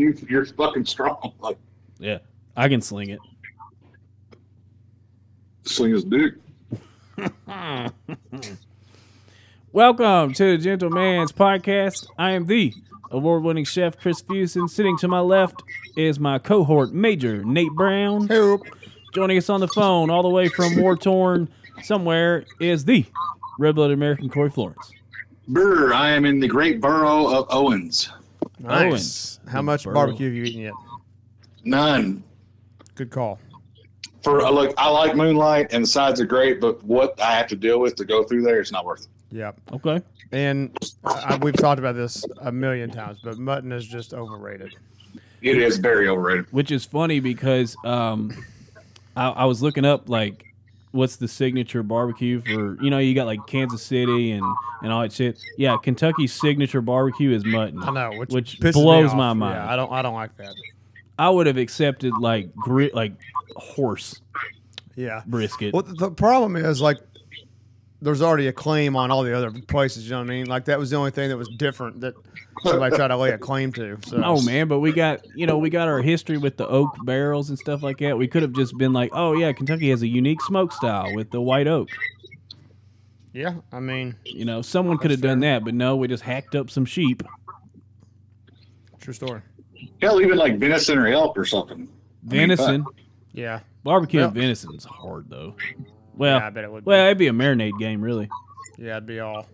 You, you're fucking strong. Like Yeah, I can sling it. sling his dick. Welcome to the Gentleman's Podcast. I am the award-winning chef Chris Fusen. Sitting to my left is my cohort major Nate Brown. Help. Joining us on the phone, all the way from war torn somewhere, is the red-blooded American Corey Florence. Brr, I am in the great borough of Owens. Nice. Nice. How much Burrow. barbecue have you eaten yet? None. Good call. For uh, look, I like moonlight and the sides are great, but what I have to deal with to go through there, it's not worth it. Yep. Okay, And uh, we've talked about this a million times, but mutton is just overrated. It is very overrated. which is funny because um, I, I was looking up like what's the signature barbecue for you know you got like Kansas City and and all that shit. Yeah, Kentucky's signature barbecue is mutton. I know, which, Which pisses me blows off. my mind. Yeah, I don't. I don't like that. I would have accepted like grit, like horse Yeah. brisket. Well, the problem is like there's already a claim on all the other places. You know what I mean? Like that was the only thing that was different that somebody tried to lay a claim to. So. No Oh, man, but we got you know we got our history with the oak barrels and stuff like that. We could have just been like, oh yeah, Kentucky has a unique smoke style with the white oak. Yeah. I mean, You know, someone could have That's done that, but no, we just hacked up some sheep. true story. Hell, even like venison or elk or something. Venison, Yeah. barbecue and Well- venison's hard though. Well, yeah I bet it would. well, be. it'd be a marinade game really. Yeah, it'd be all.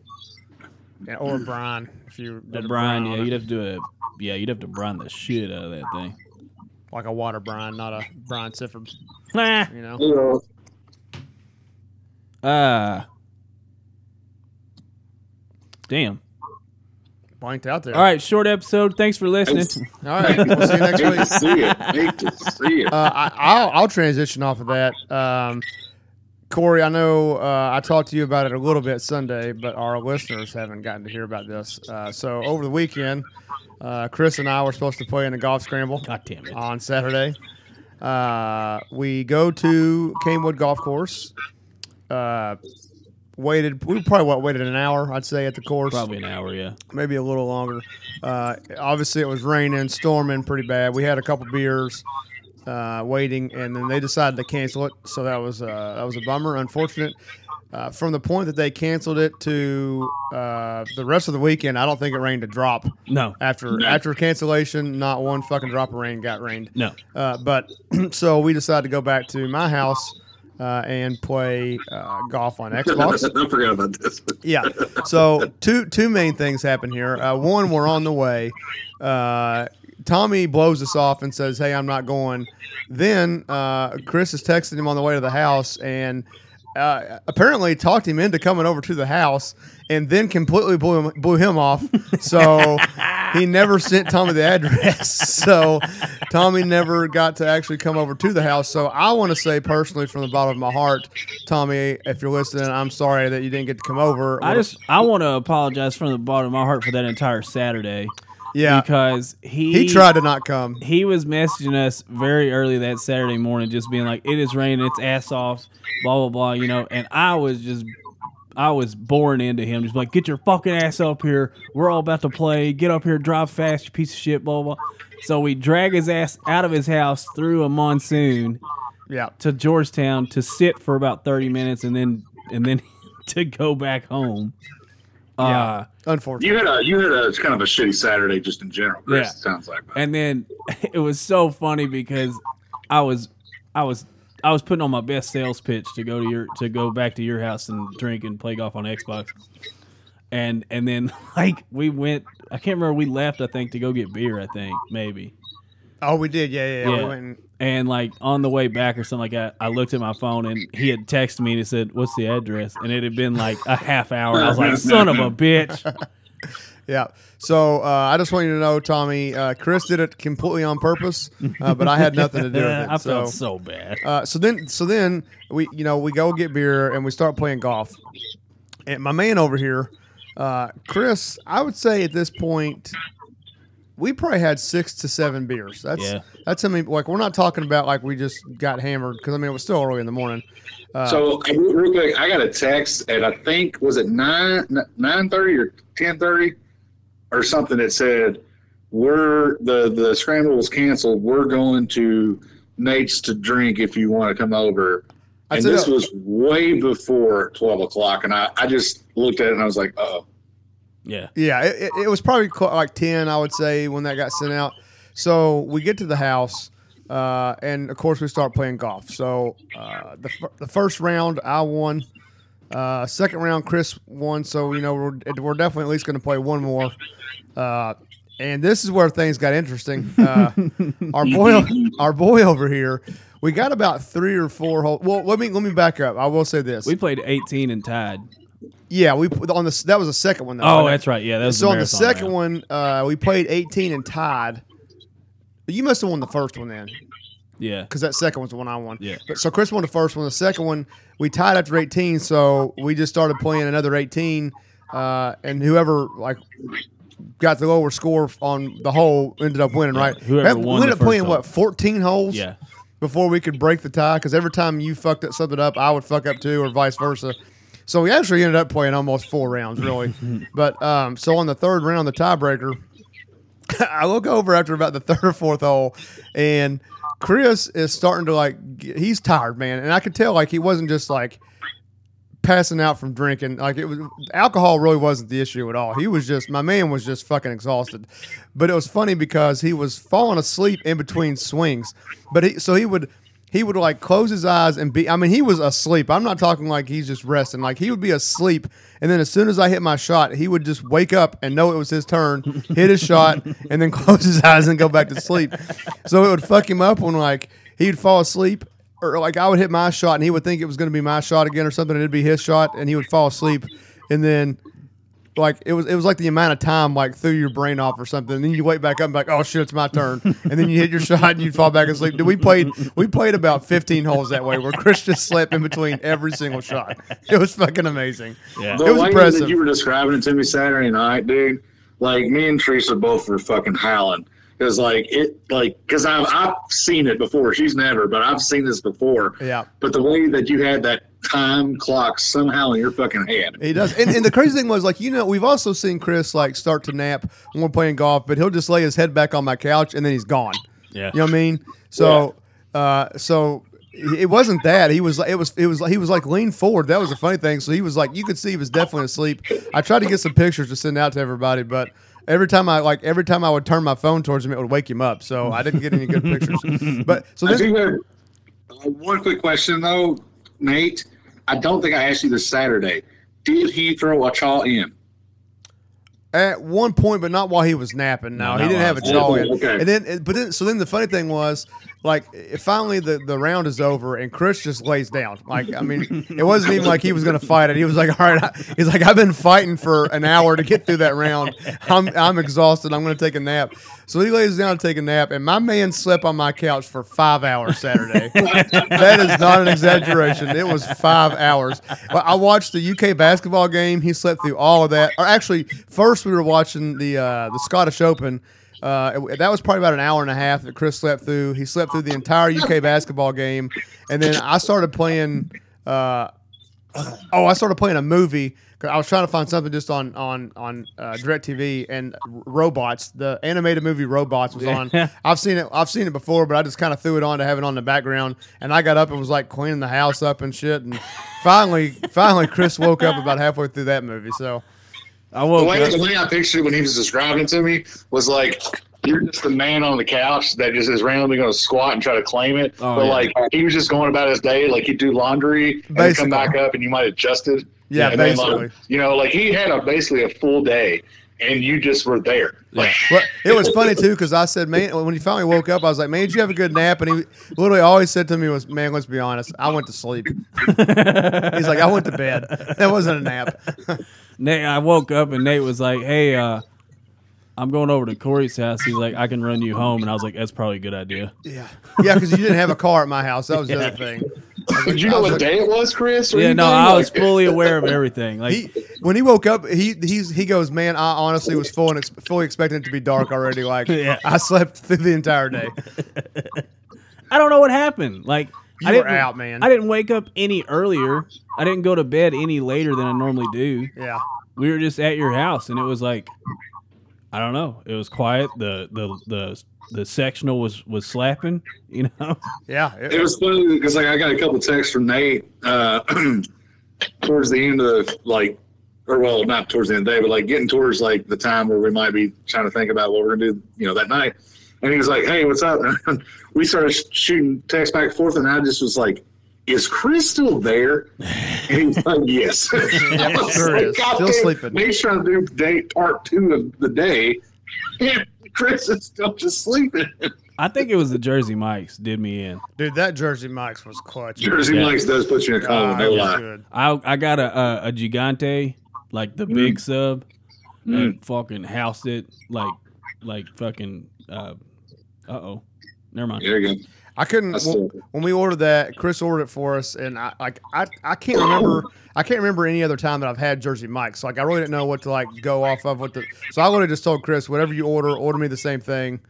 Yeah, or brine if you The did a brine, on yeah, it. you'd have to do a yeah, you'd have to brine the shit out of that thing. like a water brine, not a brine siphon. Nah. You know. Yeah. Uh, damn. blanked out there. All right, short episode. Thanks for listening. all right. We'll see you next Hate to week. see it. Hate to see it. Uh, I, I'll, I'll transition off of that. Um, Corey, I know uh, I talked to you about it a little bit Sunday, but our listeners haven't gotten to hear about this. Uh, so over the weekend, uh, Chris and I were supposed to play in a golf scramble God damn it. on Saturday. Uh, we go to Canewood Golf Course. Uh, waited. We probably what waited an hour, I'd say, at the course. Probably an hour, yeah. maybe a little longer. Uh, obviously, it was raining, storming pretty bad. We had a couple beers uh, waiting, and then they decided to cancel it. So that was uh, that was a bummer, unfortunate. Uh, from the point that they canceled it to uh, the rest of the weekend, I don't think it rained a drop No, after No. after cancellation. Not one fucking drop of rain got rained. no. Uh, but so we decided to go back to my house uh, and play uh, golf on Xbox. I forgot about this. Yeah. So two two main things happen here. Uh, one, we're on the way. Uh, Tommy blows us off and says, "Hey, I'm not going." Then uh, Chris is texting him on the way to the house and. Uh, apparently talked him into coming over to the house and then completely blew him, blew him off so he never sent tommy the address so tommy never got to actually come over to the house so i want to say personally from the bottom of my heart tommy if you're listening i'm sorry that you didn't get to come over I just I want to apologize from the bottom of my heart for that entire Saturday Yeah, because he he tried to not come. He was messaging us very early that Saturday morning, just being like, "It is raining, it's ass off, blah blah blah," you know. And I was just, I was born into him, just like, "Get your fucking ass up here! We're all about to play. Get up here, drive fast, you piece of shit, blah blah." So we drag his ass out of his house through a monsoon Yeah, to Georgetown to sit for about thirty minutes, and then and then to go back home. Uh, unfortunately. You had a you had a it's kind of a shitty Saturday just in general. Chris, Yeah. it sounds like. and then it was so funny because I was I was I was putting on my best sales pitch to go to your to go back to your house and drink and play golf on Xbox. And and then like we went I can't remember we left I think to go get beer I think maybe. Oh, we did. Yeah, yeah, yeah. Yeah. We went and, And like on the way back or something like that, I looked at my phone and he had texted me and it said, "What's the address?" And it had been like a half hour. I was like, "Son of a bitch!" yeah. So uh, I just want you to know, Tommy, uh, Chris did it completely on purpose, uh, but I had nothing to do with it. I so. felt so bad. Uh, so then, so then we, you know, we go get beer and we start playing golf. And my man over here, uh, Chris, I would say at this point, we probably had six to seven beers. That's Yeah. that's I mean, like we're not talking about like we just got hammered because I mean it was still early in the morning. Uh, So I- real quick, I got a text at I think was it nine nine thirty or ten thirty or something that said we're the the scramble was canceled. We're going to Nate's to drink if you want to come over. I And said, this uh, was way before twelve o'clock, and I, I just looked at it and I was like, oh, Yeah. yeah, it, it- it was probably cl- like 10, I would say, when that got sent out. So we get to the house, uh, and of course, we start playing golf. So uh, the, fir- the first round, I won. Uh, second round, Chris won. So, you know, we're, we're definitely at least going to play one more. Uh, and this is where things got interesting. Uh, our boy, our boy over here, we got about three or four holes. Well, let me let me back up. I will say this. We played 18 and tied. yeah, we put on the that was the second one. Though, Oh, right? that's right. Yeah, that was so on the marathon second round. one, uh, we played 18 and tied. You must have won the first one then, Yeah. because that second one's the one I won. Yeah. But so Chris won the first one. The second one we tied after 18, so we just started playing another 18, uh, and whoever like got the lower score on the hole ended up winning. Right? whoever we won ended the up playing first hole. what 14 holes? Yeah. before we could break the tie because every time you fucked up something up, I would fuck up too, or vice versa. So we actually ended up playing almost four rounds, really. but um, so on the third round, the tiebreaker, I look over after about the third or fourth hole, and Chris is starting to like get- he's tired, man, and I could tell like he wasn't just like passing out from drinking. Like it was alcohol really wasn't the issue at all. He was just my man was just fucking exhausted. But it was funny because he was falling asleep in between swings. But he so he would he would like close his eyes and be I mean he was asleep. I'm not talking like he's just resting. Like he would be asleep and then as soon as I hit my shot, he would just wake up and know it was his turn, hit his shot and then close his eyes and go back to sleep. So it would fuck him up when like he'd fall asleep or like I would hit my shot and he would think it was going to be my shot again or something. And it'd be his shot and he would fall asleep. And then like it was, it was like the amount of time like threw your brain off or something. And then you wake back up and be like, oh shit, it's my turn. And then you hit your shot and you'd fall back asleep. Dude, we played, we played about 15 holes that way where Chris just slept in between every single shot. It was fucking amazing. Yeah. the It was way impressive. that you were describing it to me Saturday night, dude. Like me and Teresa both were fucking howling because like it like because I've I've seen it before. She's never, but I've seen this before. Yeah. But the way that you had that time clock somehow in your fucking head. He does. And, and the crazy thing was, like, you know, we've also seen Chris, like, start to nap when we're playing golf, but he'll just lay his head back on my couch and then he's gone. Yeah. You know what I mean? So, uh, so it wasn't that he was. It was. It was. He was like lean forward. That was the funny thing. So he was like, you could see he was definitely asleep. I tried to get some pictures to send out to everybody, but every time I like every time I would turn my phone towards him, it would wake him up. So I didn't get any good pictures. But so I this, do have uh, one quick question though, Nate. I don't think I asked you this Saturday. Did he throw a chaw in? At one point, but not while he was napping. No, No, he not didn't while have he a was jaw in. napping. Okay. And then, but then, so then the funny thing was, like, it- finally the, the round is over, and Chris just lays down. Like, I mean, it wasn't even like he was going to fight it. He was like, "All right," I, he's like, "I've been fighting for an hour to get through that round. I'm I'm exhausted. I'm going to take a nap." So he lays down to take a nap, and my man slept on my couch for five hours Saturday. that is not an exaggeration. It was five hours. Well, I watched the UK basketball game. He slept through all of that. Or actually, first we were watching the uh, the Scottish Open. Uh, it- that was probably about an hour and a half that Chris slept through. He slept through the entire UK basketball game, and then I started playing. Uh, oh, I started playing a movie. 'cause I was trying to find something just on on on uh, Directv and Robots. The animated movie Robots was on. I've seen it. I've seen it before, but I just kind of threw it on to have it on the background. And I got up and was like cleaning the house up and shit. And finally, finally, Chris woke up about halfway through that movie. So I The woke way, the up. way I pictured it when he was describing it to me was like, you're just the man on the couch that just is randomly going to squat and try to claim it. Oh, but yeah. like, he was just going about his day, like he'd do laundry and then come Basically. back up and you might adjust it. Yeah, And then, like, basically. you know, like he had a basically a full day and you just were there. Like, Well, it was funny too because I said, "Man," when he finally woke up, I was like, "Man, did you have a good nap?" And he literally always said to me was, "Man, let's be honest, I went to sleep." He's like, "I went to bed. That wasn't a nap." Nate, I woke up and Nate was like, "Hey, uh, I'm going over to Corey's house." He's like, "I can run you home," and I was like, "That's probably a good idea." yeah, yeah, because you didn't have a car at my house. That was the other thing. did you know what day it was, Chris? Were Yeah, you no, doing, I was like- fully aware of everything. Like, He, when he woke up, he he's he goes, "Man, I honestly was full and ex- fully expecting it to be dark already. Like, Yeah. I slept through the entire day." I don't know what happened. Like, You I were didn't, out, man. I didn't wake up any earlier. I didn't go to bed any later than I normally do. Yeah, We were just at your house, and it was like, I don't know. It was quiet. The the the the sectional was was slapping. You know. Yeah. it- It was funny because like I got a couple texts from Nate uh, towards the end of like, or well, not towards the end of the day, but like getting towards like the time where we might be trying to think about what we're gonna do, you know, that night. And he was like, "Hey, what's up?" we started sh- shooting texts back and forth, and I just was like, "Is Chris still there?" And he was like, "Yes." I was sure like, is. "God Still damn, sleeping." Nate's trying to do day part two of the day, and Chris is still just sleeping. I think it was the Jersey Mikes did me in. Dude, that Jersey Mike's was clutch. Jersey Yeah. Mike's does put you in a column, God, it no was lie. good. I I got a a, a gigante like the big sub and fucking housed it like like fucking uh uh oh never mind There you go. I couldn't That's when, terrible. when we ordered that. Chris ordered it for us, and I like I, I can't remember I can't remember any other time that I've had Jersey Mike's. Like I really didn't know what to like go off of. What the so I literally just told Chris whatever you order, order me the same thing,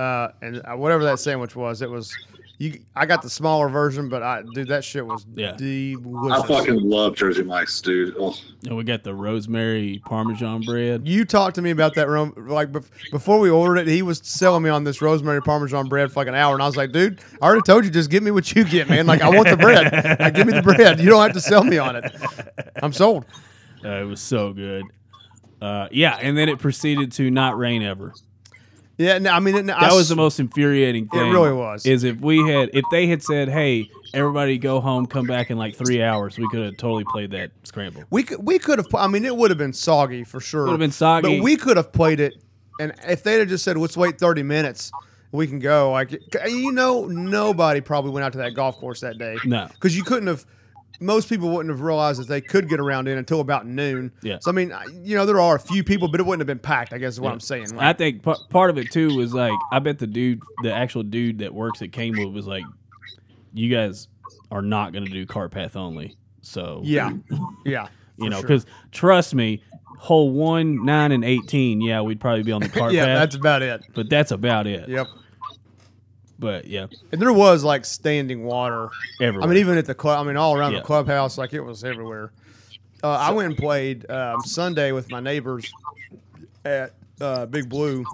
uh, and uh, whatever that sandwich was, it was. You, I got the smaller version, but I dude, that shit was Yeah. delicious. I fucking love Jersey Mike's, dude. Oh, and we got the rosemary parmesan bread You talked to me about that room like bef- before we ordered it. He was selling me on this rosemary parmesan bread for like an hour, and I was like, "Dude, I already told you, just give me what you get, man. Like, I want the bread. Like, give me the bread. You don't have to sell me on it. I'm sold." uh, it was so good uh yeah and then it proceeded to not rain ever Yeah, no, I mean, it, that was the most infuriating It thing really was. is if we had if they had said hey everybody go home come back in like three hours we could have totally played that scramble we could we could have. I mean, it would have been soggy for sure. Would have been soggy. But we could have played it, and if they'd have just said, "Let's wait 30 minutes." We can go. Like you know, nobody probably went out to that golf course that day. No. because you couldn't have. Most people wouldn't have realized that they could get around in until about noon. Yeah. So I mean, I- you know, there are a few people, but it wouldn't have been packed. I guess is what I'm saying. I Like, think p- part of it too was like I bet the dude, the actual dude that works at Kingwood, was like, "You guys are not going to do cart path only." So yeah, yeah. you for know, sure. because trust me, hole one, nine, and eighteen, yeah, we'd probably be on the cart yeah, path, that's about it. but that's about it. Yep. But yeah, And there was like standing water everywhere. I mean, even at the club. I mean, all around Yeah. the clubhouse, like it was everywhere. Uh, I went and played um, Sunday with my neighbors at uh, Big Blue,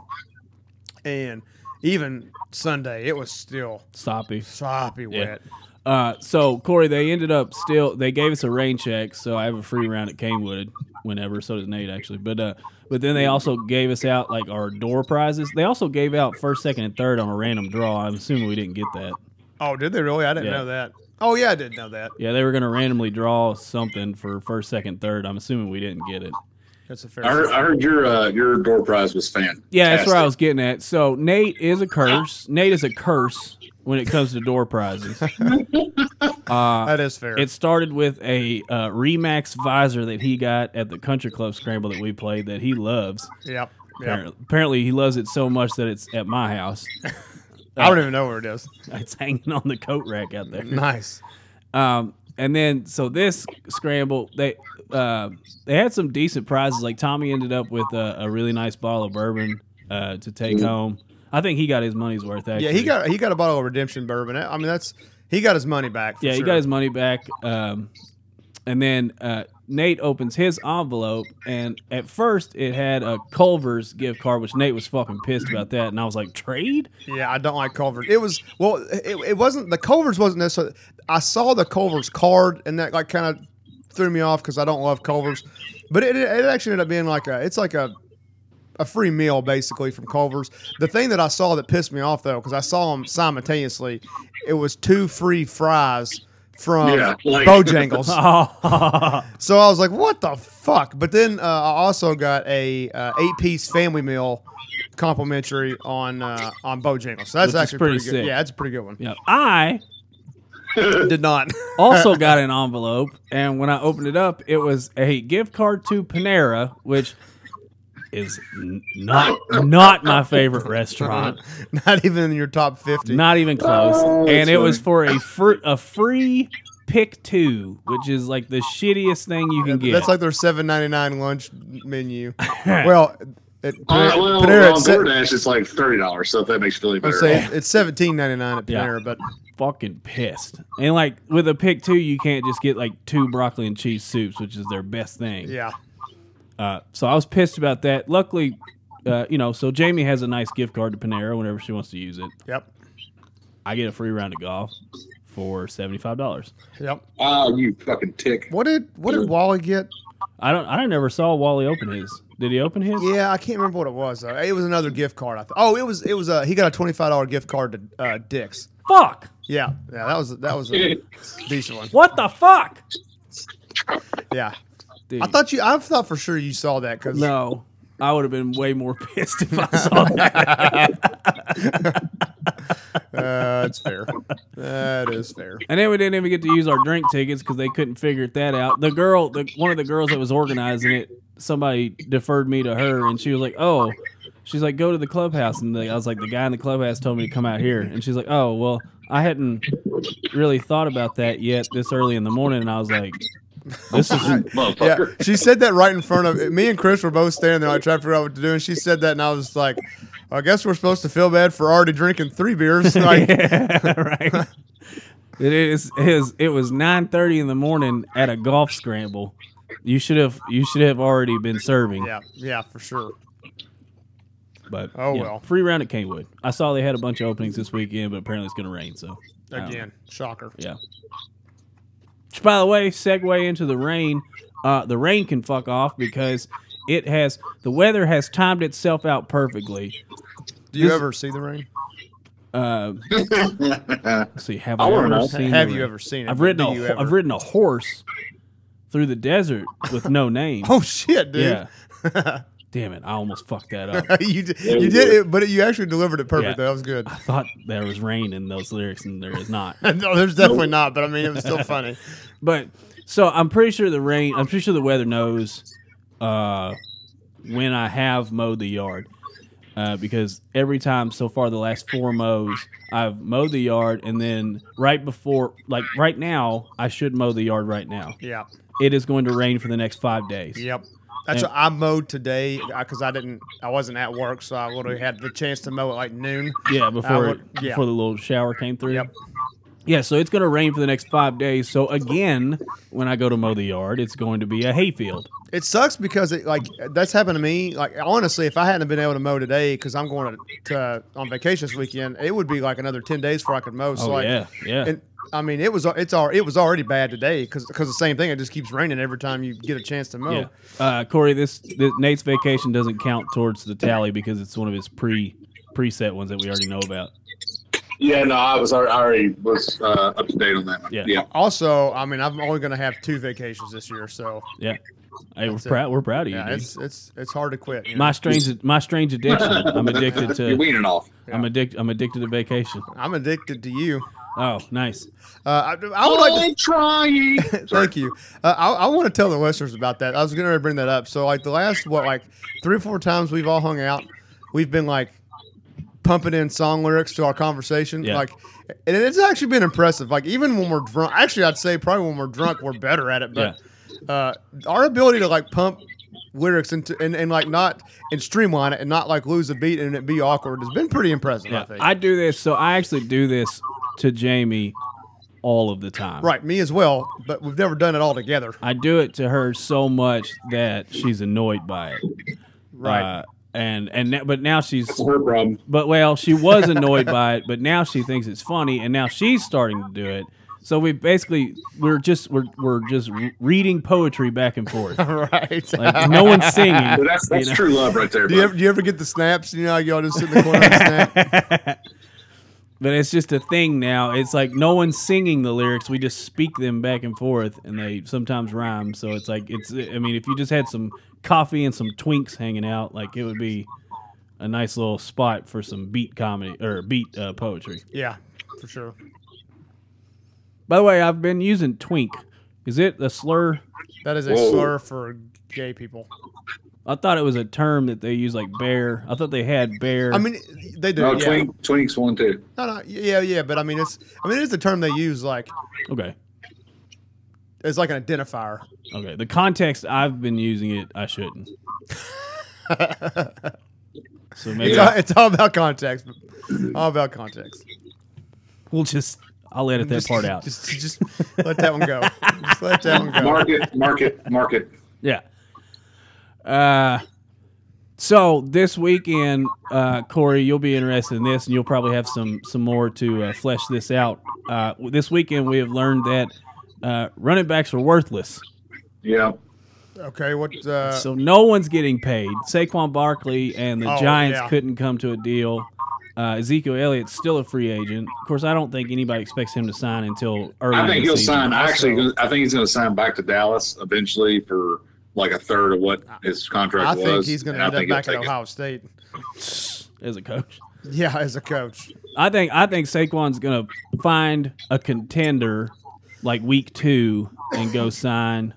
and even Sunday it was still Soppy. soppy wet. Uh, so Corey, they ended up still. They gave us a rain check, so I have a free round at Canewood whenever. So does Nate actually, but uh, but then they also gave us out like our door prizes. They also gave out first, second, and third on a random draw. I'm assuming we didn't get that. Oh, did they really? I didn't Yeah. know that. Oh yeah, I didn't know that. Yeah, they were gonna randomly draw something for first, second, third. I'm assuming we didn't get it. That's a fair. I heard, I heard your uh, your door prize was fan. Yeah, that's where I was getting at. So Nate is a curse. Nate is a curse when it comes to door prizes. Uh, that is fair. It started with a uh, Remax visor that he got at the country club scramble that we played that he loves. yep. Yep. Apparently, apparently he loves it so much that it's at my house. I don't even know where it is. It's hanging on the coat rack out there. Nice. Um, and then so this scramble, they uh, they had some decent prizes. Like Tommy ended up with a, a really nice bottle of bourbon uh, to take home. I think he got his money's worth. Actually. Mm-hmm. Yeah, he got he got a bottle of redemption bourbon. I mean, that's he got his money back. For Yeah, he sure. got his money back. Um, and then uh, Nate opens his envelope, and at first it had a Culver's gift card, which Nate was fucking pissed about that. And I was like, trade? Yeah, I don't like Culver's. It was well, it, it wasn't the Culver's wasn't necessarily. I saw the Culver's card and that like kind of threw me off because I don't love Culver's, but it, it actually ended up being like a it's like a a free meal basically from Culver's. The thing that I saw that pissed me off though because I saw them simultaneously, it was two free fries from Yeah, like- uh, Bojangles. Oh, So I was like, "What the fuck?" But then uh, I also got a uh, eight-piece family meal complimentary on uh, on Bojangles. So Which that's is actually pretty, pretty good. sick. Yeah, that's a pretty good one. yeah. I Did not. also got an envelope, and when I opened it up, it was a gift card to Panera, which is n- not not my favorite restaurant, not even in your top fifty. not even close. Oh, and that's it was funny. for a fr- a free pick two, which is like the shittiest thing you can get. That's like their seven ninety nine lunch menu. well, at Panera, Uh, well, Panera on it's se- DoorDash, it's like thirty dollars. So if that makes you feel any I'm better, saying it's seventeen ninety nine at Yeah. Panera, but fucking pissed. And like with a pick two, you can't just get like two broccoli and cheese soups, which is their best thing. yeah, Uh, so I was pissed about that. Luckily, uh, you know, so Jamie has a nice gift card to Panera whenever she wants to use it. Yep. I get a free round of golf for seventy five dollars. Yep. Oh, you fucking tick. What did what did Wally get? I don't. I never saw Wally open his. Did he open his? Yeah, I can't remember what it was though. It was another gift card. I thought. Oh, it was it was uh, he got a twenty five dollar gift card to uh, Dick's. Fuck! Yeah, yeah, that was that was a decent one. What the fuck? Yeah, Dude, I thought you. I thought for sure you saw that uh, because no. I would have been way more pissed if I saw that. uh, it's fair. That is fair. and then we didn't even get to use our drink tickets because they couldn't figure that out. The girl, the, one of the girls that was organizing it, somebody deferred me to her, and she was like, "Oh." She's like, go to the clubhouse, and the, I was like, the guy in the clubhouse told me to come out here, and she's like, oh well, I hadn't really thought about that yet this early in the morning, and I was like, this is Yeah, Motherfucker. she said that right in front of me and Chris were both standing there. I tried to figure out what to do, and she said that, and I was like, "I guess we're supposed to feel bad for already drinking three beers." Like, yeah, right. It is his. It was nine thirty in the morning at a golf scramble. You should have. You should have already been serving. yeah, yeah, for sure. But Oh, you know, well. free round at Kingwood. I saw they had a bunch of openings this weekend, but apparently it's going to rain. So I don't know. Again, shocker. yeah. Which, by the way, segue into the rain. Uh, the rain can fuck off because it has the weather has timed itself out perfectly. Do you This- ever see the rain? Uh, let's see, have I I, wanna ever know. seen? the Have rain? you ever seen it? I've ridden Do you a, ever? I've ridden a horse through the desert with no name. Oh shit, dude! yeah. Damn it! I almost fucked that up. you did, Yeah, you you did did. it, but you actually delivered it perfect. Yeah. though. That was good. I thought there was rain in those lyrics, and there is not. no, there's definitely not, but I mean, it was still funny. But so I'm pretty sure the rain. I'm pretty sure the weather knows uh, when I have mowed the yard. Uh, because every time so far the last four mows I've mowed the yard and then right before like right now I should mow the yard right now Yeah, it is going to rain for the next five days yep. That's And- what I mowed today because I didn't, I wasn't at work, so I would have had the chance to mow at like noon. Yeah, before would- yeah. before the little shower came through. Yep. Yeah, so it's going to rain for the next five days. So again, when I go to mow the yard, it's going to be a hayfield. It sucks because it like that's happened to me. Like honestly, if I hadn't been able to mow today because I'm going to, to on vacation this weekend, it would be like another ten days before I could mow. So Oh like, yeah, yeah. and I mean, it was it's al- it was already bad today because the same thing. It just keeps raining every time you get a chance to mow. yeah. Uh, Corey, this, this Nate's vacation doesn't count towards the tally because it's one of his pre preset ones that we already know about. yeah, no, I was already, I already was uh, up to date on that one. Yeah. yeah. Also, I mean, I'm only going to have two vacations this year, so Yeah. Hey, we're That's it. proud. We're proud of you. yeah, dude. it's it's it's hard to quit. you know? my strange, my strange addiction. I'm addicted You're to. weaning off. I'm addicted. I'm addicted to vacation. I'm addicted to you. Oh, nice. Uh, I, I would like to I'm trying. Thank you. Uh, I, I want to tell the listeners about that. I was going to bring that up. So, like the last what, like three or four times we've all hung out, we've been like pumping in song lyrics to our conversation. Yeah. Like, and it's actually been impressive. Like even when we're drunk, actually, I'd say probably when we're drunk, we're better at it. But uh, our ability to like pump lyrics into and, and like not and streamline it and not like lose a beat and it be awkward has been pretty impressive. I Yeah, think. I do this. So I actually do this to Jamie all of the time. right, me as well. But we've never done it all together. I do it to her so much that she's annoyed by it. Right. Uh, and and now, but now she's It's her problem. but well she was annoyed by it, but now she thinks it's funny, and now she's starting to do it. So we basically we're just we're we're just re- reading poetry back and forth. right. Like no one's singing. But that's that's you know? true love right there. Do you, bud. ever, do you ever get the snaps? You know, y'all just sit in the corner and snap. But it's just a thing now. It's like no one's singing the lyrics. We just speak them back and forth, and they sometimes rhyme. So it's like it's. I mean, if you just had some coffee and some twinks hanging out, like it would be a nice little spot for some beat comedy or beat uh, poetry. Yeah, for sure. By the way, I've been using twink. Is it a slur? That is a Whoa. slur for gay people. I thought it was a term that they use like bear. I thought they had bear. I mean, they do. No, yeah. twink, twinks one too. No, no, yeah, yeah. But I mean, it's. I mean, it is a term they use like okay, it's like an identifier. okay. The context I've been using it, I shouldn't. So maybe It's, all, it's all about context. All about context. we'll just. I'll edit that just, part out. Just, just let that one go. Just let that one go. Market, market, market. Yeah. Uh, So this weekend, uh, Corey, you'll be interested in this, and you'll probably have some some more to uh, flesh this out. Uh, this weekend, we have learned that uh, running backs are worthless, Yeah. Okay, what? Uh, so no one's getting paid. Saquon Barkley and the Oh, Giants yeah. couldn't come to a deal. Uh, Ezekiel Elliott's still a free agent. Of course, I don't think anybody expects him to sign until early. I in think the he'll season. sign. I actually, I think he's going to sign back to Dallas eventually for like a third of what his contract I was. think he's going to and I end up think he'll back at take it. Ohio State. as a coach. Yeah, as a coach. I think I think Saquon's gonna find a contender like week two and go sign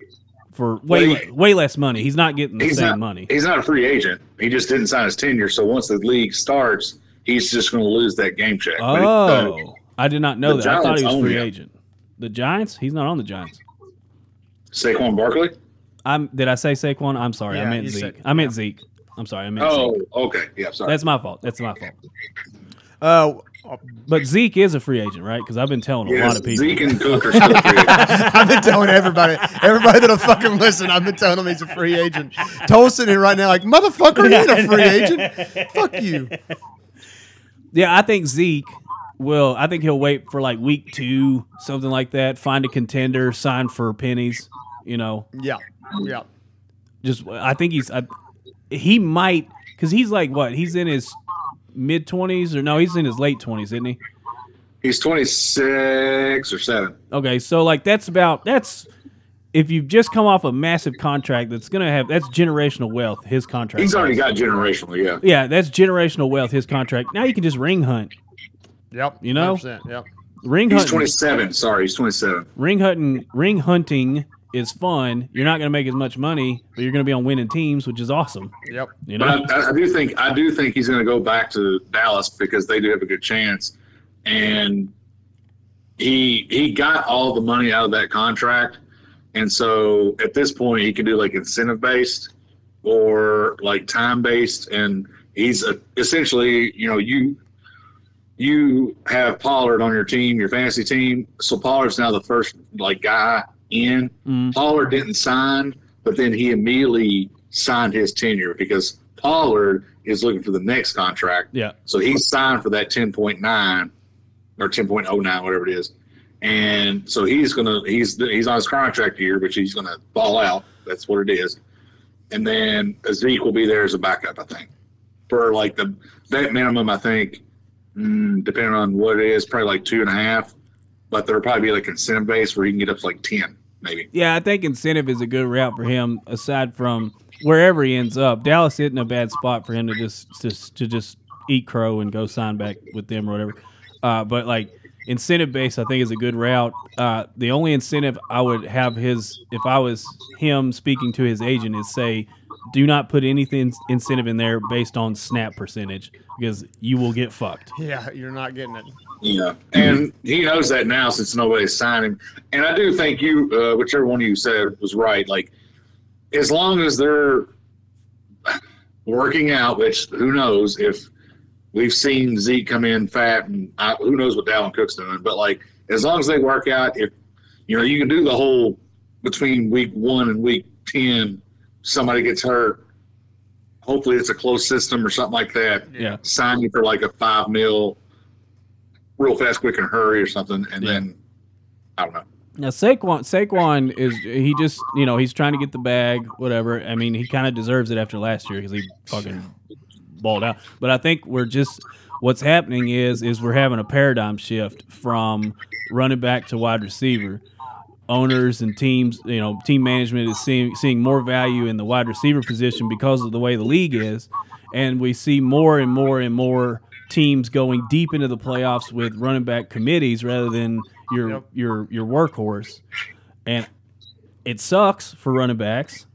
for way Wait. le- way less money. He's not getting the He's same not- money. He's not a free agent. He just didn't sign his tenure. So once the league starts, he's just going to lose that game check. But he- Oh, I did not know The that. I thought Giants he was own free him. agent. The Giants? He's not on the Giants. Saquon Barkley. I'm. Did I say Saquon? I'm sorry. I Yeah, meant you Zeke. said- I meant Zeke. I'm sorry. I meant Oh, Zeke. okay. Yeah, sorry. That's my fault. That's my fault. Uh, But Zeke is a free agent, right? Because I've been telling a Yes, lot of people. Zeke and Cook are still free agents. I've been telling everybody, everybody that'll fucking listen, I've been telling him he's a free agent. Tolson in right now, like, motherfucker, he ain't a free agent. Fuck you. Yeah, I think Zeke will. I think he'll wait for like week two, something like that. Find a contender, sign for pennies. You know, Yeah. Yeah. just I think he's. I, he might because he's like what? He's in his mid twenties or no? He's in his late twenties, isn't he? He's 26 or 7. Okay, so like that's about that's. If you've just come off a massive contract, that's gonna have that's generational wealth. His contract. He's already is. got generational, yeah. Yeah, that's generational wealth. His contract. Now you can just ring hunt. Yep. You know? 100%, Yep. Ring He's hunt. 27. Sorry, he's 27. ring hunting ring hunting is fun. You're not going to make as much money, but you're going to be on winning teams, which is awesome. Yep. You know, But I, I do think I do think he's going to go back to Dallas because they do have a good chance, and he he got all the money out of that contract, and so at this point he can do like incentive based or like time based, and he's a, essentially you know you you have Pollard on your team, your fantasy team, so Pollard's now the first like guy in. Mm. Pollard didn't sign, but then he immediately signed his tenure because Pollard is looking for the next contract. yeah, So he signed for that 10.9 or 10.09, whatever it is. And so he's gonna he's he's on his contract year, which he's gonna ball out. That's what it is. And then Zeke will be there as a backup, I think, for like the that minimum. I think, mm, depending on what it is, probably like two and a half. But there'll probably be like incentive base where he can get up to like ten, maybe. yeah. I think incentive is a good route for him. Aside from wherever he ends up, Dallas isn't a bad spot for him to just just to just eat crow and go sign back with them or whatever. Uh, but like incentive base, I think is a good route. Uh, the only incentive I would have his if I was him speaking to his agent is say. Do not put anything incentive in there based on snap percentage because you will get fucked. Yeah. You're not getting it. Yeah, and he knows that now since nobody's signing. And I do think you, uh, whichever one you said was right. Like, as long as they're working out, which who knows if we've seen Zeke come in fat, and I, who knows what Dalvin Cook's doing. But like, as long as they work out, if you know, you can do the whole between week one and week ten. Somebody gets hurt. Hopefully, it's a closed system or something like that Yeah. sign you for like a five mil real fast, quick, and hurry or something, and Yeah. then I don't know. Now Saquon, Saquon is he just you know he's trying to get the bag, whatever. I mean, he kind of deserves it after last year because he fucking balled out. But I think we're just what's happening is is we're having a paradigm shift from running back to wide receiver. Owners and teams, you know, team management is seeing seeing more value in the wide receiver position because of the way the league is, and we see more and more and more teams going deep into the playoffs with running back committees rather than your Yep. your your workhorse, and it sucks for running backs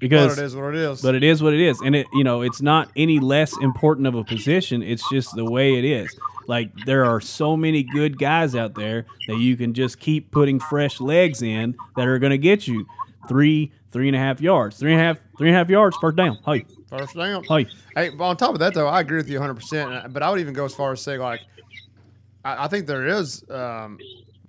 because But it is what it is. but it is what it is, and it you know it's not any less important of a position. It's just the way it is. Like there are so many good guys out there that you can just keep putting fresh legs in that are going to get you three, three and a half yards, three and a half, three and a half yards per down. Hey, First down. hey, Hey, but on top of that, though, I agree with you 100%. and I- But I would even go as far as say, like, I, I think there is um,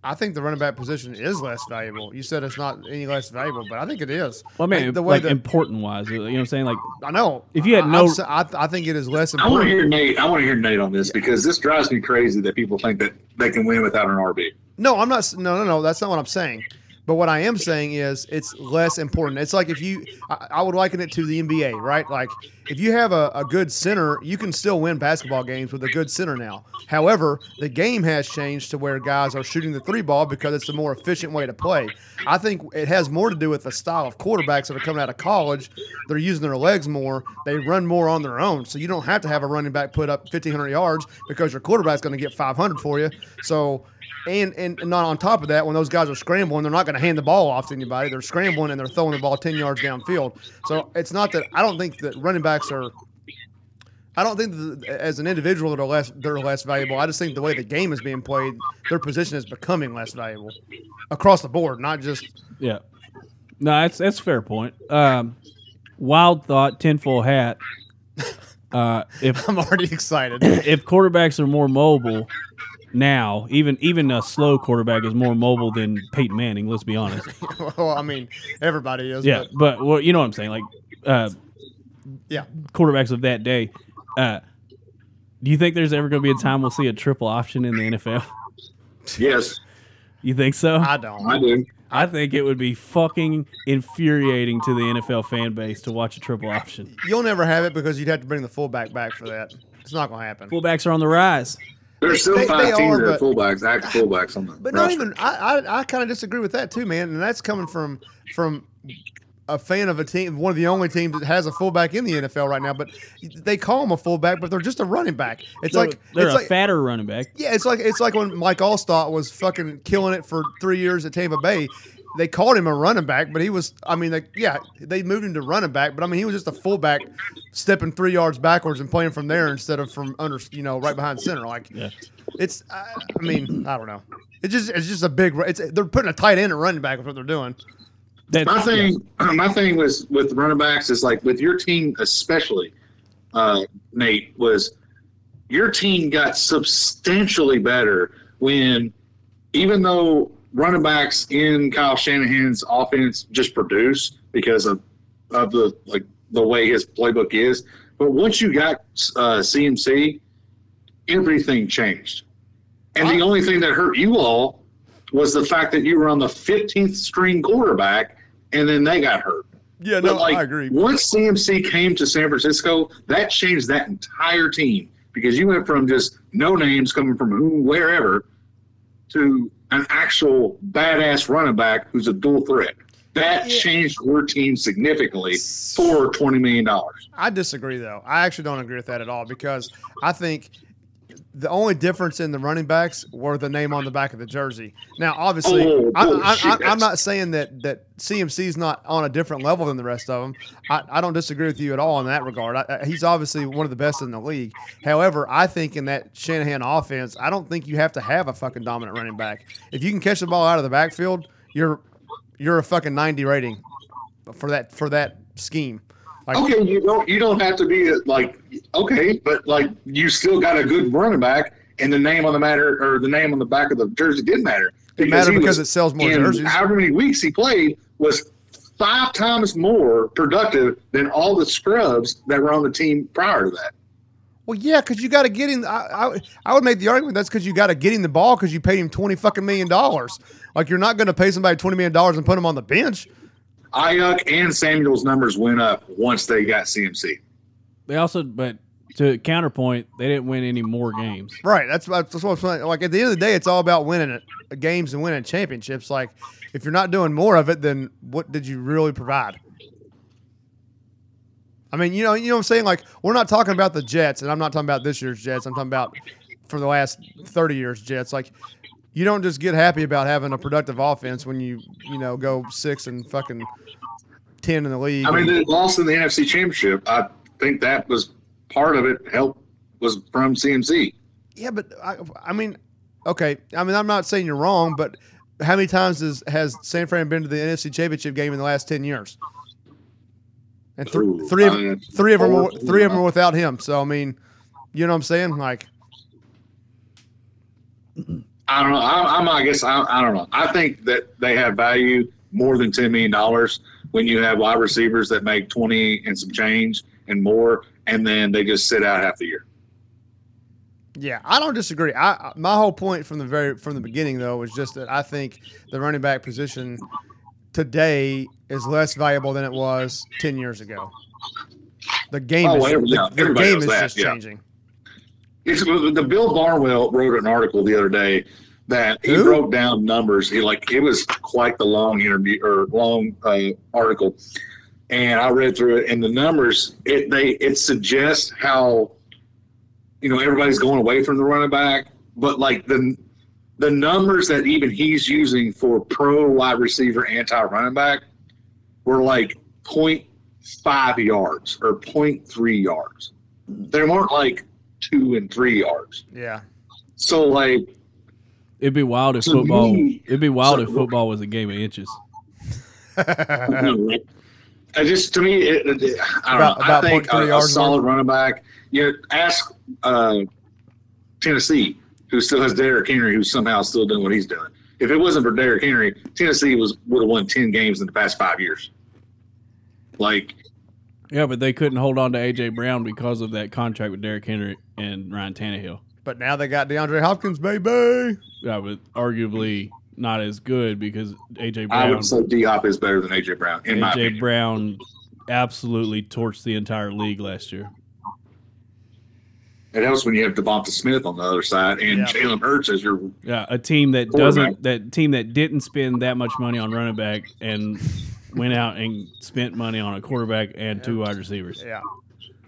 I think the running back position is less valuable. You said it's not any less valuable, but I think it is. Well, I mean, Like, the the way like that- important wise, you know what I'm saying? Like, I know. If you had I- no- I'm s- I, I think it is less I want to important. hear Nate. I want to hear Nate on this because this drives me crazy that people think that they can win without an RB. No, I'm not. s- No, no, no. That's not what I'm saying. But what I am saying is it's less important. It's like if you, I, I would liken it to the NBA, right? Like if you have a, a good center, you can still win basketball games with a good center now. However, the game has changed to where guys are shooting the three ball because it's a more efficient way to play. I think it has more to do with the style of quarterbacks that are coming out of college. They're using their legs more. They run more on their own. So you don't have to have a running back put up 1,500 yards because your quarterback's going to get 500 for you. So and, and and not on top of that, when those guys are scrambling, they're not going to hand the ball off to anybody. They're scrambling and they're throwing the ball ten yards downfield. So it's not that I don't think that running backs are. I don't think that as an individual they're less they're less valuable. I just think the way the game is being played, their position is becoming less valuable across the board, not just yeah. No, that's that's a fair point. Um, wild thought, tinfoil hat. Uh, if I'm already excited. if quarterbacks are more mobile now, even even a slow quarterback is more mobile than Peyton Manning. Let's be honest. well, I mean, everybody is. Yeah, but well, you know what I'm saying. Like, uh, Yeah. quarterbacks of that day. Uh, do you think there's ever going to be a time we'll see a triple option in the NFL? Yes, You think so? but I, I don't. I do. think it would be fucking infuriating to the NFL fan base to watch a triple option. You'll never have it because you'd have to bring the fullback back for that. It's not going to happen. Fullbacks are on the rise. There's still They- five they teams are, that are but- fullbacks, act fullbacks on the But not roster. even I I, I kind of disagree with that too, man. And that's coming from from a fan of a team, one of the only teams that has a fullback in the NFL right now. But they call him a fullback, but they're just a running back. It's They're- like they're it's a like fatter running back. yeah, it's like it's like when Mike Allstott was fucking killing it for three years at Tampa Bay. They called him a running back, but he was I mean, like yeah, they moved him to running back, but I mean he was just a fullback stepping three yards backwards and playing from there instead of from under you know right behind center. Like Yeah. it's I, I mean I don't know. It's just it's just a big. It's they're putting a tight end at running back with what they're doing. That's, my thing my thing was with running backs is like with your team especially uh, nate was your team got substantially better when even though running backs in kyle shanahan's offense just produce because of of the like the way his playbook is but once you got uh, cmc everything changed and the only thing that hurt you all was the fact that you were on the 15th string quarterback and then they got hurt. Yeah, But, like, Once CMC came to San Francisco, that changed that entire team because you went from just no names coming from who, wherever to an actual badass running back who's a dual threat. That Yeah. changed your team significantly for $20 million. I disagree though. I actually don't agree with that at all because I think the only difference in the running backs were the name on the back of the jersey. Now, obviously, Oh, I, I, bullshit. I, I'm not saying that that CMC's not on a different level than the rest of them. I, I don't disagree with you at all in that regard. I, I- he's obviously one of the best in the league. However, I think in that Shanahan offense, I don't think you have to have a fucking dominant running back. If you can catch the ball out of the backfield, you're you're a fucking 90 rating for that for that scheme. Like, Okay, you don't you don't have to be like okay, but like you still got a good running back, and the name on the matter or the name on the back of the jersey did matter. It matters he because was- it sells more in jerseys. However many weeks he played was five times more productive than all the scrubs that were on the team prior to that. Well, yeah, because you got to get him. I, I, I would make the argument that's because you got to get him the ball because you paid him twenty fucking million dollars. Like you're not going to pay somebody twenty million dollars and put him on the bench. Ayuk and Samuel's numbers went up once they got CMC. They also, but to counterpoint, they didn't win any more games. Right. That's what- that's what I'm saying. Like at the end of the day, it's all about winning it, games and winning championships. Like if you're not doing more of it, then what did you really provide? I mean, you know, you know what I'm saying. Like we're not talking about the Jets, and I'm not talking about this year's Jets. I'm talking about for the last 30 years Jets. Like you don't just get happy about having a productive offense when you you know go six and fucking ten in the league. I mean, they lost in the NFC Championship. I think that was part of it. Help was from CMC. Yeah, but I, I mean, okay. I mean, I'm not saying you're wrong, but how many times has has San Fran been to the NFC Championship game in the last ten years? And thr- Ooh, three, I- of, three of them, were, four- three of them were without him. So I mean, you know what I'm saying? Like, I don't know. I, I'm, I guess I, I don't know. I think that they have value more than ten million dollars when you have wide receivers that make twenty and some change and more, and then they just sit out half the year. Yeah, I don't disagree. I I- my whole point from the very from the beginning though was just that I think the running back position today is less valuable than it was ten years ago. The game Oh, is every- yeah, the, the everybody game knows is that, just yeah. changing. It's the Bill Barnwell wrote an article the other day that he Who? broke down numbers. He like it was quite the long interview or long uh, article, and I read through it. And the numbers it they it suggests how you know everybody's going away from the running back, but like the the numbers that even he's using for pro wide receiver anti running back were like 0.5 yards or 0.3 yards. They weren't like two and three yards. Yeah, So like It'd be wild if To football. me- it'd be wild if so- football was a game of inches. I just to me, it, it- I don't Uh-huh. know. About- about I think 0.3 a, a yards solid running back. You know, ask uh, Tennessee, who still has Derrick Henry, who's somehow still doing what he's doing. If it wasn't for Derrick Henry, Tennessee was would have won ten games in the past five years. Like Yeah, but they couldn't hold on to AJ Brown because of that contract with Derrick Henry and Ryan Tannehill. but now they got DeAndre Hopkins, baby. That was arguably not as good because AJ I Brown, would say, D Hop is better than AJ Brown in my AJ opinion. Brown, absolutely torched the entire league last year. It helps when you have Devonta Smith on the other side and Yeah. Jalen Hurts as your Yeah, a team that Quarterback. doesn't that team that didn't spend that much money on running back and went out and spent money on a quarterback and two wide receivers. Yeah,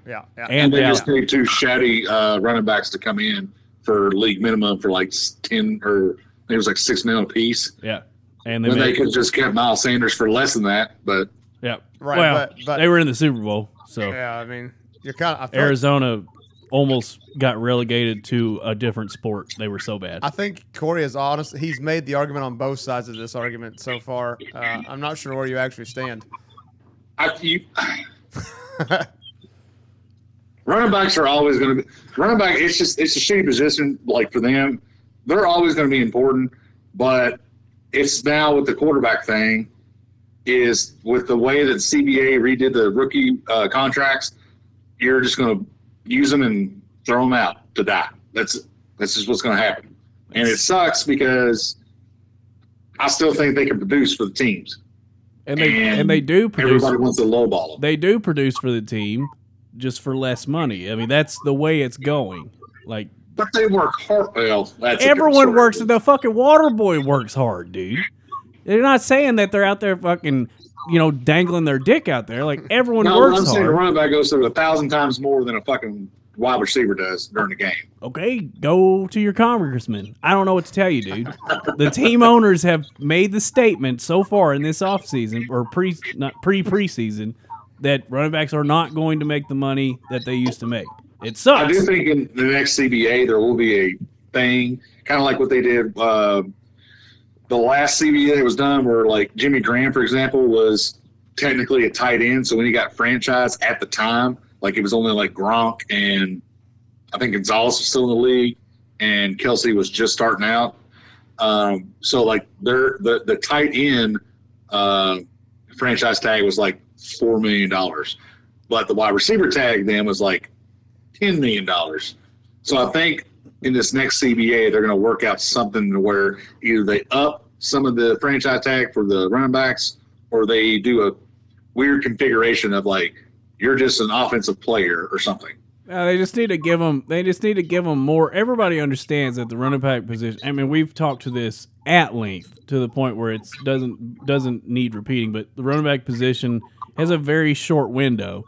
yeah, yeah. And And they Dallas. just paid two shoddy uh, running backs to come in for league minimum for like s- ten or I think it was like six mil a piece. Yeah. And they, When they made, could have just kept Miles Sanders for less than that, but yeah. right, well, but, but they were in the Super Bowl, so yeah, I mean, you're kind of. I feel Arizona almost got relegated to a different sport. They were so bad. I think Corey is honest. He's made the argument on both sides of this argument so far. Uh, I'm not sure where you actually stand. I, you, running backs are always going to be running back. It's just it's a shitty position. Like for them, they're always going to be important. But it's now with the quarterback thing is with the way that CBA redid the rookie uh, contracts. You're just going to use them and throw them out to die. That's that's just what's going to happen, and it sucks because I still think they can produce for the teams. and they and they do produce Everybody wants to lowball them. they do produce for the team just for less money. I mean, that's the way it's going. Like But they work hard. Well, that's a different everyone story. works and the fucking water boy works hard, dude. They're not saying that they're out there fucking, you know, dangling their dick out there. Like everyone No, works I'm saying a hard. running back goes through a thousand times more than a fucking wide receiver does during the game. okay, go to your congressman. I don't know what to tell you, dude. the team owners have made the statement so far in this offseason or pre not pre preseason that running backs are not going to make the money that they used to make. It I do sucks. think in the next CBA there will be a thing, kind of like what they did. Uh, the last CBA that was done, where like Jimmy Graham, for example, was technically a tight end. So when he got franchised at the time, like it was only like Gronk and I think Gonzalez was still in the league, and Kelsey was just starting out. Um, so like their the the tight end uh, franchise tag was like four million dollars, but the wide receiver tag then was like ten million dollars. So I think in this next CBA they're going to work out something to where either they up some of the franchise tag for the running backs, or they do a weird configuration of like you're just an offensive player or something. Uh, they just need to give them. They just need to give them more. Everybody understands that the running back position. I mean, we've talked to this at length to the point where it doesn't doesn't need repeating. But the running back position has a very short window,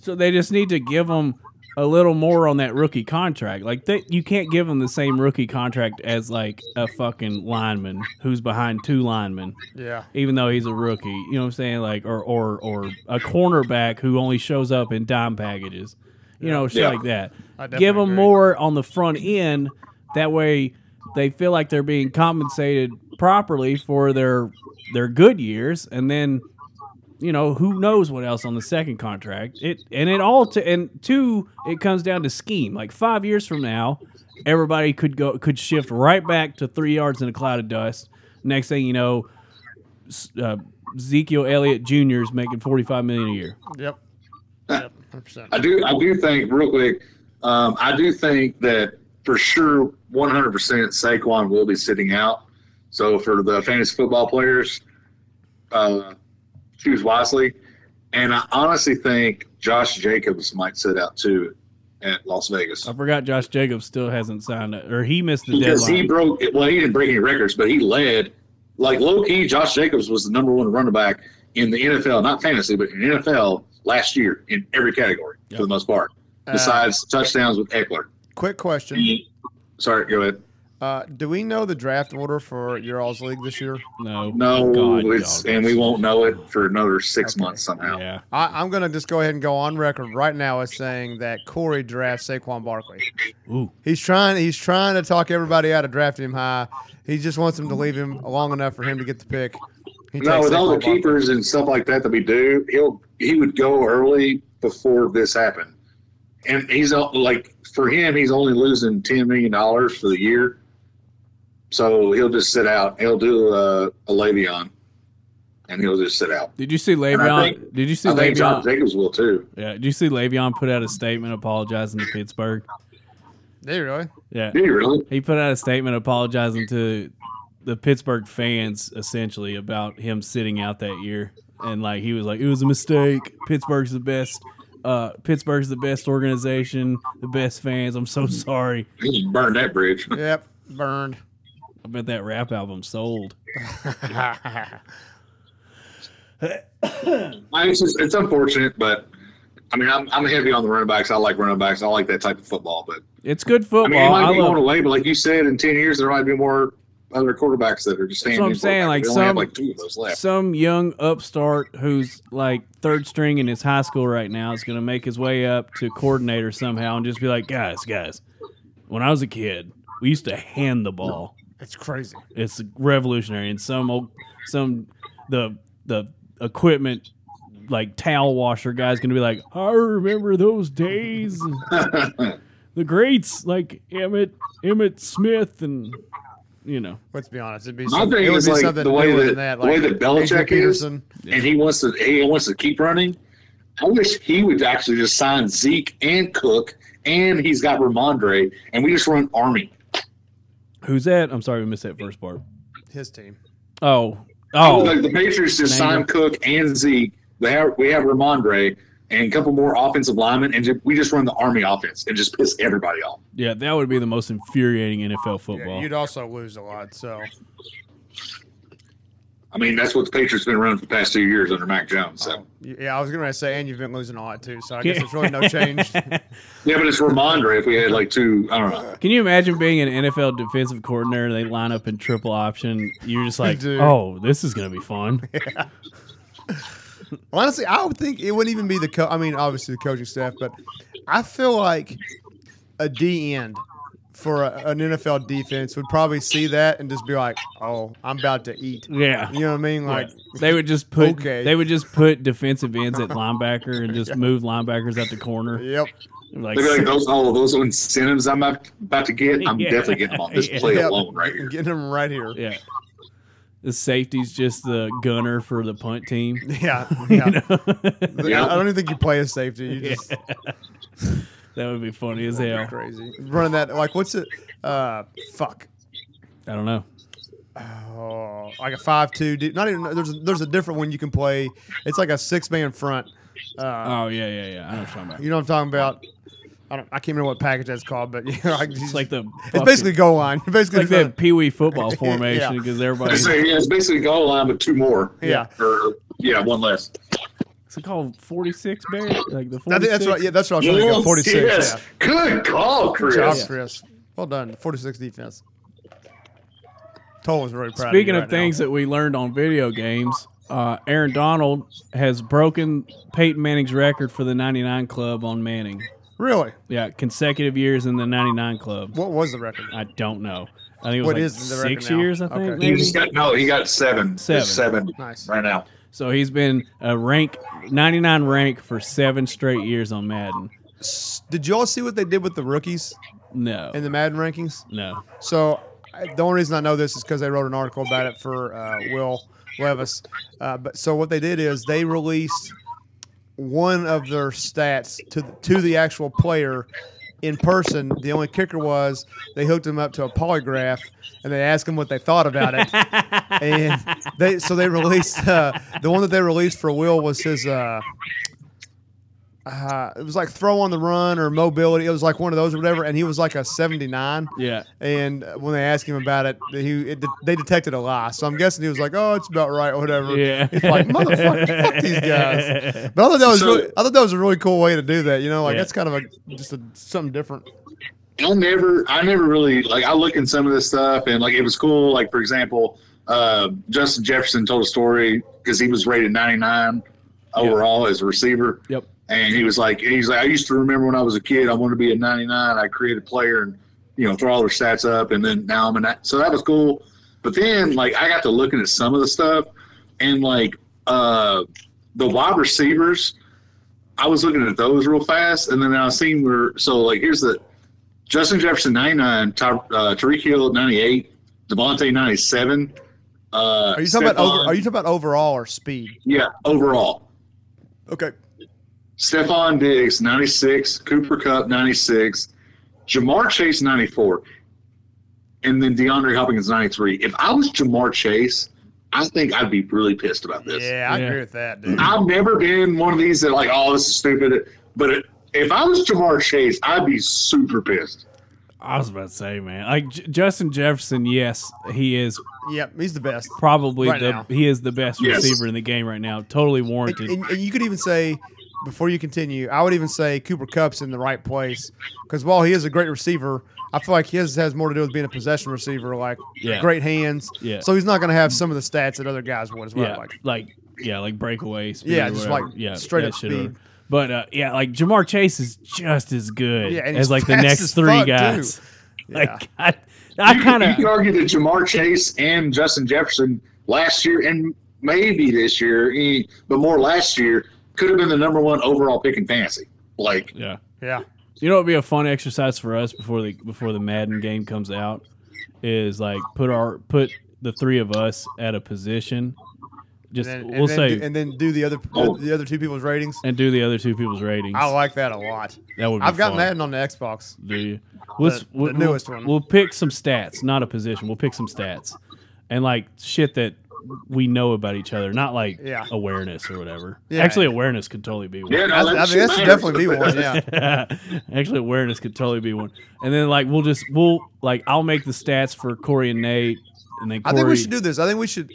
so they just need to give them a little more on that rookie contract. Like they, you can't give them the same rookie contract as like a fucking lineman who's behind two linemen Yeah. even though he's a rookie. You know what I'm saying? Like or or or a cornerback who only shows up in dime packages. You know, shit Yeah. like that. I Give definitely them agree. more on the front end. That way, they feel like they're being compensated properly for their their good years, and then you know who knows what else on the second contract. It and it all to and two it comes down to scheme. Like five years from now, everybody could go could shift right back to three yards in a cloud of dust. Next thing you know, s- uh, Ezekiel Elliott Jr. is making forty five million a year. Yep. Yep, 100%. I do. I do think real quick. Um, I do think that for sure, one hundred percent, Saquon will be sitting out. So for the fantasy football players, uh, choose wisely. And I honestly think Josh Jacobs might sit out too at Las Vegas I forgot Josh Jacobs still hasn't signed it, or he missed the because deadline. he broke. Well, he didn't break any records, but he led. Like low key, Josh Jacobs was the number one running back in the NFL, not fantasy, but in NFL last year in every category for the most part, Uh, besides touchdowns with Eckler. quick question. Sorry, go ahead. Uh, do we know the draft order for your all's league this year? no, No, God, it's, dog. and we won't know it for another six months somehow. Yeah, I, I'm going to just go ahead and go on record right now as saying that Corey drafts Saquon Barkley. ooh, He's trying. He's trying to talk everybody out of drafting him high. He just wants him to leave him long enough for him to get the pick. He No, takes with all the Saquon Barkley. keepers and stuff like that that we do, he'll he would go early before this happened, and he's o- like for him, he's only losing ten million dollars for the year, so he'll just sit out. He'll do a, a Le'Veon, and he'll just sit out. did you see I Le'Veon? think- did you see I think John Le'Veon? Jacobs will too. Yeah, did you see Le'Veon put out a statement apologizing to Pittsburgh? Did he really? Yeah, Do you really? he put out a statement apologizing to the Pittsburgh fans essentially about him sitting out that year, and like he was like, "It was a mistake. Pittsburgh's the best. Uh, Pittsburgh's the best organization, the best fans. I'm so sorry." He burned that bridge. Yep. Burned. I bet that rap album sold. I- It's, just, it's unfortunate, but I mean, I'm, I'm heavy on the running backs. I like running backs. I like that type of football. But It's good I football. mean, it might I be love going away, but like you said, in 10 years, there might be more other quarterbacks that are just That's standing. what I'm saying, like, we only some- have like two of those left. some young upstart who's like third string in his high school right now is going to make his way up to coordinator somehow and just be like, guys, guys, when I was a kid, we used to hand the ball. It's crazy. It's revolutionary. And some old, some, the, the equipment, like towel washer guy's going to be like, I remember those days. The greats like Emmett, Emmett Smith and, you know, Let's be honest. It'd be My something. thing It would is, be like, something the way newer that- than that. the way like that Belichick Adrian is- Peterson. And he wants to he wants to keep running. I wish he would actually just sign Zeke and Cook, and he's got Ramondre, and we just run Army. who's that? I'm sorry, we missed that first part. His team. Oh, oh, like the Patriots just Name sign it. Cook and Zeke. They have, we have Ramondre and a couple more offensive linemen, and ju- we just run the Army offense and just piss everybody off. Yeah, that would be the most infuriating NFL football. you'd also lose a lot. So I mean, that's what the Patriots been running for the past two years under Mac Jones. So. yeah, I was gonna say, and you've been losing a lot too. So I Yeah. guess there's really no change. Yeah, but it's Ramondre. If we had like two, I don't know. Can you imagine being an NFL defensive coordinator? and They line up in triple option. You're just like, Dude. oh, this is gonna be fun. Well, honestly, I would think it wouldn't even be the. Co- I mean, obviously the coaching staff, but I feel like a D end for a, an NFL defense would probably see that and just be like, "Oh, I'm about to eat." Yeah. You know what I mean? Like, They would just put Okay. they would just put defensive ends at linebacker and just move linebackers at the corner. yep, Like, Maybe like those all those incentives I'm ab- about to get, I'm Yeah. definitely getting them on this Yeah. play yep. alone right here. Getting them right here. yeah. The safety's just the gunner for the punt team. Yeah, yeah. You know? The- I don't even think you play a safety. You just that would be funny as hell. crazy running that. Like, what's it? Uh, fuck. I don't know. Oh, like a five-two. de- Not even. There's a, there's a different one you can play. It's like a six-man front. Uh, Oh yeah, yeah, yeah. I know what you're talking about. You know what I'm talking about? I don't. I can't remember what package that's called, but you know, like, It's like the it's basically goal line. Basically, like that Pee Wee football formation Yeah. because I everybody. say, yeah, it's basically goal line with two more. Yeah. Or, yeah, one less. It's called 46 Bear. Like the 46. I think that's right. Yeah, that's what I was trying to go. Yes, 46. yes. Yeah. Good call, Good Chris. job, Chris. Well done. 46 defense. Toll was very proud. Speaking of of, you right now. things that we learned on video games, uh, Aaron Donald has broken Peyton Manning's record for the 99 club on Manning. really, Yeah, consecutive years in the 99 club. what was the record? I don't know. I think it was What like is the record six now? years, I think. Okay. He Maybe. just got no. He got seven. Seven. Seven Nice. right now. So he's been a rank 99 rank for seven straight years on Madden. S- Did y'all see what they did with the rookies No, in the Madden rankings? no. So I- the only reason I know this is because I wrote an article about it for uh, Will Levis. Uh, but so what they did is they released one of their stats to the, to the actual player in person. The only kicker was they hooked him up to a polygraph and they asked him what they thought about it. and they so they released uh, the one that they released for Will was his. Uh, uh, it was like throw on the run or mobility. It was like one of those or whatever, and he was like a seventy nine. Yeah, And when they asked him about it, he it, they detected a lie. So I'm guessing he was like, "Oh, it's about right, or whatever." yeah. He's like, "Motherfucker, fuck these guys." But I thought that was So- really, I thought that was a really cool way to do that. You know, like Yeah. that's kind of a just a, something different. I never, I never really like. I look in some of this stuff, and like it was cool. Like for example, uh, Justin Jefferson told a story because he was rated 99 overall as a receiver. Yep. And he was like, he's like, I used to remember when I was a kid, I wanted to be a 99. I created a player and you know throw all their stats up, and then now I'm a. ni- So that was cool. But then like I got to looking at some of the stuff, and like uh, the wide receivers. I was looking at those real fast, and then I seen where so like here's the Justin Jefferson 99, Ty, uh, Tariq Hill 98, Devontae 97. Uh, Are you talking about Stephon- over, Are you talking about overall or speed? yeah, overall. Okay. Stephon Diggs 96, Cooper Cup 96, Jamar Chase 94, and then DeAndre Hopkins 93. If I was Jamar Chase, I think I'd be really pissed about this. Yeah, I Yeah. agree with that, dude. I've never been one of these that like, oh, this is stupid. But it, if I was Jamar Chase, I'd be super pissed. I was about to say, man, like J- Justin Jefferson. Yes, he is Yep, he's the best. probably Right the now. he is the best Yes. receiver in the game right now. Totally And, warranted. and- and you could even say, before you continue, I would even say Cooper Cup's in the right place because while he is a great receiver, I feel like his has more to do with being a possession receiver, like Yeah. great hands. Yeah. So he's not going to have some of the stats that other guys would as well. yeah, Like, like, yeah, like breakaway speed. Yeah, or just whatever. like straight that up shit or- speed. But uh, yeah, like Jamar Chase is just as good Yeah, and as he's like the fast next as three fuck, too. guys. yeah. Like I, I You- kind you can of argue that Jamar Chase and Justin Jefferson last year and maybe this year, eh, but more last year could have been the number one overall pick in fantasy. Like yeah. yeah. You know, it'd be a fun exercise for us before the before the Madden game comes out is like put our put the three of us at a position. Just And then, we'll and then say do, and then do the other Oh. the other two people's ratings. and do the other two people's ratings. I like that a lot. that would. Be I've got fun. Madden on the Xbox. Do you? We'll, The- we'll- the newest we'll- one. We'll pick some stats, not a position. We'll pick some stats, and like shit that we know about each other, not like Yeah. awareness or whatever. Yeah. Actually, awareness could totally be one. yeah, I, no, that I mean, shit that should matters. definitely be one. Yeah. Actually, awareness could totally be one. And then like we'll just we'll like I'll make the stats for Corey and Nate, and then I Corey, think we should do this. I think we should.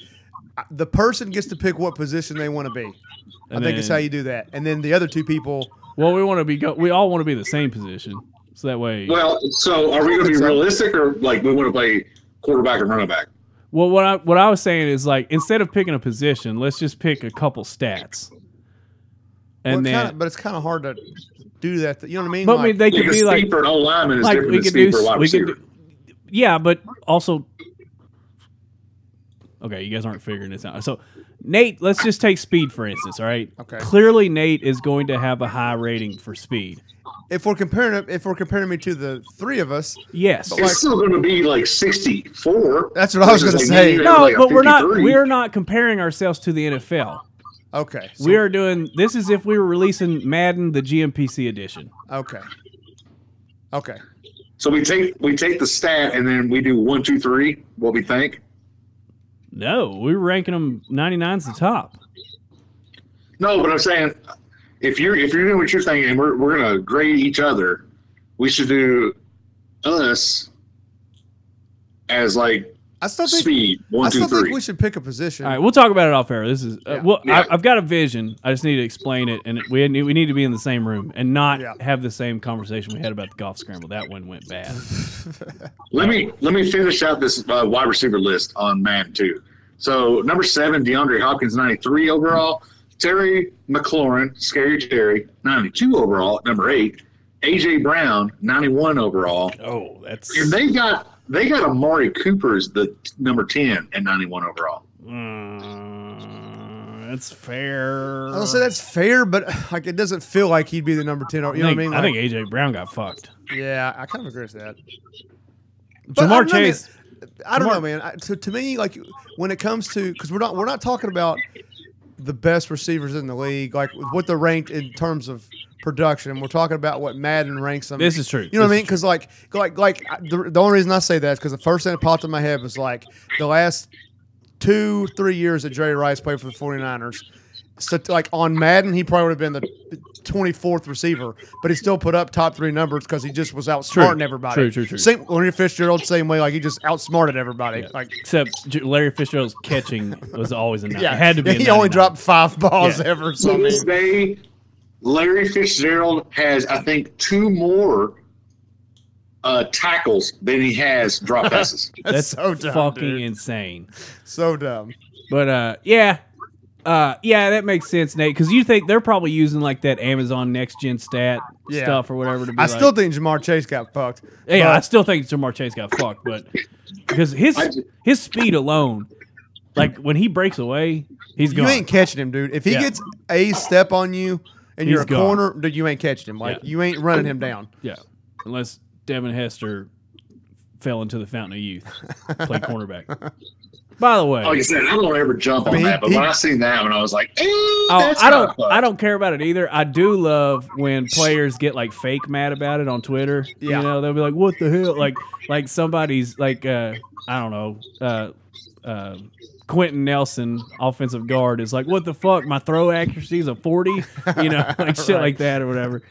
I- The person gets to pick what position they want to be. I and think it's then- how you do that. And then the other two people. Well, we want to be go. We all want to be the same position, so that way. Well, Well, so are we going to be realistic or like we want to play quarterback and running back? what I what I was saying is like instead of picking a position, let's just pick a couple stats, and well, then. it's kinda, but it's kind of hard to do that. You know what I mean? but I Like, mean, they could Because be like speed for an O lineman is like different we than could speed do for a wide we could receiver. do, yeah but also okay you guys aren't figuring this out so nate let's just take speed for instance all right Okay. clearly nate is going to have a high rating for speed if we're comparing it, if we're comparing me to the three of us, yes it's still going to be like 64. That's what I was Versus, gonna like, say. me and no like a but we're not 53. we're not comparing ourselves to the nfl okay, so- we are doing this is if we were releasing madden the gmpc edition okay, okay. So we take we take the stat and then we do one, two, three. What we think? no we were ranking them 99's the top No, but I'm saying if you're if you're doing what you're thinking, and we're we're gonna grade each other. We should do us as like I still think speed I one, two, still think three. we should pick a position. All right, we'll talk about it off air. This is uh, Yeah. well, Yeah. I, I've got a vision. I just need to explain it, and we need, we need to be in the same room and not Yeah. have the same conversation we had about the golf scramble. That one went bad. Let me let me finish out this uh, wide receiver list on Madden too. So number seven, DeAndre Hopkins, ninety three overall. Terry McLaurin, scary Terry, ninety two overall. at Number eight, AJ Brown, ninety one overall. Oh, that's And they got they got Amari Cooper as the t- number ten and ninety one overall. uh, That's fair. I'll say that's fair, but like it doesn't feel like he'd be the number ten. I You know think, what I mean? I Like, think AJ Brown got fucked. yeah, I kind of agree with that. But I Jamar don't know, Chase. man. I don't Jamar- know, man. I, so to me, like when it comes to because we're not we're not talking about the best receivers in the league, like what they're ranked in terms of production. We're talking about what Madden ranks them. This is true. You know what I This mean? Because like, like, like I- the, the only reason I say that is because the first thing that popped in my head was like the last two, three years that Jerry Rice played for the 49ers. So like on Madden, he probably would have been the 24th receiver, but he still put up top three numbers because he just was outsmarting True. everybody. True, true, true. Same Larry Fitzgerald, same way. Like he just outsmarted everybody. Like Except J- Larry Fitzgerald's catching was always a nine. yeah, It had to be. a He only 99. dropped five balls Yeah. ever. So So I mean, this day, Larry Fitzgerald has, I think, two more uh, tackles than he has drop passes. That's so dumb, fucking dude. insane. so dumb. But uh, yeah, uh, yeah, that makes sense, Nate. Because you think they're probably using like that Amazon Next Gen Stat Yeah. stuff or whatever to be. I like, still think Jamar Chase got fucked. yeah, I but- still think Jamar Chase got fucked, but because his I ju- his speed alone, like when he breaks away, he's You gone. ain't catching him, dude. If he Yeah. gets a step on you and you're He's a gone. corner, dude, you ain't catching him. Like Yeah. you ain't running him down. yeah, unless Devin Hester fell into the fountain of youth, played cornerback. By the way, Oh, Like I said, I don't ever jump I on mean, that, but he- when I seen that one, I was like, eh, Oh, that's I don't. not fun. I don't care about it either. I do love when players get like fake mad about it on Twitter. Yeah. You know, they'll be like, "What the hell?" Like, like somebody's like, uh, I don't know, uh, uh, Quentin Nelson, offensive guard, is like, "What the fuck? My throw accuracy is a 40? You know, like shit like that or whatever.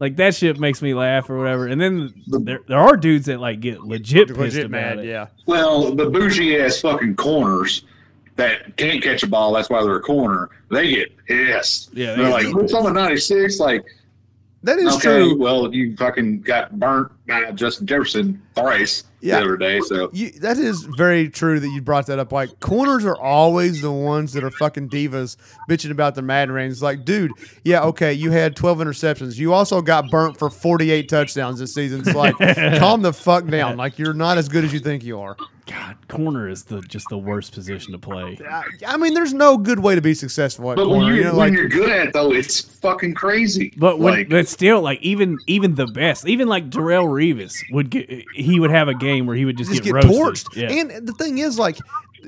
Like that shit makes me laugh or whatever. And then there, there are dudes that like get legit pissed Legit about mad, it. yeah. Well, the bougie ass fucking corners that can't catch a ball, that's why they're a corner, they get pissed. Yeah, they They're get like, real what's on the 96? Like, That is okay, true. well, you fucking got burnt by Justin Jefferson thrice Yeah. the other day. So, You, that is very true that you brought that up. Like corners are always the ones that are fucking divas bitching about their Madden ratings. Like, dude, yeah, okay, you had twelve interceptions. You also got burnt for forty eight touchdowns this season. It's like, calm the fuck down. Like, you're not as good as you think you are. God, corner is the just the worst position to play. I, I mean, there's no good way to be successful at but corner. when, you, you know, when like, you're good at it, though, it's fucking crazy. But when, Like, but still, like even even the best, even like Darrell Revis would get he would have a game where he would just, just get, get, roasted. torched. Yeah. And the thing is, like,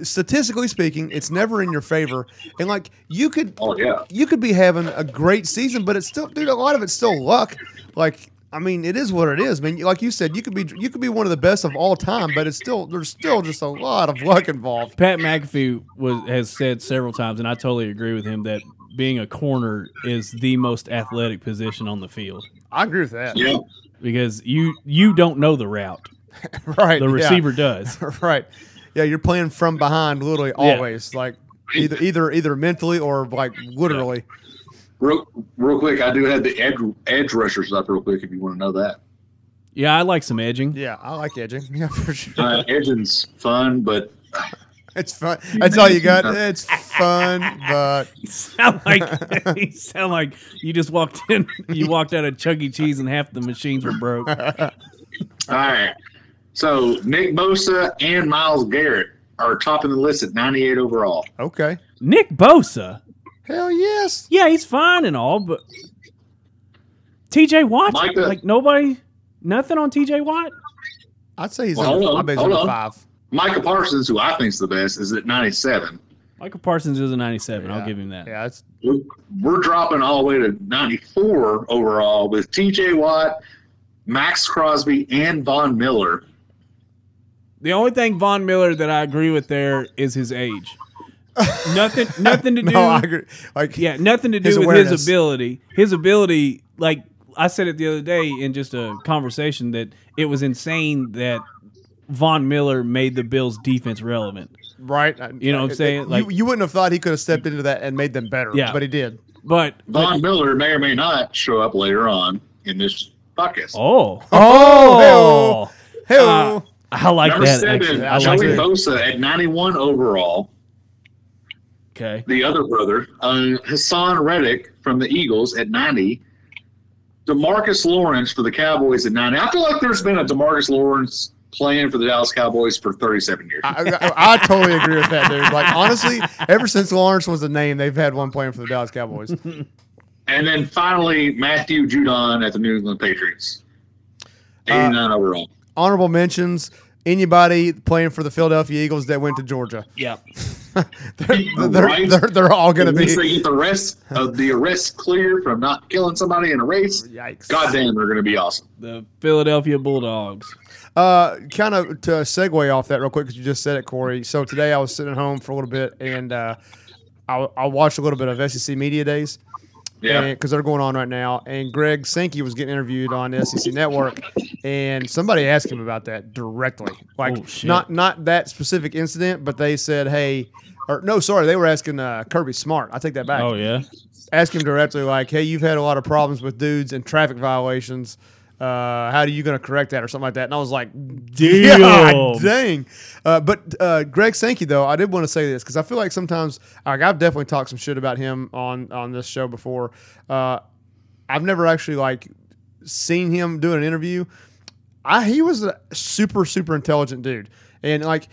statistically speaking, it's never in your favor. And like, you could, Oh, yeah. you could be having a great season, but it's still, dude, a lot of it's still luck. Like, I mean, it is what it is, man. Like you said, you could be, you could be one of the best of all time, but it's still, there's still just a lot of luck involved. Pat McAfee was has said several times, and I totally agree with him that being a corner is the most athletic position on the field I agree with that. yeah. because you you don't know the route, Right. the yeah. receiver does. right. Yeah, you're playing from behind, literally Yeah. always. Like either, either, either mentally or like literally. Real, real quick, I do have the edge, edge rushers up real quick if you want to know that. Yeah, I like some edging. Yeah, I like edging. Yeah, for sure. Uh, edging's fun, but It's fun. That's all you got. It's fun, but You sound like you sound like you just walked in, you walked out of Chuck E. Cheese, and half the machines were broke. All right. So Nick Bosa and Miles Garrett are top of the list at 98 overall. okay. Nick Bosa. Hell yes. Yeah, he's fine and all, but TJ Watt, Micah. like nobody, nothing on TJ Watt. I'd say he's Well, under, hold on, I bet he's hold under on. five. Micah Parsons, who I think's the best, is at 97. Michael Parsons is a 97. I'll give him that. Yeah, it's We're, we're dropping all the way to 94 overall with TJ Watt, Max Crosby, and Von Miller. The only thing Von Miller that I agree with there is his age. nothing, nothing to do. no, I agree. Like yeah, nothing to do His with awareness. his ability. His ability, like I said it the other day in just a conversation, that it was insane that Von Miller made the Bills defense relevant. right. You know what I'm saying? Like Like- you, you wouldn't have thought he could have stepped into that and made them better. Yeah. but he did. But Von Miller may or may not show up later on in this podcast. oh, Oh, Hell, Uh, I like Number that. seven, actually. I like Joey that. Bosa at 91 overall. Okay. the other brother, uh, Hassan Reddick from the Eagles at 90. Demarcus Lawrence for the Cowboys at 90. I feel like there's been a Demarcus Lawrence playing for the Dallas Cowboys for 37 years. I, I, I totally agree with that, dude. Like honestly, ever since Lawrence was a name, they've had one playing for the Dallas Cowboys. and then finally, Matthew Judon at the New England Patriots. Uh, 89 overall. Honorable mentions. Anybody playing for the Philadelphia Eagles that went to Georgia, Yep. they're, they're, Right. they're, they're all going to At least they be. get the rest of the arrest clear from not killing somebody in a race. Yikes! Goddamn, they're going to be awesome. The Philadelphia Bulldogs. Uh, kind of to segue off that real quick because you just said it, Corey. So today I was sitting home for a little bit and uh, I, I watched a little bit of SEC Media Days Yeah. because they're going on right now. And Greg Sankey was getting interviewed on SEC Network, and somebody asked him about that directly, like Oh, shit. not not that specific incident, but they said, "Hey." Or, no, sorry, they were asking uh, Kirby Smart. I take that back. Oh yeah. Ask him directly, like, "Hey, you've had a lot of problems with dudes and traffic violations. Uh, how are you going to correct that, or something like that?" And I was like, Deal. God dang. Uh, but uh, Greg Sankey, though, I did want to say this because I feel like sometimes, like I've definitely talked some shit about him on on this show before. Uh, I've never actually like seen him do an interview. I he was a super super intelligent dude, and like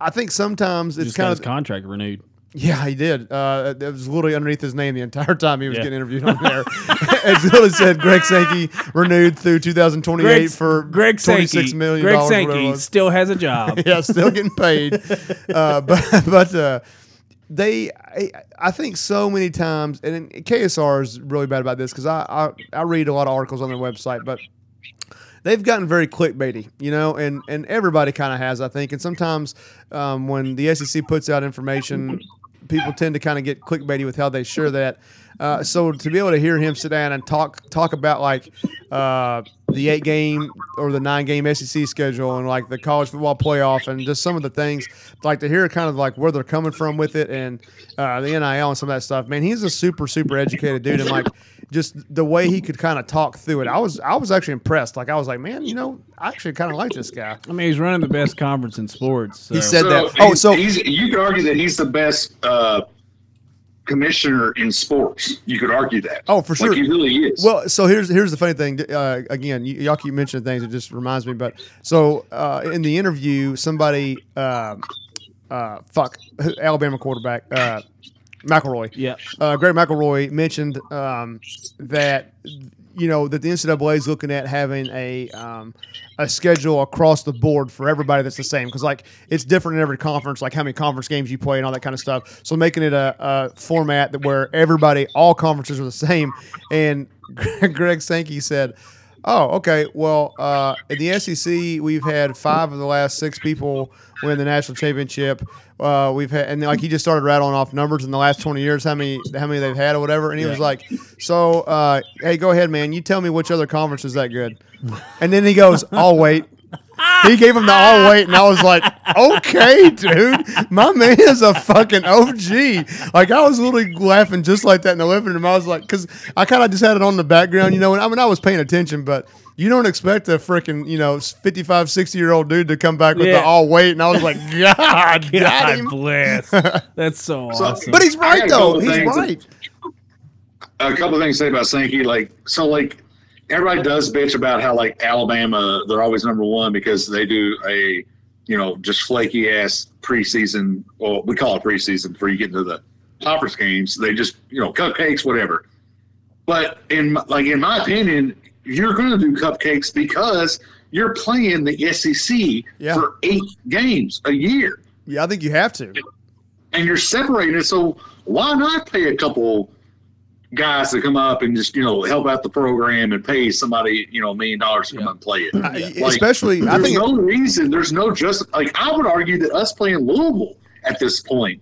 I think sometimes it's Just kind got of his contract renewed. yeah, he did. Uh, it was literally underneath his name the entire time he was Yeah. getting interviewed on there. As Lily said, Greg Sankey renewed through 2028 for Greg Sankey. twenty six million Greg dollars. whatever it Sankey was still has a job. yeah, still getting paid. Uh, but but uh, they, I, I think so many times, and then KSR is really bad about this because I, I I read a lot of articles on their website, but they've gotten very clickbaity, you know, and and everybody kind of has, I think, and sometimes um, when the SEC puts out information. People tend to kind of get clickbaity with how they share that. Uh, so to be able to hear him sit down and talk talk about like uh, the eight game or the nine game SEC schedule and like the college football playoff and just some of the things like to hear kind of like where they're coming from with it and uh, the NIL and some of that stuff. Man, he's a super super educated dude and like just the way he could kind of talk through it. I was I was actually impressed. Like I was like, man, you know, I actually kind of like this guy. I mean, he's running the best conference in sports. So. He said that. Oh, he's- so he's, you could argue that he's the best uh, commissioner in sports. You could argue that. Oh, for sure. Like he really is. Well, so here's here's the funny thing. Uh, again, y- y'all keep mentioning things. It just reminds me. But so uh, in the interview, somebody, um uh, fuck, Alabama quarterback uh, McElroy, yeah. uh, Greg McElroy mentioned um, that you know that the NCAA is looking at having a um, a schedule across the board for everybody that's the same because like it's different in every conference, like how many conference games you play and all that kind of stuff. So making it a, a format that where everybody, all conferences are the same. And Greg Sankey said. Oh, okay. Well, uh, in the SEC, we've had five of the last six people win the national championship. Uh, we've had, and like he just started rattling off numbers in the last twenty years, how many, how many they've had or whatever. And he was like, "So, uh, hey, go ahead, man. You tell me which other conference is that good." And then he goes, "I'll wait." He gave him the all wait, and I was like, okay, dude, my man is a fucking OG. Like, I was literally laughing just like that in the living room. I was like, because I kind of just had it on the background, you know, and I mean, I was paying attention, but you don't expect a freaking, you know, 55, 60 year old dude to come back with Yeah. the all wait. And I was like, God, got God him. bless. That's so So- awesome. But he's I got right, a though. couple He's things that- right. a couple of things to say about Sankey. Like, so, like, everybody does bitch about how, like, Alabama, they're always number one because they do a, you know, just flaky ass preseason, or we call it preseason before you get into the conference games. They just, you know, cupcakes, whatever. But in, my- like, in my opinion, you're going to do cupcakes because you're playing the SEC Yeah. for eight games a year Yeah, I think you have to. and you're separating it. So why not pay a couple guys to come up and just you know help out the program and pay somebody you know a million dollars to come Yeah. and play it? I- Like, Uh, Especially, I there's think. no reason. There's no just like I would argue that us playing Louisville at this point,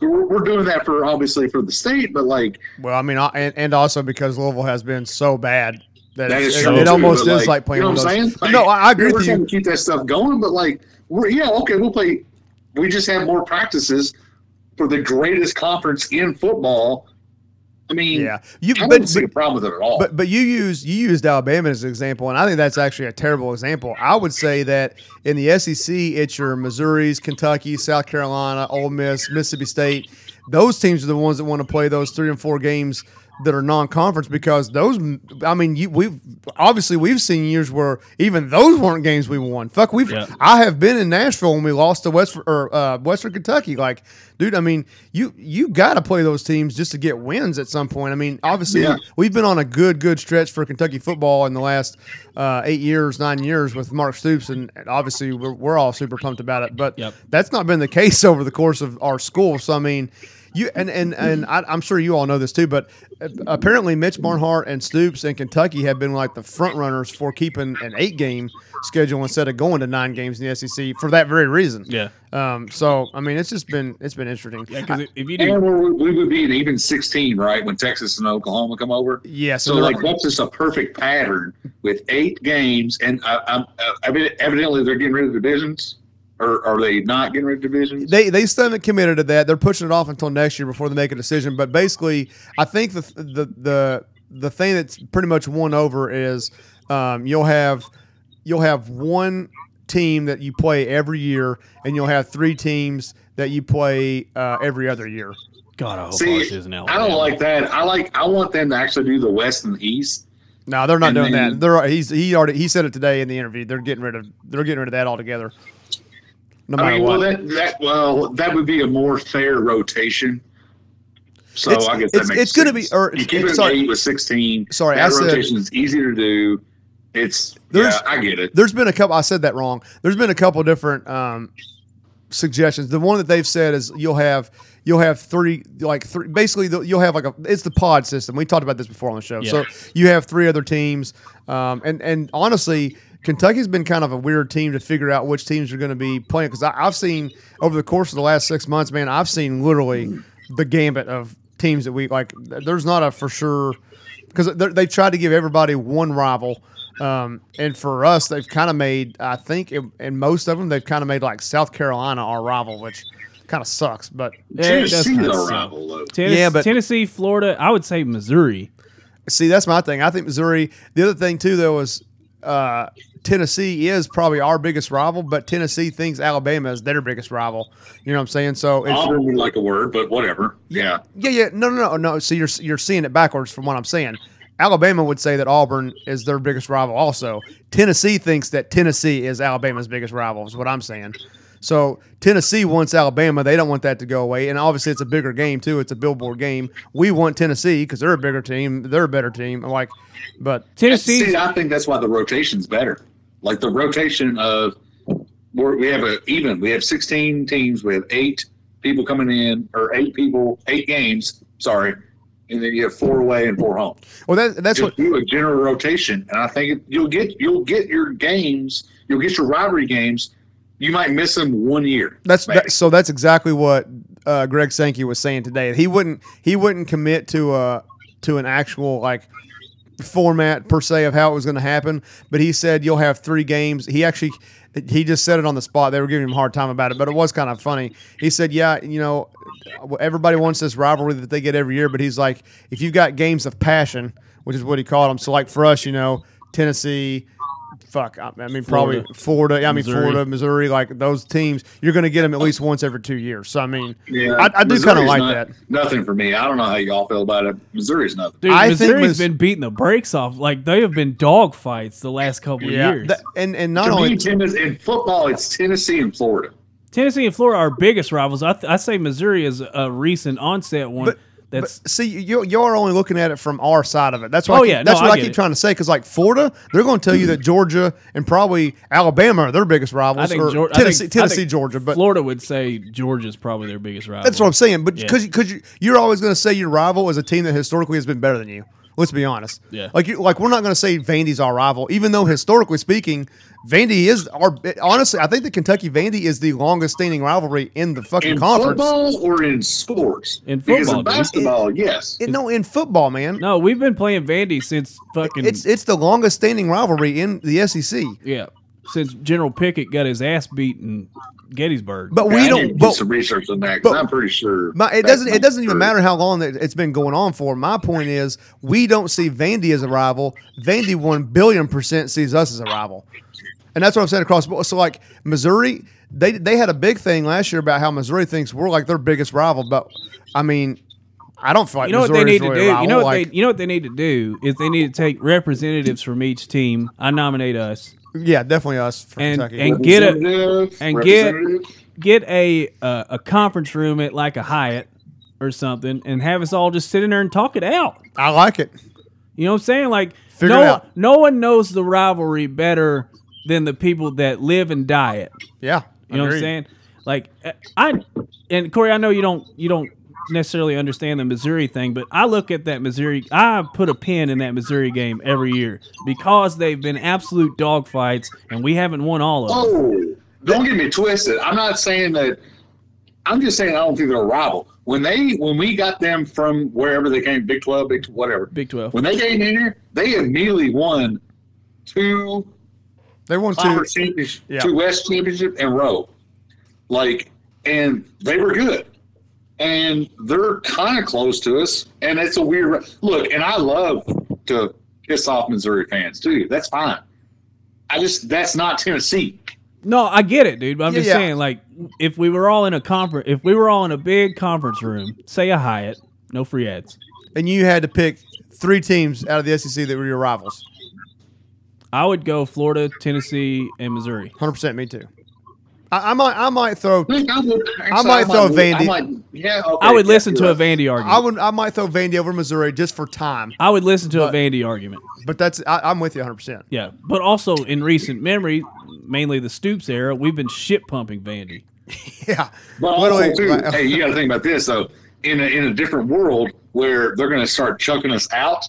we're, we're doing that for obviously for the state, but like Well, I mean, I- and, and also because Louisville has been so bad that, that it's- is it, true. it too, almost but, is like playing You know one what of I'm saying? those- no, I, I agree we're with trying you. to keep that stuff going, but like we're yeah okay, we'll play. We just have more practices for the greatest conference in football. I mean, Yeah, you I but, don't see a problem with it at all. but but you use you used Alabama as an example, and I think that's actually a terrible example. I would say that in the SEC, it's your Missouri's, Kentucky, South Carolina, Ole Miss, Mississippi State. Those teams are the ones that want to play those three and four games that are non-conference because those. I mean, you, we've obviously we've seen years where even those weren't games we won. Fuck, we've. Yeah. I have been in Nashville when we lost to West or uh, Western Kentucky. Like, dude, I mean, you you got to play those teams just to get wins at some point. I mean, obviously Yeah. we've been on a good good stretch for Kentucky football in the last uh, eight years, nine years with Mark Stoops, and obviously we're, we're all super pumped about it. But Yep. that's not been the case over the course of our school. So I mean, you and and and I, I'm sure you all know this too, but uh, apparently Mitch Barnhart and Stoops and Kentucky have been like the front runners for keeping an eight game schedule instead of going to nine games in the SEC for that very reason. Yeah. Um, so I mean, it's just been it's been interesting. Yeah, because if you do, And we're, we would be an even 16, right, when Texas and Oklahoma come over. Yeah, so So, they're- like, that's just a perfect pattern with eight games. And uh, um, uh, evi- evidently, they're getting rid of divisions, or are they not getting rid of divisions? They they still haven't committed to that. They're pushing it off until next year before they make a decision. But basically, I think the the the the thing that's pretty much won over is um, you'll have you'll have one team that you play every year, and you'll have three teams that you play uh, every other year. God, I hope See, ours isn't I don't like that. I like. I want them to actually do the West and the East. No, they're not And doing then- that. They're he's he already he said it today in the interview. They're getting rid of they're getting rid of that altogether. No matter I mean, what. well, that, that well, that would be a more fair rotation. So It's- I guess it's- that makes it's gonna be- sense. or- you keep it at sorry. eight with sixteen. Sorry, that I said- rotation is easier to do. It's There's- yeah, I get it. there's been a couple. I said that wrong. There's been a couple different um, suggestions. The one that they've said is you'll have you'll have three like three. Basically, the- you'll have like a it's the pod system. We talked about this before on the show. So Yeah. you have three other teams, um, and and honestly. Kentucky's been kind of a weird team to figure out which teams are going to be playing because I've seen over the course of the last six months, man, I've seen literally the gambit of teams that we like. th- There's not a for sure because they tried to give everybody one rival. Um, and for us, they've kind of made, I think, in, in most of them, they've kind of made like South Carolina our rival, which kind of sucks. But Tennessee's our rival, though. Tennessee, Yeah, but- Tennessee, Florida. I would say Missouri. see, that's my thing. I think Missouri, the other thing too, though, is uh, Tennessee is probably our biggest rival, but Tennessee thinks Alabama is their biggest rival. You know what I'm saying? So it's, Auburn would like a word, but whatever. Yeah. Yeah, yeah, no, no, no, no. So you're you're seeing it backwards from what I'm saying. Alabama would say that Auburn is their biggest rival. Also, Tennessee thinks that Tennessee is Alabama's biggest rival. Is what I'm saying. So Tennessee wants Alabama. They don't want that to go away. And obviously, it's a bigger game too. It's a billboard game. We want Tennessee because they're a bigger team. They're a better team. Like, but Tennessee. See, I think that's why the rotation's better. Like the rotation of we're, we have a even. We have sixteen teams. We have eight people coming in, or eight people, eight games. Sorry, and then you have four away and four home. well, that, that's what Just do a general rotation, and I think you'll get you'll get your games. You'll get your rivalry games. You might miss them one year. That's maybe. that, so. That's exactly what uh, Greg Sankey was saying today. He wouldn't. He wouldn't commit to a to an actual like format per se of how it was going to happen. But he said you'll have three games. He actually he just said it on the spot. They were giving him a hard time about it, but it was kind of funny. He said, "Yeah, you know, everybody wants this rivalry that they get every year, but he's like, if you've got games of passion, which is what he called them. So like for us, you know, Tennessee." Fuck, I I mean, probably Florida. I mean, Missouri. Florida, Missouri, like those teams, you're going to get them at least once every two years. So I mean, Yeah, I, I do kind of Missouri's like not- that. Nothing for me. I don't know how y'all feel about it. Missouri's nothing. Dude, I think Missouri's Miss- been beating the brakes off. Like they have been dog fights the last couple of Yeah, years. That- and and not To only me, Tennessee, in football, it's Tennessee and Florida. Tennessee and Florida are our biggest rivals. I, th- I say Missouri is a recent onset one. But- that's But see, you you're only looking at it from our side of it. That's why. Oh, I keep, yeah, no, that's I what I get keep it. trying to say. Because like Florida, they're going to tell you that Georgia and probably Alabama are their biggest rivals. I think or Geor- I Tennessee, think- I Tennessee, think Georgia. But Florida would say Georgia's probably their biggest rival. that's what I'm saying. But Yeah. because you, you're always going to say your rival is a team that historically has been better than you. Let's be honest. Yeah. Like you, like we're not going to say Vandy's our rival, even though historically speaking, Vandy is our. Honestly, I think the Kentucky Vandy is the longest standing rivalry in the fucking In conference. football or in sports? In Because football, in dude. basketball, yes. It- no, in football, man. No, we've been playing Vandy since fucking It's it's the longest standing rivalry in the E SEC. yeah, since General Pickett got his ass beat in Gettysburg. But Yeah, we I need to don't. do But some research on that. 'cause but- I'm pretty sure my, it that's doesn't. not It doesn't even true. matter how long that it's been going on for. My point is, we don't see Vandy as a rival. Vandy one billion percent sees us as a rival, and that's what I'm saying across. the board. So like Missouri, they they had a big thing last year about how Missouri thinks we're like their biggest rival, but I mean. I don't feel like You know what they Missouri's need to really do? You rival, know what like, they you know what they need to do is they need to take representatives from each team. I nominate us yeah, definitely us for and Kentucky. and get a Representative, and get- representative. get a uh, a conference room at like a Hyatt or something, and have us all just sit in there and talk it out. I like it. You know what I'm saying? Like Figure no it out. no one knows the rivalry better than the people that live and die it. Yeah, You know what I'm saying? Like uh, I and Corey, I know you don't you don't necessarily understand the Missouri thing, but I look at that Missouri. I put a pin in that Missouri game every year because they've been absolute dogfights, and we haven't won all of them. Oh, don't get me twisted. I'm not saying that. I'm just saying I don't think they're a rival. When they when we got them from wherever they came, Big Twelve, Big whatever. Big Twelve. When they came in here, they immediately won two They won two. conference championships, Yeah. two West championship in a row. Like, and they were good, and they're kind of close to us. And it's a weird look. And I love to piss off Missouri fans too. That's fine. I just that's not Tennessee. No, I get it, dude. But I'm Yeah, just yeah. saying, like, if we were all in a conference, if we were all in a big conference room, say a Hyatt, no free ads, and you had to pick three teams out of the SEC that were your rivals. I would go Florida, Tennessee, and Missouri. Hundred percent, me too. I, I might, I might throw, I, think I would- I might throw Vandy. I might, yeah, okay, I would yeah, listen to you're a Vandy argument. I would, I might throw Vandy over Missouri just for time. I would listen to But- a Vandy argument. But that's, I, I'm with you 100. percent Yeah, but also in recent memory, mainly the Stoops era, we've been shit pumping Vandy. Yeah, But also, Literally, too, like- hey, you got to think about this though. In a, in a different world where they're going to start chucking us out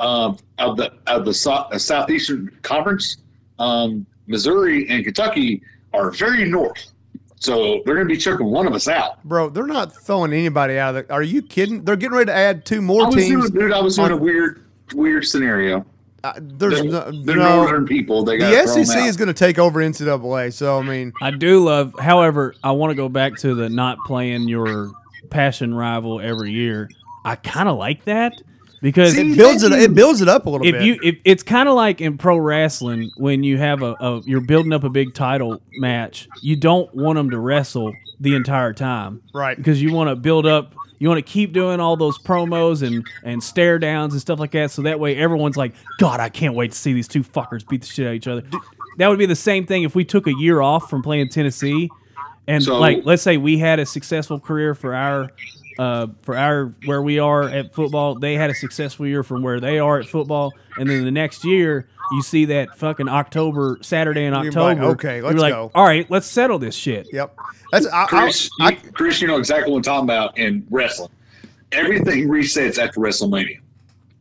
um, of the of the so- uh, southeastern conference, um, Missouri and Kentucky are very north, so they're going to be chucking one of us out. bro, they're not throwing anybody out of the. Are you kidding? They're getting ready to add two more I was teams. doing, dude, I was doing a weird weird scenario. Uh, They're, there's no, they're no northern people. They E got the SEC is going to take over NCAA. So I mean, I do love, however, I want to go back to the not playing your passion rival every year. I kind of like that because See, it builds it, it builds it up a little if bit. you if, it's kind of like in pro wrestling when you have a, a you're building up a big title match you don't want them to wrestle the entire time right, because you want to build up you want to keep doing all those promos and and stare downs and stuff like that so that way everyone's like god i can't wait to see these two fuckers beat the shit out of each other that would be the same thing if we took a year off from playing tennessee and So- like let's say we had a successful career for our uh, for our where we are at football they had a successful year from where they are at football and then the next year you see that fucking october saturday in You're october like, okay, you're let's like, go. all right let's settle this shit yep. That's I, I, Chris, I, you, Chris, you know exactly what I'm talking about in wrestling. Everything resets after WrestleMania.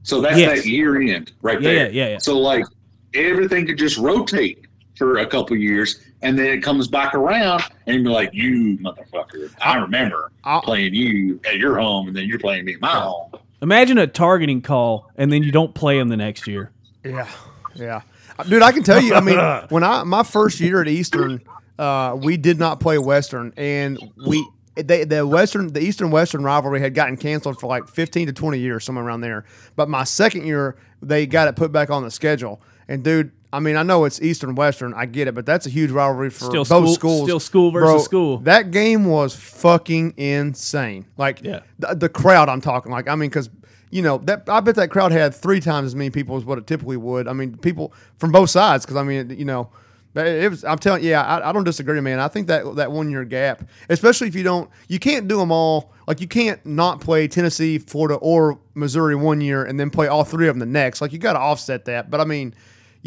So that's Yes. that year end right Yeah, there. yeah, yeah, yeah. So like everything could just rotate for a couple years and then it comes back around and you're like, You motherfucker, I remember I- playing you at your home and then you're playing me at my home. Imagine a targeting call and then you don't play him the next year. Yeah, yeah, dude. I can tell you. I mean, when I my first year at Eastern, uh, we did not play Western, and we they, the Western the Eastern Western rivalry had gotten canceled for like fifteen to twenty years, somewhere around there. But my second year, they got it put back on the schedule, and dude. I mean, I know it's Eastern Western. I get it, but that's a huge rivalry for Still both school- schools. still school versus Bro, school. That game was fucking insane. Like, Yeah. the, the crowd I'm talking like I mean because you know that I bet that crowd had three times as many people as what it typically would. I mean people from both sides because I mean you know that- it was I'm telling yeah I, I don't disagree man I think that that one year gap especially if you don't you can't do them all like you can't not play Tennessee Florida or Missouri one year and then play all three of them the next like you got to offset that but I mean.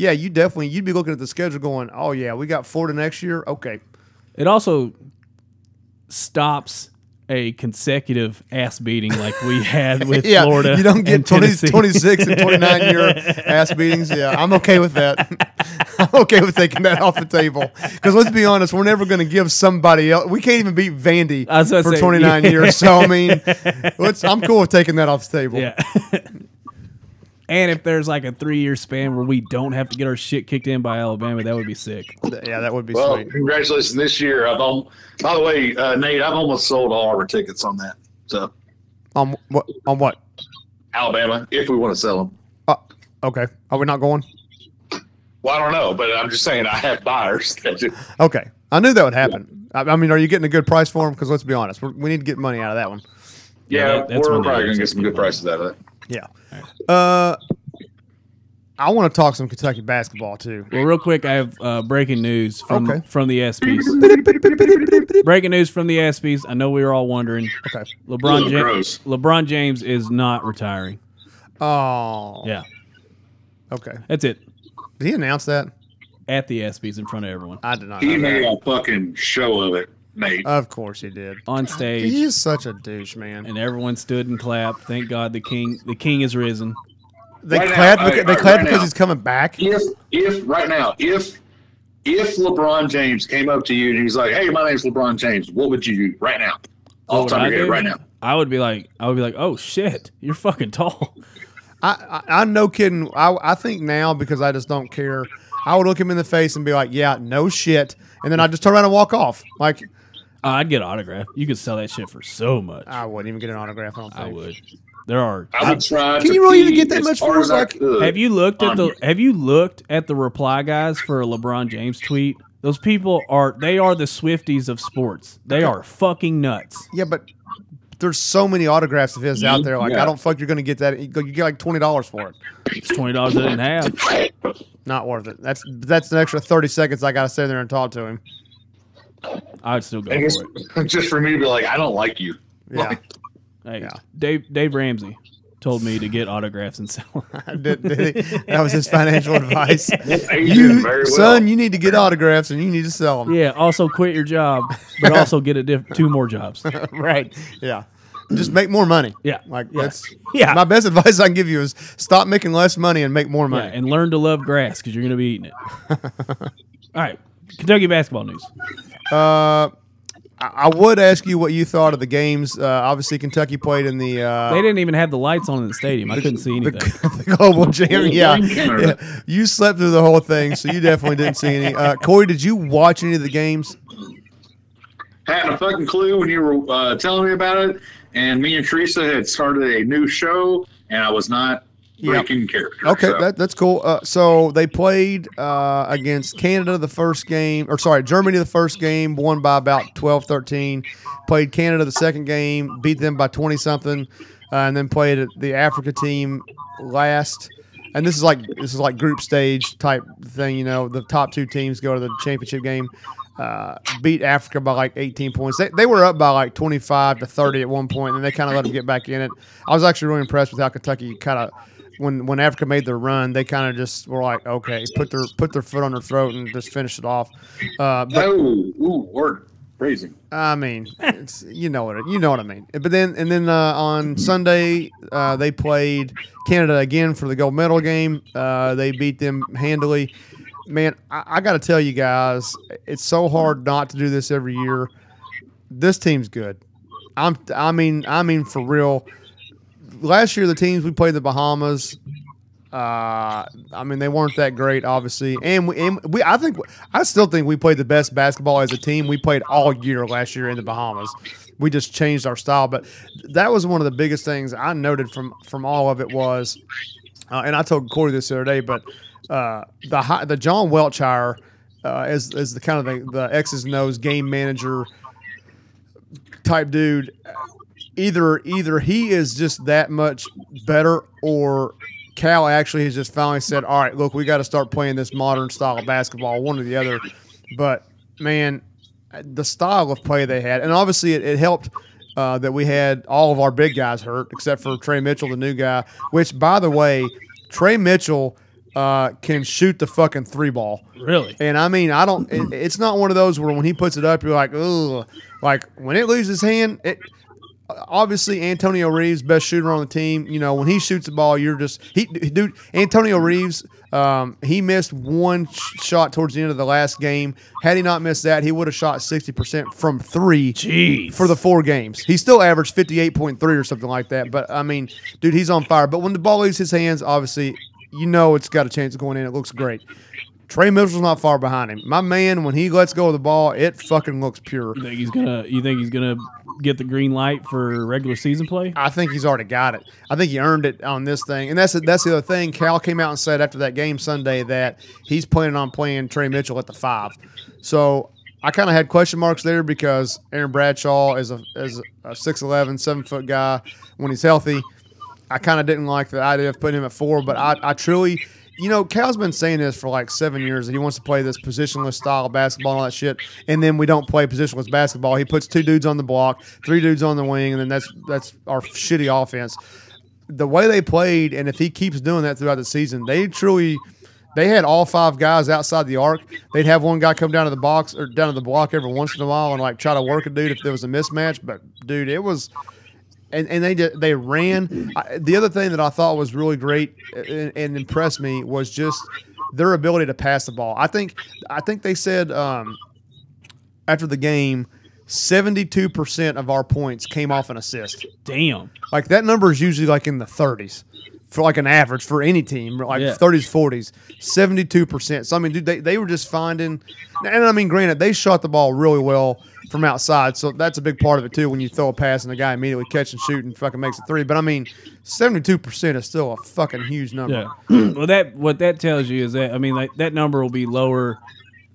Yeah, you definitely you'd be looking at the schedule going, "Oh yeah, we got Florida next year." Okay. It also stops a consecutive ass beating like we had with yeah, Florida. You don't get and 20, Tennessee. 26 and 29 year ass beatings. Yeah, I'm okay with that. I'm okay with taking that off the table. Because let's be honest, we're never going to give somebody else. We can't even beat Vandy I was for about to say, 29 yeah. years. So, I mean, let's, I'm cool with taking that off the table. Yeah. and if there's like a three year span where we don't have to get our shit kicked in by Alabama, that would be sick. Th- yeah that would be Well, sweet. congratulations this year. I've al- by the way, uh, Nate, I've almost sold all our tickets on that. So On, what, on what? Alabama, if we want to sell them. Uh, okay. Are we not going? Well, I don't know, but I'm just saying I have buyers. Okay. I knew that would happen. I, I mean, are you getting a good price for them? Because let's be honest, we're, we need to get money out of that one. Yeah, that- that's we're when they probably gonna lose it. get some good prices out of Yeah. Uh, I want to talk some Kentucky basketball too. Well, real quick, I have uh, breaking news from Okay. from the ESPYS. breaking news from the ESPYS. I know we were all wondering. Okay. that. LeBron James. Gross. LeBron James is not retiring. Oh. Yeah, Okay. that's it. Did he announce that? At the ESPYS in front of everyone I did not. He Know made that. a fucking show of it, mate. Of course he did. on stage. He is such a douche, man. and everyone stood and clapped. Thank God the king the king is risen. They Right now, clapped. all beca- right, they all right, clapped right because now. he's coming back. if if right now if if LeBron James came up to you and he was like, "Hey, my name's LeBron James," what would you do right now? What Off would the top I of your head, do? right now. I would be like, I would be like, oh shit, you're fucking tall. I, I, I'm no kidding. I, I think now because I just don't care. I would look him in the face and be like, "Yeah, no shit," and then I just turn around and walk off. Like Uh, I'd get an autograph. You could sell that shit for so much. I wouldn't even get an autograph. I don't think. I would. There are. I would try. Can to you really even pee get that as much hard for it? as I Like, could. Have you looked at on the you. Have you looked at the reply guys for a LeBron James tweet? Those people are they are the Swifties of sports. They are fucking nuts. Yeah, but there's so many autographs of his out there. Like Mm-hmm. Yeah. I don't fuck you're gonna get that. You go- you get like twenty dollars for it. It's twenty dollars I didn't have. Not worth it. That's that's an extra thirty seconds I gotta sit there and talk to him. I would still go And for it. it's- just for me to be like, I don't like you. Yeah, Like, Hey, Yeah. Dave Dave Ramsey told me to get autographs and sell. them. Did- did he- that was his financial advice. this agent You, very well. son, you need to get autographs and you need to sell them. yeah. Also, quit your job, but also get a diff- two more jobs. right. Yeah. Just make more money. Yeah. Like Yeah. that's Yeah. My best advice I can give you is stop making less money and make more Yeah, money. and learn to love grass because you're going to be eating it. All right, Kentucky basketball news. Uh, I I would ask you what you thought of the games. Uh, obviously, Kentucky played in the uh, They didn't even have the lights on in Oh. the stadium. I couldn't see anything. the, the global jam. Yeah. Sure. yeah, you slept through the whole thing, so you definitely didn't see any. Uh, Corey, did you watch any of the games? Hadn't a fucking clue when you were uh, telling me about it. And me and Teresa had started a new show, and I was not Yep. breaking character. Okay, so. that, that's cool. Uh, so they played uh, against Canada the first game, or sorry, Germany the first game, won by about 12, 13. Played Canada the second game, beat them by 20 something, uh, and then played the Africa team last. And this is like this is like group stage type thing, you know. The top two teams go to the championship game. Uh, beat Africa by like 18 points. They, they were up by like 25 to 30 at one point, and they kind of let them get back in it. I was actually really impressed with how Kentucky kind of when when Africa made their run, they kind of just were like, okay, put their put their foot on their throat and just finish it off. Uh, but oh, ooh, word. Crazy. I mean, it's, you know what it- you know what I mean. But then and then uh, on Sunday uh, they played Canada again for the gold medal game. Uh, they beat them handily. Man, I, I got to tell you guys, it's so hard not to do this every year. This team's good. I'm I mean I mean for real. Last year the teams we played in the Bahamas. Uh, I mean they weren't that great, obviously, and we, and we I think I still think we played the best basketball as a team we played all year last year in the Bahamas. We just changed our style, but that was one of the biggest things I noted from from all of it was, uh, and I told Corey this the other day, but uh, the hi- the John Welch hire uh, is is the kind of the, the X's and O's game manager type dude either either he is just that much better or Cal actually has just finally said, "All right, look, we got to start playing this modern style of basketball, one or the other." But man, the style of play they had, and obviously it, it helped uh, that we had all of our big guys hurt except for Trey Mitchell, the new guy. Which, by the way, Trey Mitchell uh, can shoot the fucking three ball. Really? And I mean, I don't. It, it's not one of those where when he puts it up, you're like, ugh. Like when it leaves his hand, it obviously Antonio Reeves, best shooter on the team. You know, when he shoots the ball, you're just he dude. Antonio Reeves, um, he missed one sh- shot towards the end of the last game. Had he not missed that, he would have shot sixty percent from three Jeez. for the four games. He still averaged 58.3 or something like that. But I mean, dude, he's on fire. But when the ball leaves his hands, obviously, you know it's got a chance of going in. It looks great. Trey Mitchell's not far behind him. My man, when he lets go of the ball, it fucking looks pure. you think he's gonna? You think he's gonna get the green light for regular season play? I think he's already got it. I think he earned it on this thing, and that's that's the other thing. Cal came out and said after that game Sunday that he's planning on playing Trey Mitchell at the five. So I kind of had question marks there because Aaron Bradshaw is a is a 6'11", 7 foot guy when he's healthy. I kind of didn't like the idea of putting him at four, but I, I truly, you know, Cal's been saying this for like seven years that he wants to play this positionless style of basketball and all that shit. And then we don't play positionless basketball. He puts two dudes on the block, three dudes on the wing, and then that's that's our shitty offense. The way they played, and if he keeps doing that throughout the season, they truly they had all five guys outside the arc. They'd have one guy come down to the box or down to the block every once in a while and like try to work a dude if there was a mismatch. But dude, it was and, and they did, they ran. I, the other thing that I thought was really great and, and impressed me was just their ability to pass the ball. I think I think they said um, after the game, seventy two percent of our points came off an assist. Damn. Like that number is usually like in the thirties for like an average for any team, like Yeah. thirties, forties, seventy two percent. So I mean, dude, they, they were just finding, and I mean, granted, they shot the ball really well from outside, so that's a big part of it too. When you throw a pass and the guy immediately catch and shoot and fucking makes a three, but I mean, seventy two percent is still a fucking huge number. Yeah. well, that what that tells you is that I mean, like that number will be lower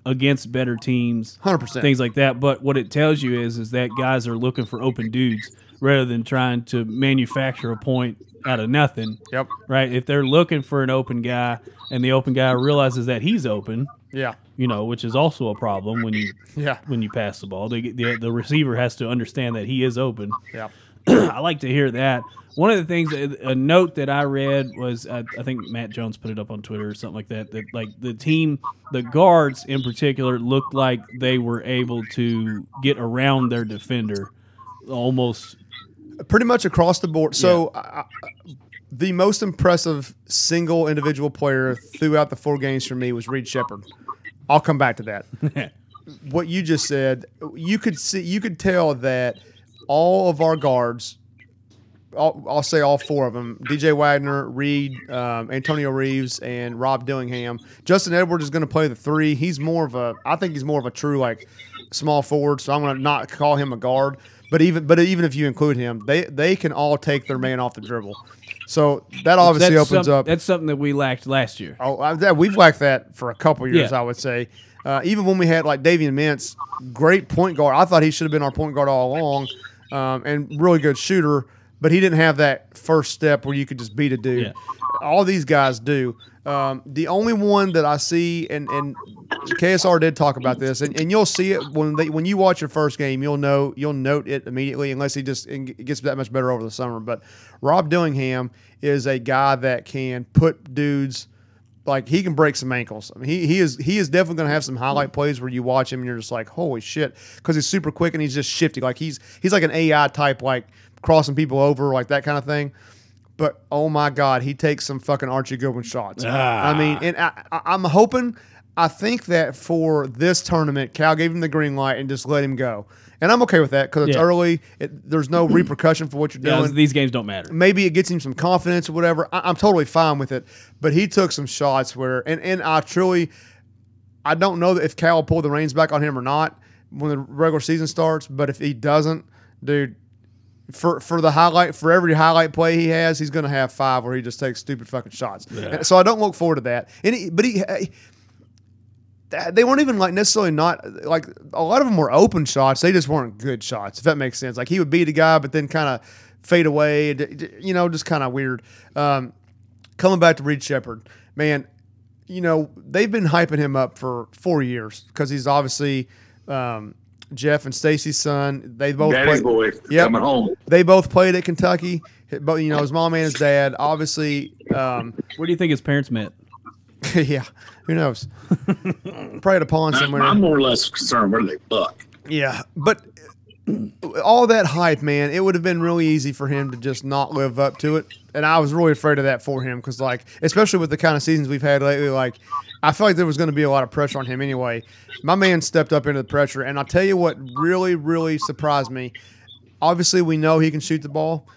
against better teams, 100%. things like that. But what it tells you is is that guys are looking for open dudes rather than trying to manufacture a point out of nothing. Yep. Right. If they're looking for an open guy and the open guy realizes that he's open, Yeah. you know, which is also a problem when you Yeah. when you pass the ball. They, get- the the receiver has to understand that he is open. Yeah. I like to hear that. One of the things, uh, a note that I read was, I, I think Matt Jones put it up on Twitter or something like that. That like the team, the guards in particular, looked like they were able to get around their defender, almost. Pretty much across the board. So I, I, the most impressive single individual player throughout the four games for me was Reed Shepard. I'll come back to that. what you just said, you could see, you could tell that all of our guards, I'll, I'll say all four of them: DJ Wagner, Reed, um, Antonio Reeves, and Rob Dillingham. Justin Edwards is going to play the three. He's more of a, I think he's more of a true like small forward. So I'm going to not call him a guard. But even, but even if you include him, they they can all take their man off the dribble. So that obviously That's opens some- up. That's something that we lacked last year. Oh, I- that we've lacked that for a couple years, Yeah. I would say. Uh, even when we had like Davian Mintz, great point guard. I thought he should have been our point guard all along, um, and really good shooter. But he didn't have that first step where you could just beat a dude. Yeah. All these guys do. Um, the only one that I see, and, and KSR did talk about this, and, and you'll see it when they when you watch your first game, you'll know you'll note it immediately, unless he just it gets that much better over the summer. But Rob Dillingham is a guy that can put dudes like he can break some ankles. I mean, he he is he is definitely going to have some highlight plays where you watch him and you're just like, holy shit, because he's super quick and he's just shifty. Like he's he's like an AI type, like crossing people over, like that kind of thing. But oh my god, he takes some fucking Archie Goodwin shots. Ah. I mean, and I, I, I'm hoping, I think that for this tournament, Cal gave him the green light and just let him go. And I'm okay with that because it's Yeah. early. It, there's no repercussion for what you're Yeah, doing these games don't matter. maybe it gets him some confidence or whatever. I, I'm totally fine with it. But he took some shots where, and, and I truly, I don't know if Cal will pull the reins back on him or not when the regular season starts. But if he doesn't, dude, for for the highlight for every highlight play he has, he's going to have five where he just takes stupid fucking shots. And So I don't look forward to that. And he, but he. They weren't even like necessarily not like a lot of them were open shots. They just weren't good shots, if that makes sense. Like he would beat a guy, but then kind of fade away. d- d- You know, just kind of weird. Um, coming back to Reed Shepard, man, you know, they've been hyping him up for four years because he's obviously um, Jeff and Stacy's son. They both Daddy's played, boy Yep. coming home. they both played at Kentucky. But you know, his mom and his dad. Obviously, um, Where do you think his parents met? yeah. Who knows? Probably at a pond I'm, somewhere. I'm more or less concerned where they fuck. Yeah, but uh, all that hype, man, it would have been really easy for him to just not live up to it. And I was really afraid of that for him because, like, especially with the kind of seasons we've had lately, like, I felt like there was going to be a lot of pressure on him anyway. My man stepped up into the pressure. And I'll tell you what really, really surprised me. Obviously, we know he can shoot the ball.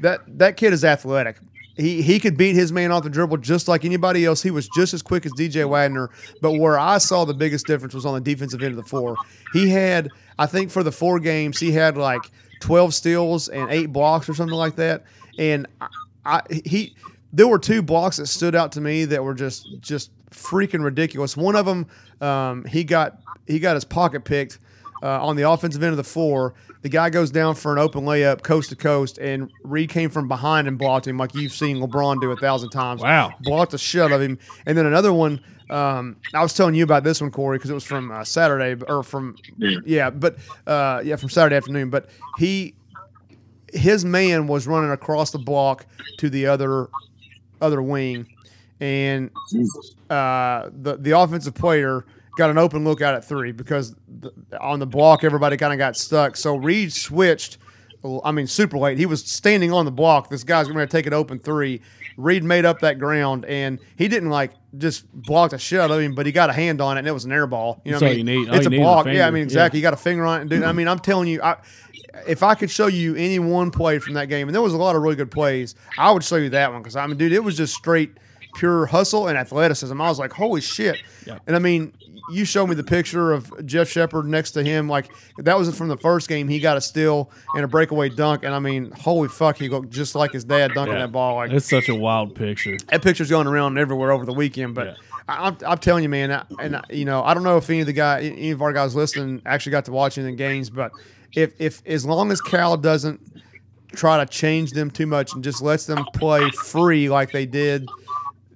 That that kid is athletic. He he could beat his man off the dribble just like anybody else. He was just as quick as DJ Wagner. But where I saw the biggest difference was on the defensive end of the floor. He had, I think, for the four games, he had like twelve steals and eight blocks or something like that. And I, I he there were two blocks that stood out to me that were just just freaking ridiculous. One of them, um, he got he got his pocket picked uh, on the offensive end of the four. The guy goes down for an open layup, coast to coast, and Reed came from behind and blocked him like you've seen LeBron do a thousand times. Wow. blocked the shit out of him. And then another one. Um, I was telling you about this one, Corey, because it was from uh, Saturday or from Yeah. yeah, but uh, yeah, from Saturday afternoon. But he his man was running across the block to the other other wing, and Jesus. uh, the the offensive player got an open look out at three because the, on the block everybody kind of got stuck. So Reed switched. I mean, super late. He was standing on the block. This guy's going to take an open three. Reed made up that ground, and he didn't like just block the shit out of him, but he got a hand on it, and it was an air ball. You know, That's what I all you mean? need. All It's you a need is a block. yeah, I finger. mean, Yeah. exactly. You got a finger on it, and dude. I mean, I'm telling you, I, if I could show you any one play from that game, and there was a lot of really good plays, I would show you that one because I mean, dude, it was just straight pure hustle and athleticism. I was like, holy shit! Yeah. And I mean, you showed me the picture of Jeff Shepard next to him, like that was from the first game. He got a steal and a breakaway dunk, and I mean, holy fuck, he looked just like his dad dunking Yeah. that ball. Like It's such a wild picture. that picture's going around everywhere over the weekend. But Yeah. I, I'm, I'm telling you, man, I, and I, you know, I don't know if any of the guy, e, any of our guys listening, actually got to watch any of the games. But if if as long as Cal doesn't try to change them too much and just lets them play free like they did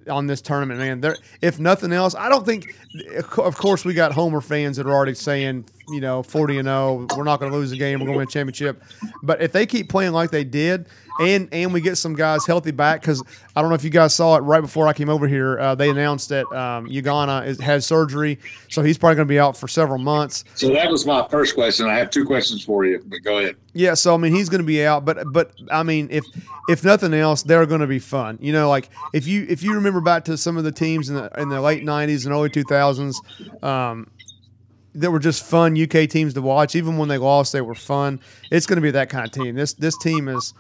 on this tournament, man. There, if nothing else, I don't think. Of course, we got Homer fans that are already saying, you know, forty and zero, we're not going to lose the game, we're going to win a championship. But if they keep playing like they did, and and we get some guys healthy back, because I don't know if you guys saw it right before I came over here, uh, they announced that um, Ugana is, had surgery, so he's probably going to be out for several months. So that was my first question. I have two questions for you, but go ahead. Yeah, so I mean he's going to be out, but but I mean if if nothing else, they're going to be fun. You know, like if you if you remember back to some of the teams in the in the late '90s and early 2000s, um, that were just fun UK teams to watch. Even when they lost, they were fun. It's going to be that kind of team. This this team is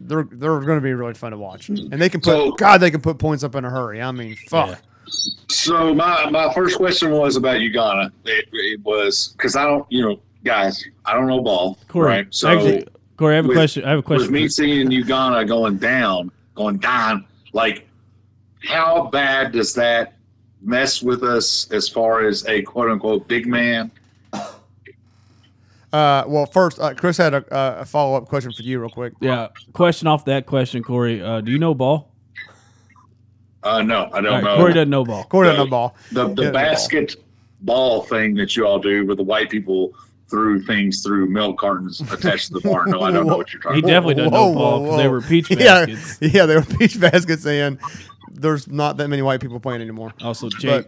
they're they're going to be really fun to watch, and they can put So- God they can put points up in a hurry. I mean, fuck. Yeah. So my, my first question was about Uganda. It, it was because I don't, you know, guys, I don't know ball. Corey, Right. So actually, Corey, I have a with- question. I have a with question. me for- seeing Uganda going down, going down, like how bad does that mess with us as far as a quote unquote big man? Uh, well, first, uh, Chris had a, uh, a follow up question for you, real quick. yeah. Question off that question, Corey. Uh, do you know ball? Uh, no, I All don't right, know. Corey doesn't know ball. Gordon on the ball. the the Yeah, the ball. basket ball. thing that you all do where the white people threw things through milk cartons attached to the barn. No, I don't know what you're He talking about. definitely doesn't know ball 'cause they were peach yeah, baskets. Yeah, they were peach baskets, and there's not that many white people playing anymore. Also, Jake,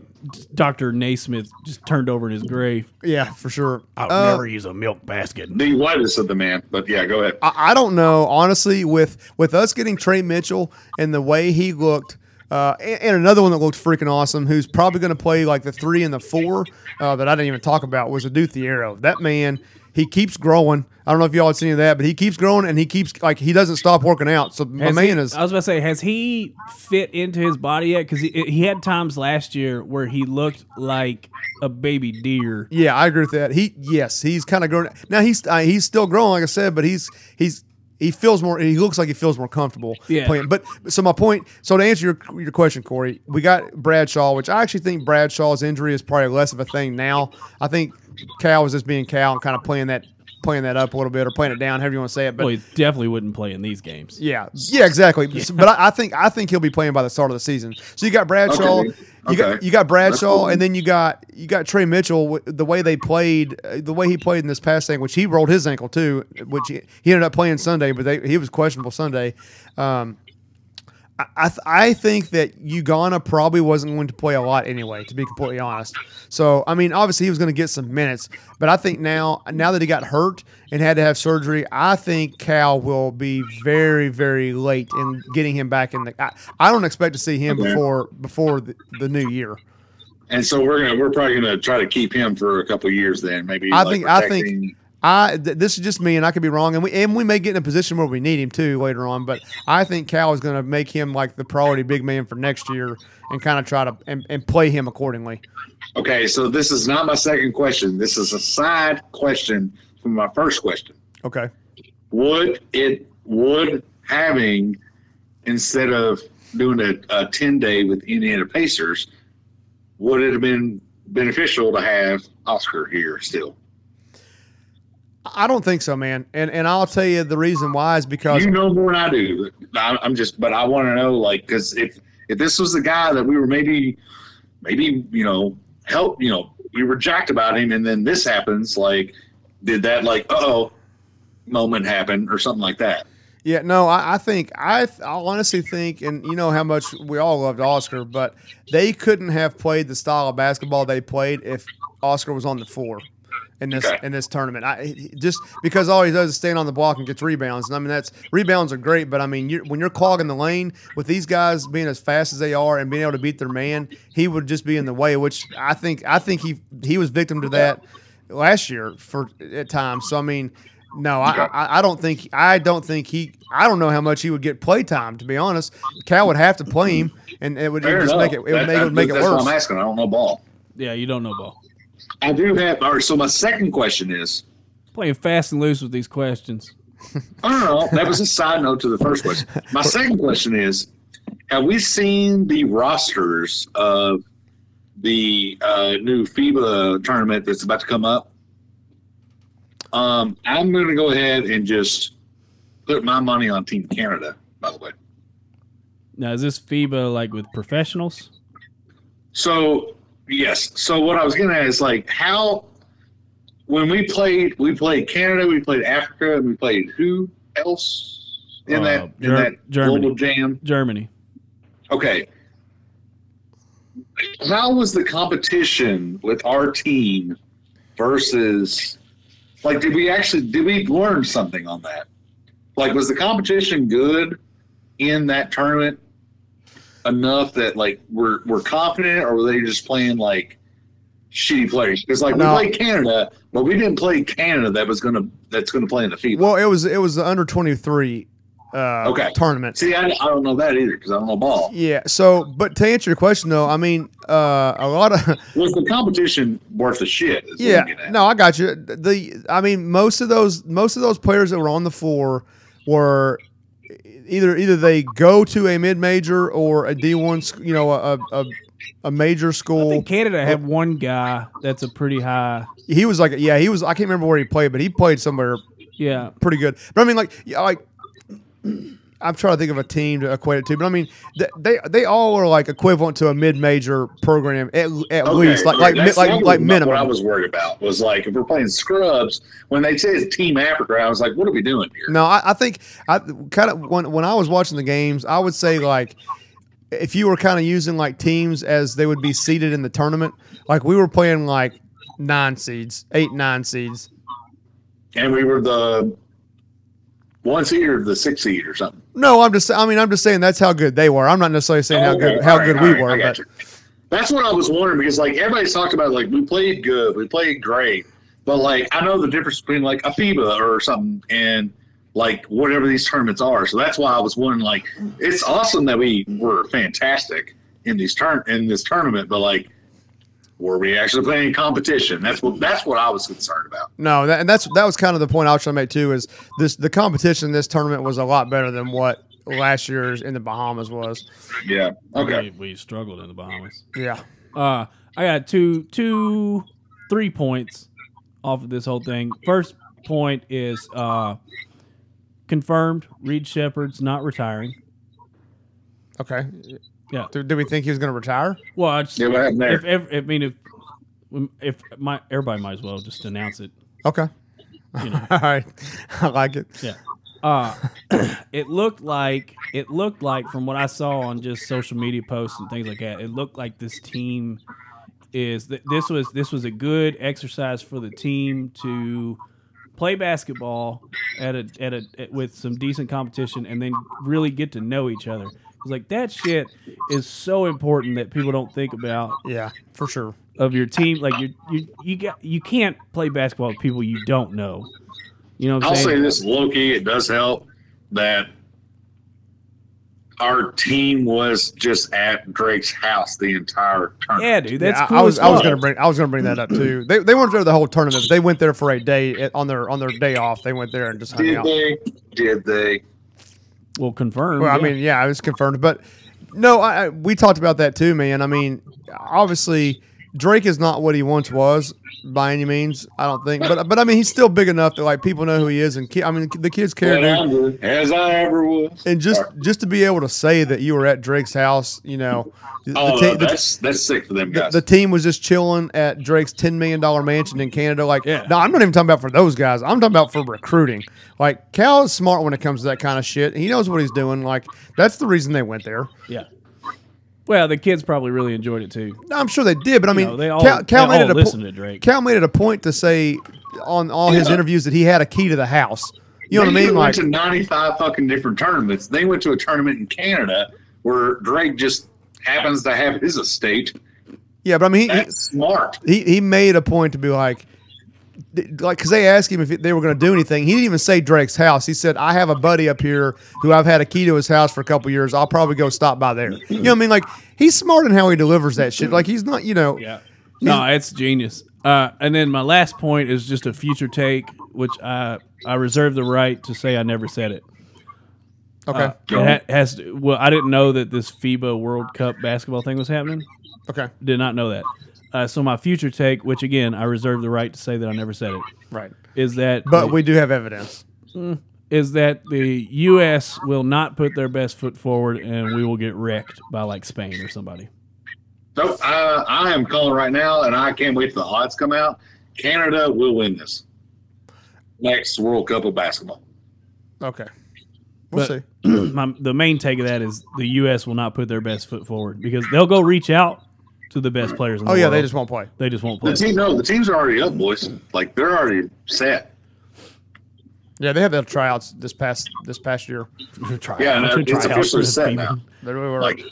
Dr. Naismith just turned over in his grave. Yeah, for sure. I'll Uh, never use a milk basket. The whitest of the man, but yeah, go ahead. I, I don't know, honestly, with with us getting Trey Mitchell and the way he looked. Uh, and, and another one that looked freaking awesome, who's probably going to play like the three and the four uh, that I didn't even talk about, was Aduthiero. That man, he keeps growing. I don't know if y'all had seen any of that, but he keeps growing and he keeps like he doesn't stop working out. So my Has man he- is I was about to say, has he fit into his body yet? Because he, he had times last year where he looked like a baby deer. Yeah, I agree with that. He yes, he's kind of grown. Now he's uh, he's still growing, like I said, but he's he's he feels more. He looks like he feels more comfortable Yeah. playing. But so my point. So to answer your your question, Corey, we got Bradshaw, which I actually think Bradshaw's injury is probably less of a thing now. I think Cal was just being Cal and kind of playing that playing that up a little bit or playing it down, however you want to say it. But Well, he definitely wouldn't play in these games. yeah, yeah, exactly. But I, I think I think he'll be playing by the start of the season. So you got Bradshaw, Okay. you got Okay. you got Bradshaw, cool. and then you got you got Trey Mitchell. wi- The way they played, uh, the way he played in this past thing, which he rolled his ankle too, which he, he ended up playing Sunday, but they, he was questionable Sunday. Um, I- I, th- I think that Ugana probably wasn't going to play a lot anyway, to be completely honest. So I mean, obviously he was going to get some minutes, but I think now now that he got hurt and had to have surgery, I think Cal will be very very late in getting him back in the. I, I don't expect to see him Okay. before before the, the new year. And so we're gonna we're probably gonna try to keep him for a couple years then. Maybe I like, think- I think- protecting- I th- this is just me, and I could be wrong, and we and we may get in a position where we need him too later on. But I think Cal is going to make him like the priority big man for next year, and kind of try to and, and play him accordingly. Okay, so this is not my second question. This is a side question from my first question. Okay. Would it would having instead of doing a, a ten day with Indiana Pacers, would it have been beneficial to have Oscar here still. I don't think so, man. And and I'll tell you the reason why is because You know more than I do. I- I'm just, but I want to know, like, because if if this was the guy that we were maybe, maybe you know, help, you know, we were jacked about him, and then this happens, like, did that like, uh oh, moment happen or something like that? Yeah, no, I, I think I, I honestly think, and you know how much we all loved Oscar, but they couldn't have played the style of basketball they played if Oscar was on the floor in this Okay. in this tournament. I he- just because all he does is stand on the block and gets rebounds, and I mean that's rebounds are great, but I mean you when you're clogging the lane with these guys being as fast as they are and being able to beat their man, he would just be in the way, which I think I think he he was victim to that last year for at times. So I mean. No, I, I I don't think I don't think he I don't know how much he would get play time to be honest. Cal would have to play him and it would, it would Fair just enough. make it it would That- make, it that- would make it that's what I'm worse. asking. I don't know ball. Yeah, you don't know ball. I do have. All right. So my second question is, Playing fast and loose with these questions. I don't know. oh, That was a side note to the first question. My second question is Have we seen the rosters of the uh, new FIBA tournament that's about to come up? Um, I'm going to go ahead and just put my money on Team Canada, by the way. Now is this FIBA like with professionals? So yes. So what I was getting at is like how when we played we played Canada, we played Africa, and we played who else in Uh, that in Ger- that Germany. global jam? Germany. Okay. How was the competition with our team versus like did we actually did we learn something on that? Like was the competition good in that tournament enough that like we're we're confident or were they just playing like shitty players? Because like No. we played Canada, but we didn't play Canada that was gonna that's gonna play in the FIBA. Well, it was it was the under 23 uh Okay. tournament. See, I, I don't know that either because I don't know ball. Yeah, so but to answer your question though, I mean, uh a lot of Was the competition worth the shit? is what I'm Yeah, getting at. no, I got you. The I mean, most of those most of those players that were on the floor were either either they go to a mid major or a D one, you know, a a, a major I school. think Canada had one guy that's a pretty high. he was like, yeah, he was. I can't remember where he played, but he played somewhere Yeah, pretty good. But I mean, like, yeah, like I'm trying to think of a team to equate it to. But I mean, th- they they all are like equivalent to a mid major program at, at Okay, least, like okay, like mi- that's- like that was not What I like minimum. was worried about was like if we're playing scrubs, when they say it's Team Africa, I was like, what are we doing here? No, I, I think I kind of when when I was watching the games, I would say like if you were kind of using like teams as they would be seeded in the tournament, like we were playing like nine seeds, eight nine seeds. And we were the one seed or the six seed or something. No, I'm just I mean I'm just saying that's how good they were. I'm not necessarily saying how Okay, good how all good right, we all right, were, I got but you. that's what I was wondering because like everybody's talked about like we played good, we played great, but like I know the difference between like a FIBA or something and like whatever these tournaments are. So that's why I was wondering like it's awesome that we were fantastic in these turn in this tournament, but like were we actually playing competition? That's what that's what I was concerned about. No, that, and that's that was kind of the point I was trying to make too. Is this the competition? in This tournament was a lot better than what last year's in the Bahamas was. Yeah. Okay. we, we struggled in the Bahamas. Yeah, Uh, I got two, two, three points off of this whole thing. First point is uh, confirmed. Reed Shepard's not retiring. okay. Yeah. Did, did we think he was going to retire? Well, I just, Yeah, what happened if, there? if, I mean, if if my everybody might as well just announce it. Okay. You know. All right, I like it. Yeah. Uh, it looked like it looked like from what I saw on just social media posts and things like that. It looked like this team is th- this was this was a good exercise for the team to play basketball at a at a at- with some decent competition and then really get to know each other. It's like that shit is so important that people don't think about Yeah, for sure. of your team. Like you you you got you can't play basketball with people you don't know. You know what I'm I'll saying? say this, Loki. It does help that our team was just at Drake's house the entire tournament. Yeah, dude, that's yeah, I- cool. I was as I was fuck. going to bring I was going to bring that up too. They, they weren't there the whole tournament. But they went there for a day at- on their on their day off. They went there and just hung Did out. they? Did they? Well, confirmed. Well, I yeah. mean, yeah, it was confirmed, but no, I, I we talked about that too, man. I mean, obviously, Drake is not what he once was by any means. I don't think, but but I mean, he's still big enough that like people know who he is, and ki- I mean, the kids care. dude. Whatever, As I ever was. And just just to be able to say that you were at Drake's house, you know, the, the Oh, te- the- that's that's sick for them the, guys. the team was just chilling at Drake's ten million dollar mansion in Canada. Like, Yeah. no, I'm not even talking about for those guys. I'm talking about for recruiting. Like, Cal is smart when it comes to that kind of shit. He knows what he's doing. Like, that's the reason they went there. Yeah. Well, the kids probably really enjoyed it too. I'm sure they did, but I mean, know, they all- Cal, Cal they made all it a po- listened to Drake. Cal made it a point to say on all his Yeah. interviews that he had a key to the house. You know what I They mean? went Like, to 95 fucking different tournaments. They went to a tournament in Canada where Drake just happens to have his estate. yeah, but I mean, he, he, That's smart. he he made a point to be like th- like because they asked him if they were going to do anything he didn't even say drake's house he said i have a buddy up here who i've had a key to his house for a couple years i'll probably go stop by there you know what i mean like he's smart in how he delivers that shit like he's not you know Yeah. No, it's genius. Uh, and then my last point is just a future take, which I I reserve the right to say I never said it. okay Uh, it ha- has to- well, I didn't know that this FIBA World Cup basketball thing was happening. okay Did not know that. Uh, so my future take, which again I reserve the right to say that I never said it, right is that but we do have evidence is that the U.S. will not put their best foot forward, and we will get wrecked by like Spain or somebody. So uh, I am calling right now, and I can't wait for the odds come out. Canada will win this next World Cup of basketball. okay we'll But- see my, the main take of that is the U.S. will not put their best foot forward because they'll go reach out to the best players. In the oh yeah world. they just won't play they just won't play. The team, no, the teams are already up, boys. Like they're already set. yeah they had their tryouts this past this past year Yeah, no, it's Tryouts officially for the set team. now. they really were Like,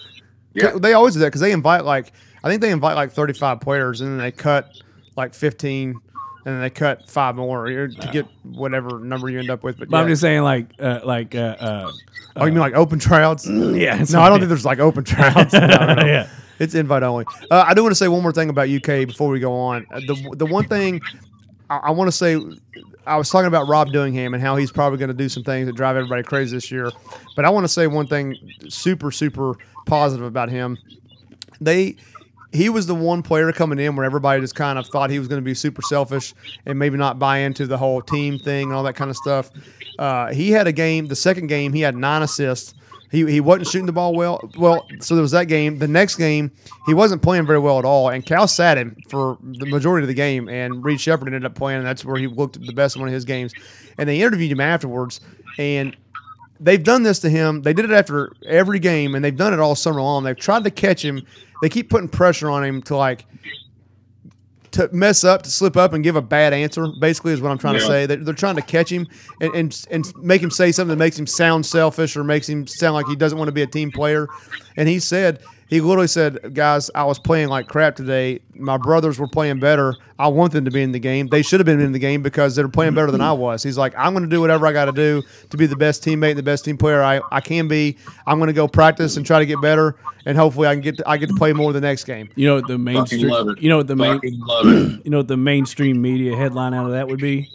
yeah, they always do that because they invite like I think they invite like 35 players and then they cut like 15 and then they cut five more or to get whatever number you end up with. But, But I'm yeah. just saying, like, uh, like, uh, uh, oh, you mean like open tryouts? no, yeah. I don't think there's like open tryouts. No, no, no. yeah. It's invite only. Uh, I do want to say one more thing about UK before we go on. Uh, The the one thing I, I want to say, I was talking about Rob Dillingham and how he's probably going to do some things that drive everybody crazy this year. But I want to say one thing super super positive about him. They. He was the one player coming in where everybody just kind of thought he was going to be super selfish and maybe not buy into the whole team thing and all that kind of stuff. Uh, he had a game, the second game, he had nine assists. He, he wasn't shooting the ball well. Well, so there was that game. The next game, he wasn't playing very well at all, and Cal sat him for the majority of the game. And Reed Shepard ended up playing, and that's where he looked the best in one of his games. And they interviewed him afterwards, and they've done this to him. They did it after every game, and they've done it all summer long. They've tried to catch him. They keep putting pressure on him to like to mess up, to slip up, and give a bad answer. Basically, is what I'm trying to Yeah. say. They're, they're trying to catch him and, and and make him say something that makes him sound selfish or makes him sound like he doesn't want to be a team player. And he said. He literally said, "Guys, I was playing like crap today. My brothers were playing better. I want them to be in the game. They should have been in the game because they're playing better than I was." He's like, "I'm going to do whatever I got to do to be the best teammate, and the best team player I, I can be. I'm going to go practice and try to get better, and hopefully I can get to, I get to play more the next game." You know what the fucking love mainstream. it. You know what the main. fucking love it. You know what the mainstream media headline out of that would be?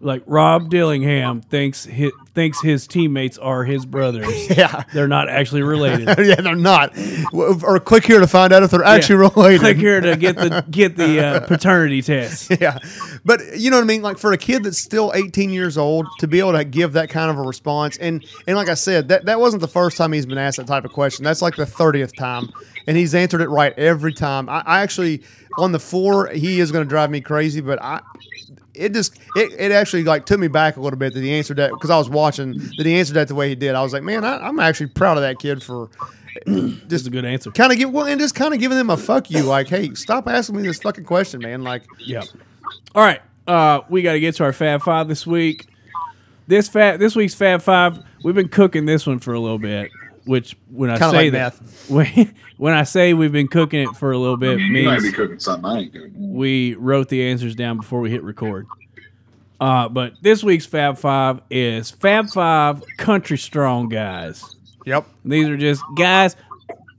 Like Rob Dillingham thinks his, thinks his teammates are his brothers. Yeah. They're not actually related. yeah, they're not. W- Or click here to find out if they're actually related. Click here to get the get the uh, paternity test. Yeah, but you know what I mean. Like for a kid that's still 18 years old to be able to give that kind of a response, and and like I said, that that wasn't the first time he's been asked that type of question. That's like the 30th time, and he's answered it right every time. I, I actually on the floor, he is going to drive me crazy, but I. It just it, it actually like took me back a little bit that he answered that because I was watching that he answered that the way he did. I was like, man, I, I'm actually proud of that kid for This is a good answer. kind of give well and just kind of giving them a fuck you like hey stop asking me this fucking question man like Yeah. All right. Uh, we got to get to our Fab Five this week. This fab, this week's Fab Five, we've been cooking this one for a little bit. Which when I Kinda say like that, when, when I say we've been cooking it for a little bit You might be means cooking something I ain't doing. we wrote the answers down before we hit record. Uh, but this week's Fab Five is Fab Five Country Strong guys. yep These are just guys.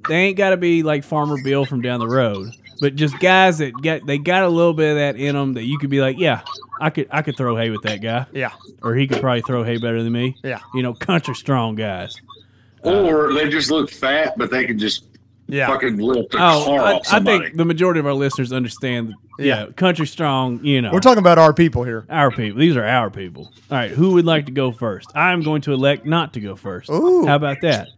They ain't got to be like Farmer Bill from down the road, but just guys that got they got a little bit of that in them that you could be like, yeah, I could I could throw hay with that guy, yeah or he could probably throw hay better than me. yeah You know, country strong guys. Or they just look fat, but they can just Yeah. fucking lift a Oh, car I, off I somebody. think the majority of our listeners understand. Yeah. yeah, country strong. You know, We're talking about our people here. Our people. These are our people. All right, who would like to go first? I'm going to elect not to go first. Ooh. How about that?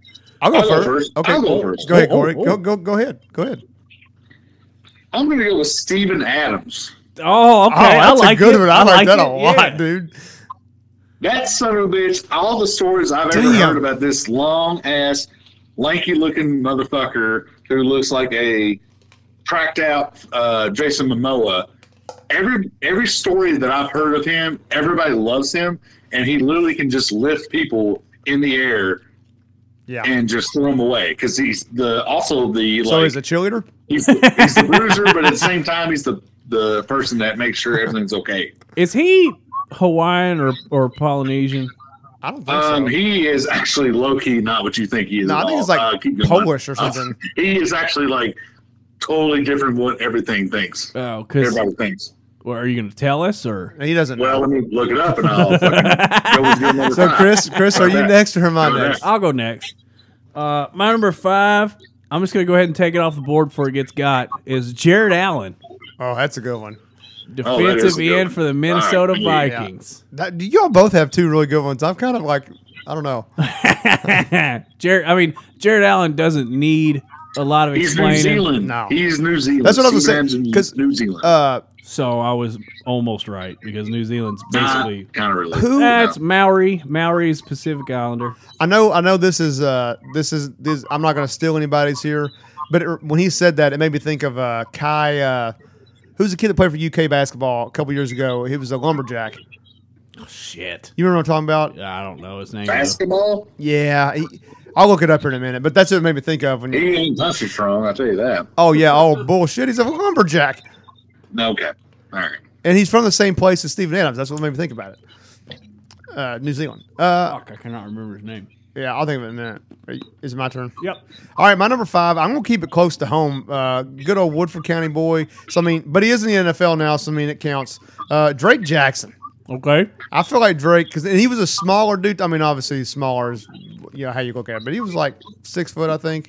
I'll go I'll go first. first. Okay. I'll go cool. first. Go ahead, Oh, oh, Corey. oh. Go, go, go ahead. Go ahead. I'm going to go with Steven Adams. Oh, okay. oh, that's I like a good it. one. I, like that it. a lot, Yeah. dude. That son of a bitch, all the stories I've ever Damn. heard about this long ass, lanky looking motherfucker who looks like a cracked out uh, Jason Momoa. Every every story that I've heard of him, everybody loves him, and he literally can just lift people in the air Yeah. and just throw them away because he's the also the so like he's a cheerleader. he's, the, he's the bruiser, but at the same time he's the the person that makes sure everything's okay. Is he Hawaiian or, or Polynesian? I don't think Um, so. he is actually low key not what you think he is. No, at I think all. it's like Uh, keep going. Polish or Uh, something. he is actually like totally different what everything thinks. Oh, because Everybody thinks. well, are you going to tell us or? he doesn't. Well, know. let me look it up and I'll fucking go with you another So time. Chris, Chris, are you Okay. next or am I Go next? I'll go next. Uh, my number five. I'm just going to go ahead and take it off the board before it gets got. Is Jared Allen, Oh, that's a good one. Oh, that is defensive a good end one. for the right, Minnesota yeah. Vikings. That, y'all both have two really good ones. I'm kind of like, I don't know. Jared, I mean, Jared Allen doesn't need a lot of He's New explaining, Zealand. No. He's New Zealand. That's what I was Steve gonna Adams say, in 'cause, New Zealand. Uh, so I was almost right because New Zealand's basically kind of related. No. Who- that's Maori. Maori's Pacific Islander. I know, I know. This is, uh, this is, this. I'm not going to steal anybody's here, but it, when he said that, it made me think of uh, Kai, uh, who's the kid that played for UK basketball a couple years ago. He was a lumberjack. Shit, You remember what I'm talking about? I don't know his name. though. Basketball? Yeah. He, I'll look it up here in a minute, but that's what it made me think of when you. He ain't country strong, I'll tell you that. Oh yeah. Oh bullshit. He's a lumberjack, No, okay. All right. and he's from the same place as Stephen Adams. That's what made me think about it. Uh, New Zealand. Uh, Fuck, I cannot remember his name. Yeah, I'll think of it in a minute. Are you- Is it my turn? Yep. All right, my number five. I'm gonna keep it close to home. Uh, good old Woodford County boy. So I mean, but he is in the NFL now. So I mean, it counts. Uh, Drake Jackson. Okay. I feel like Drake because and he was a smaller dude. I mean, obviously smaller is you know how you look at it, but he was like six foot, I think,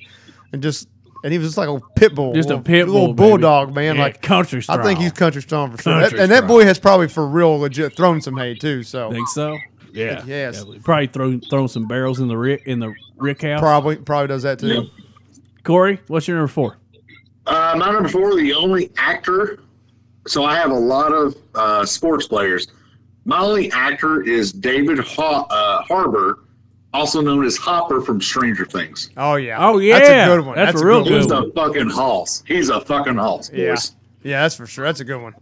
and just and he was just like a pit bull, Just a little- pit bull, little baby. bulldog man. Yeah, like country strong. I think he's country strong for sure. That- Country and that strong. boy has probably for real legit thrown some hay too. So Think so? Yeah. Yes. Definitely. Probably throw throw some barrels in the rick in the rick house. probably probably does that too. Yep. Corey, what's your number four? Uh, my number four, the only actor. So I have a lot of uh, sports players. My only actor is David ha- uh, Harbor, also known as Hopper from Stranger Things. Oh yeah. Oh, That's a yeah. good one. That's a real one. He's Good a fucking hoss. He's a fucking hoss, Yeah. boys. Yeah, that's for sure. That's a good one.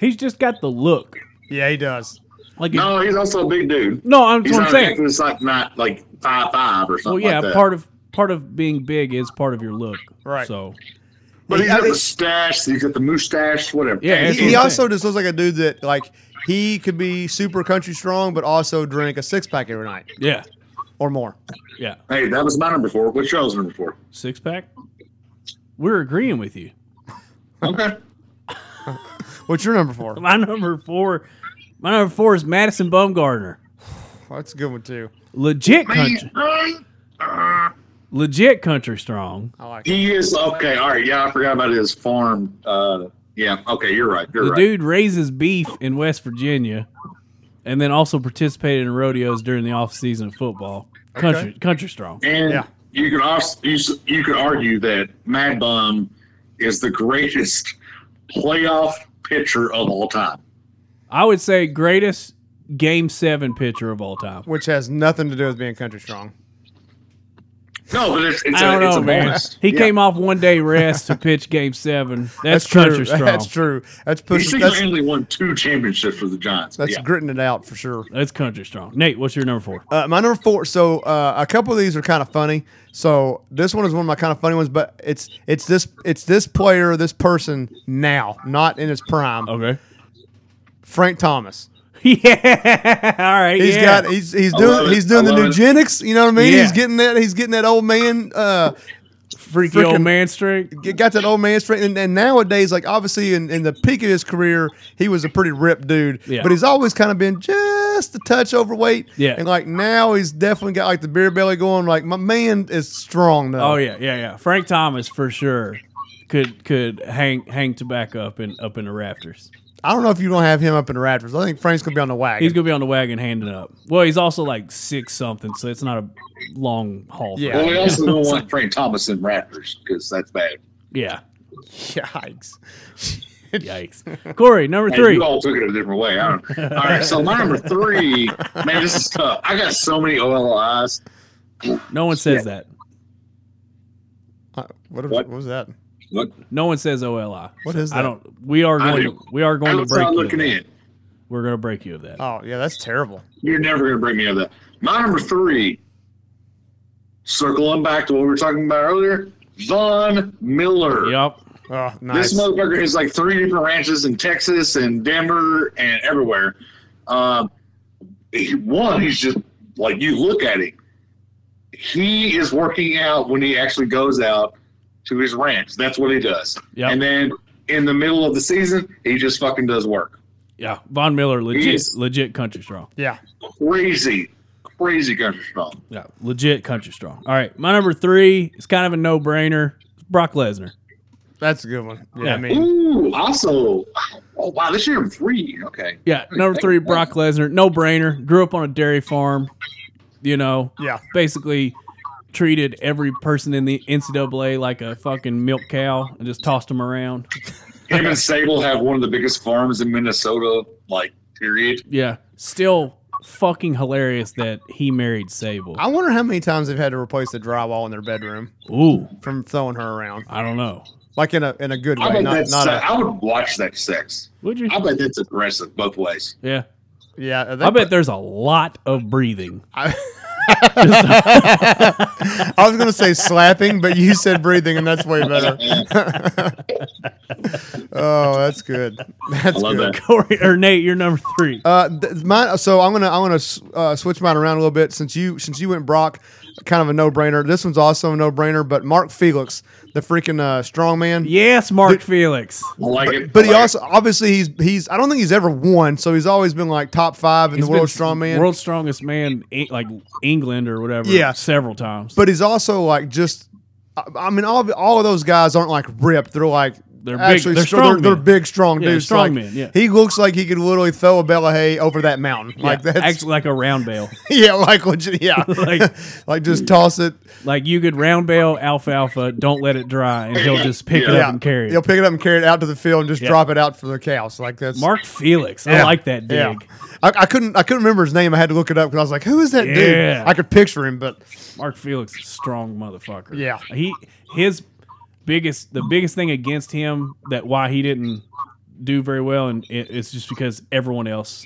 He's just got the look. Yeah, he does. Like no, No, he's also a big dude. no I'm, that's He's what not I'm an saying. actor that's like not like five five or Well, something. yeah, like that. part of part of being big is part of your look. Right. So But he's Yeah, got it- the stash. He's got the mustache. Whatever. Yeah, He, That's what he I'm also just looks like a dude that like he could be super country strong, but also drink a six pack every night yeah, or more. yeah. Hey, that was my number four. What's y'all's number four? Six pack. We're agreeing with you. Okay. What's your number four? My number four. My number four is Madison Bumgarner. That's a good one too. Legit country. um, Legit country strong. I like. It. uh, He is okay. All right. Yeah, I forgot about his farm. Uh, yeah. Okay, you're right. You're The right. dude raises beef in West Virginia, and then also participated in rodeos during the off season of football. Country, country strong. and Yeah. you could also you, s- you could argue that Mad Bum is the greatest playoff pitcher of all time. I would say greatest game seven pitcher of all time. Which has nothing to do with being country strong. No, but it's, it's I a, don't it's know, a man. bonus. He Yeah. came off one day rest to pitch Game Seven. That's, true. country strong. That's true. That's He pushing. That's single-handedly won two championships for the Giants. that's yeah. gritting it out for sure. That's country strong. Nate, what's your number four? Uh, my number four. So uh, a couple of these are kind of funny. So this one is one of my kind of funny ones, but it's it's this it's this player, this person now, not in his prime. Okay. Frank Thomas. yeah. All right. He's yeah. got he's he's I love doing it. he's doing I the love it. eugenics. You know what I mean? Yeah. He's getting that he's getting that old man. Uh, freaky old freaking- Oh. man streak. g- got that old man straight. And, and nowadays, like obviously in, in the peak of his career, he was a pretty ripped dude. Yeah. But he's always kind of been just just a touch overweight. Yeah. And like now he's definitely got like the beer belly going. Like my man is strong though. Oh yeah, yeah, yeah. Frank Thomas for sure could could hang hang tobacco up in up in the rafters. I don't know if you don't have him up in the rafters. I think Frank's gonna be on the wagon. He's gonna be on the wagon handing up. Well, he's also like six something, so it's not a long haul. for Yeah. Well, him. we also don't want Frank Thomas in Raptors because that's bad. yeah. Yikes. Yikes. Corey, number Hey, three. you all took it a different way. I don't, all right, so my number three, man, this is tough. I got so many OLIs. No one says that. Uh, what, What? what was that? Look, No one says OLI. What is that? I don't. We are I going. do. To, we are going to outside break you. of looking that. in. Uh, We're going to break you of that. Oh yeah, that's terrible. You're never going to bring me up that. My number three, circling back to what we were talking about earlier, Von Miller. Yup. Oh, nice. This motherfucker has like three different ranches in Texas and Denver and everywhere. Um, he- one, he's just like you look at him. He is working out when he actually goes out to his ranch. That's what he does. Yep. And then in the middle of the season, he just fucking does work. Yeah. Von Miller, legit, He's- legit country strong. yeah. Crazy, crazy country strong. Yeah, legit country strong. All right, my number three is kind of a no brainer. Brock Lesnar. That's a good one. Yeah, Yeah. I mean, Ooh, also, oh wow, this year I'm three. Okay. Yeah, number three, Brock Lesnar. No brainer. Grew up on a dairy farm. You know, yeah, basically treated every person in the NCAA like a fucking milk cow and just tossed them around. Him and Sable have one of the biggest farms in Minnesota, like, period. Yeah, still fucking hilarious that he married Sable. I wonder how many times they've had to replace the drywall in their bedroom Ooh, from throwing her around, I don't know. like in a in a good I way, bet not that's. not uh, a I would watch that sex. Would you? I bet that's aggressive both ways. Yeah. yeah. They, I bet there's a lot of breathing. I, I was gonna say slapping, but you said breathing, and that's way better. oh, that's good. That's I love good. that. Corey or Nate, you're number three. Uh, th- mine, so I'm gonna I'm gonna s- uh, switch mine around a little bit since you since you went Brock, kind of a no brainer. This one's also a no brainer, but Mark Felix, the freaking uh, strongman. Yes, Mark Felix. I like it. But I he like also obviously he's he's I don't think he's ever won, so he's always been like top five in He's the world been strongman. world's strongest man, E- like England or whatever. Yeah. several times. but he's also like just I, I mean all of- all of those guys aren't like ripped. They're like They're big- actually they're str- strong They're, men. big strong Yeah, dudes. strong Like, men, yeah. he looks like he could literally throw a Bella Hay over that mountain. Yeah, Like that's actually like a round bale. yeah, like legit, yeah, Like- like, just toss it. like you could round bale alfalfa. Don't let it dry, and he'll just pick it Yeah. up and carry He'll it. pick it up and carry it out to the field and just Yeah. drop it out for the cows. Like that's Mark Felix. I Yeah. like that dig. Yeah. I, I couldn't. I couldn't remember his name. I had to look it up because I was like, "Who is that Yeah. dude?" I could picture him, but Mark Felix, is a strong motherfucker. Yeah. he his biggest the biggest thing against him that why he didn't do very well, and it, it's just because everyone else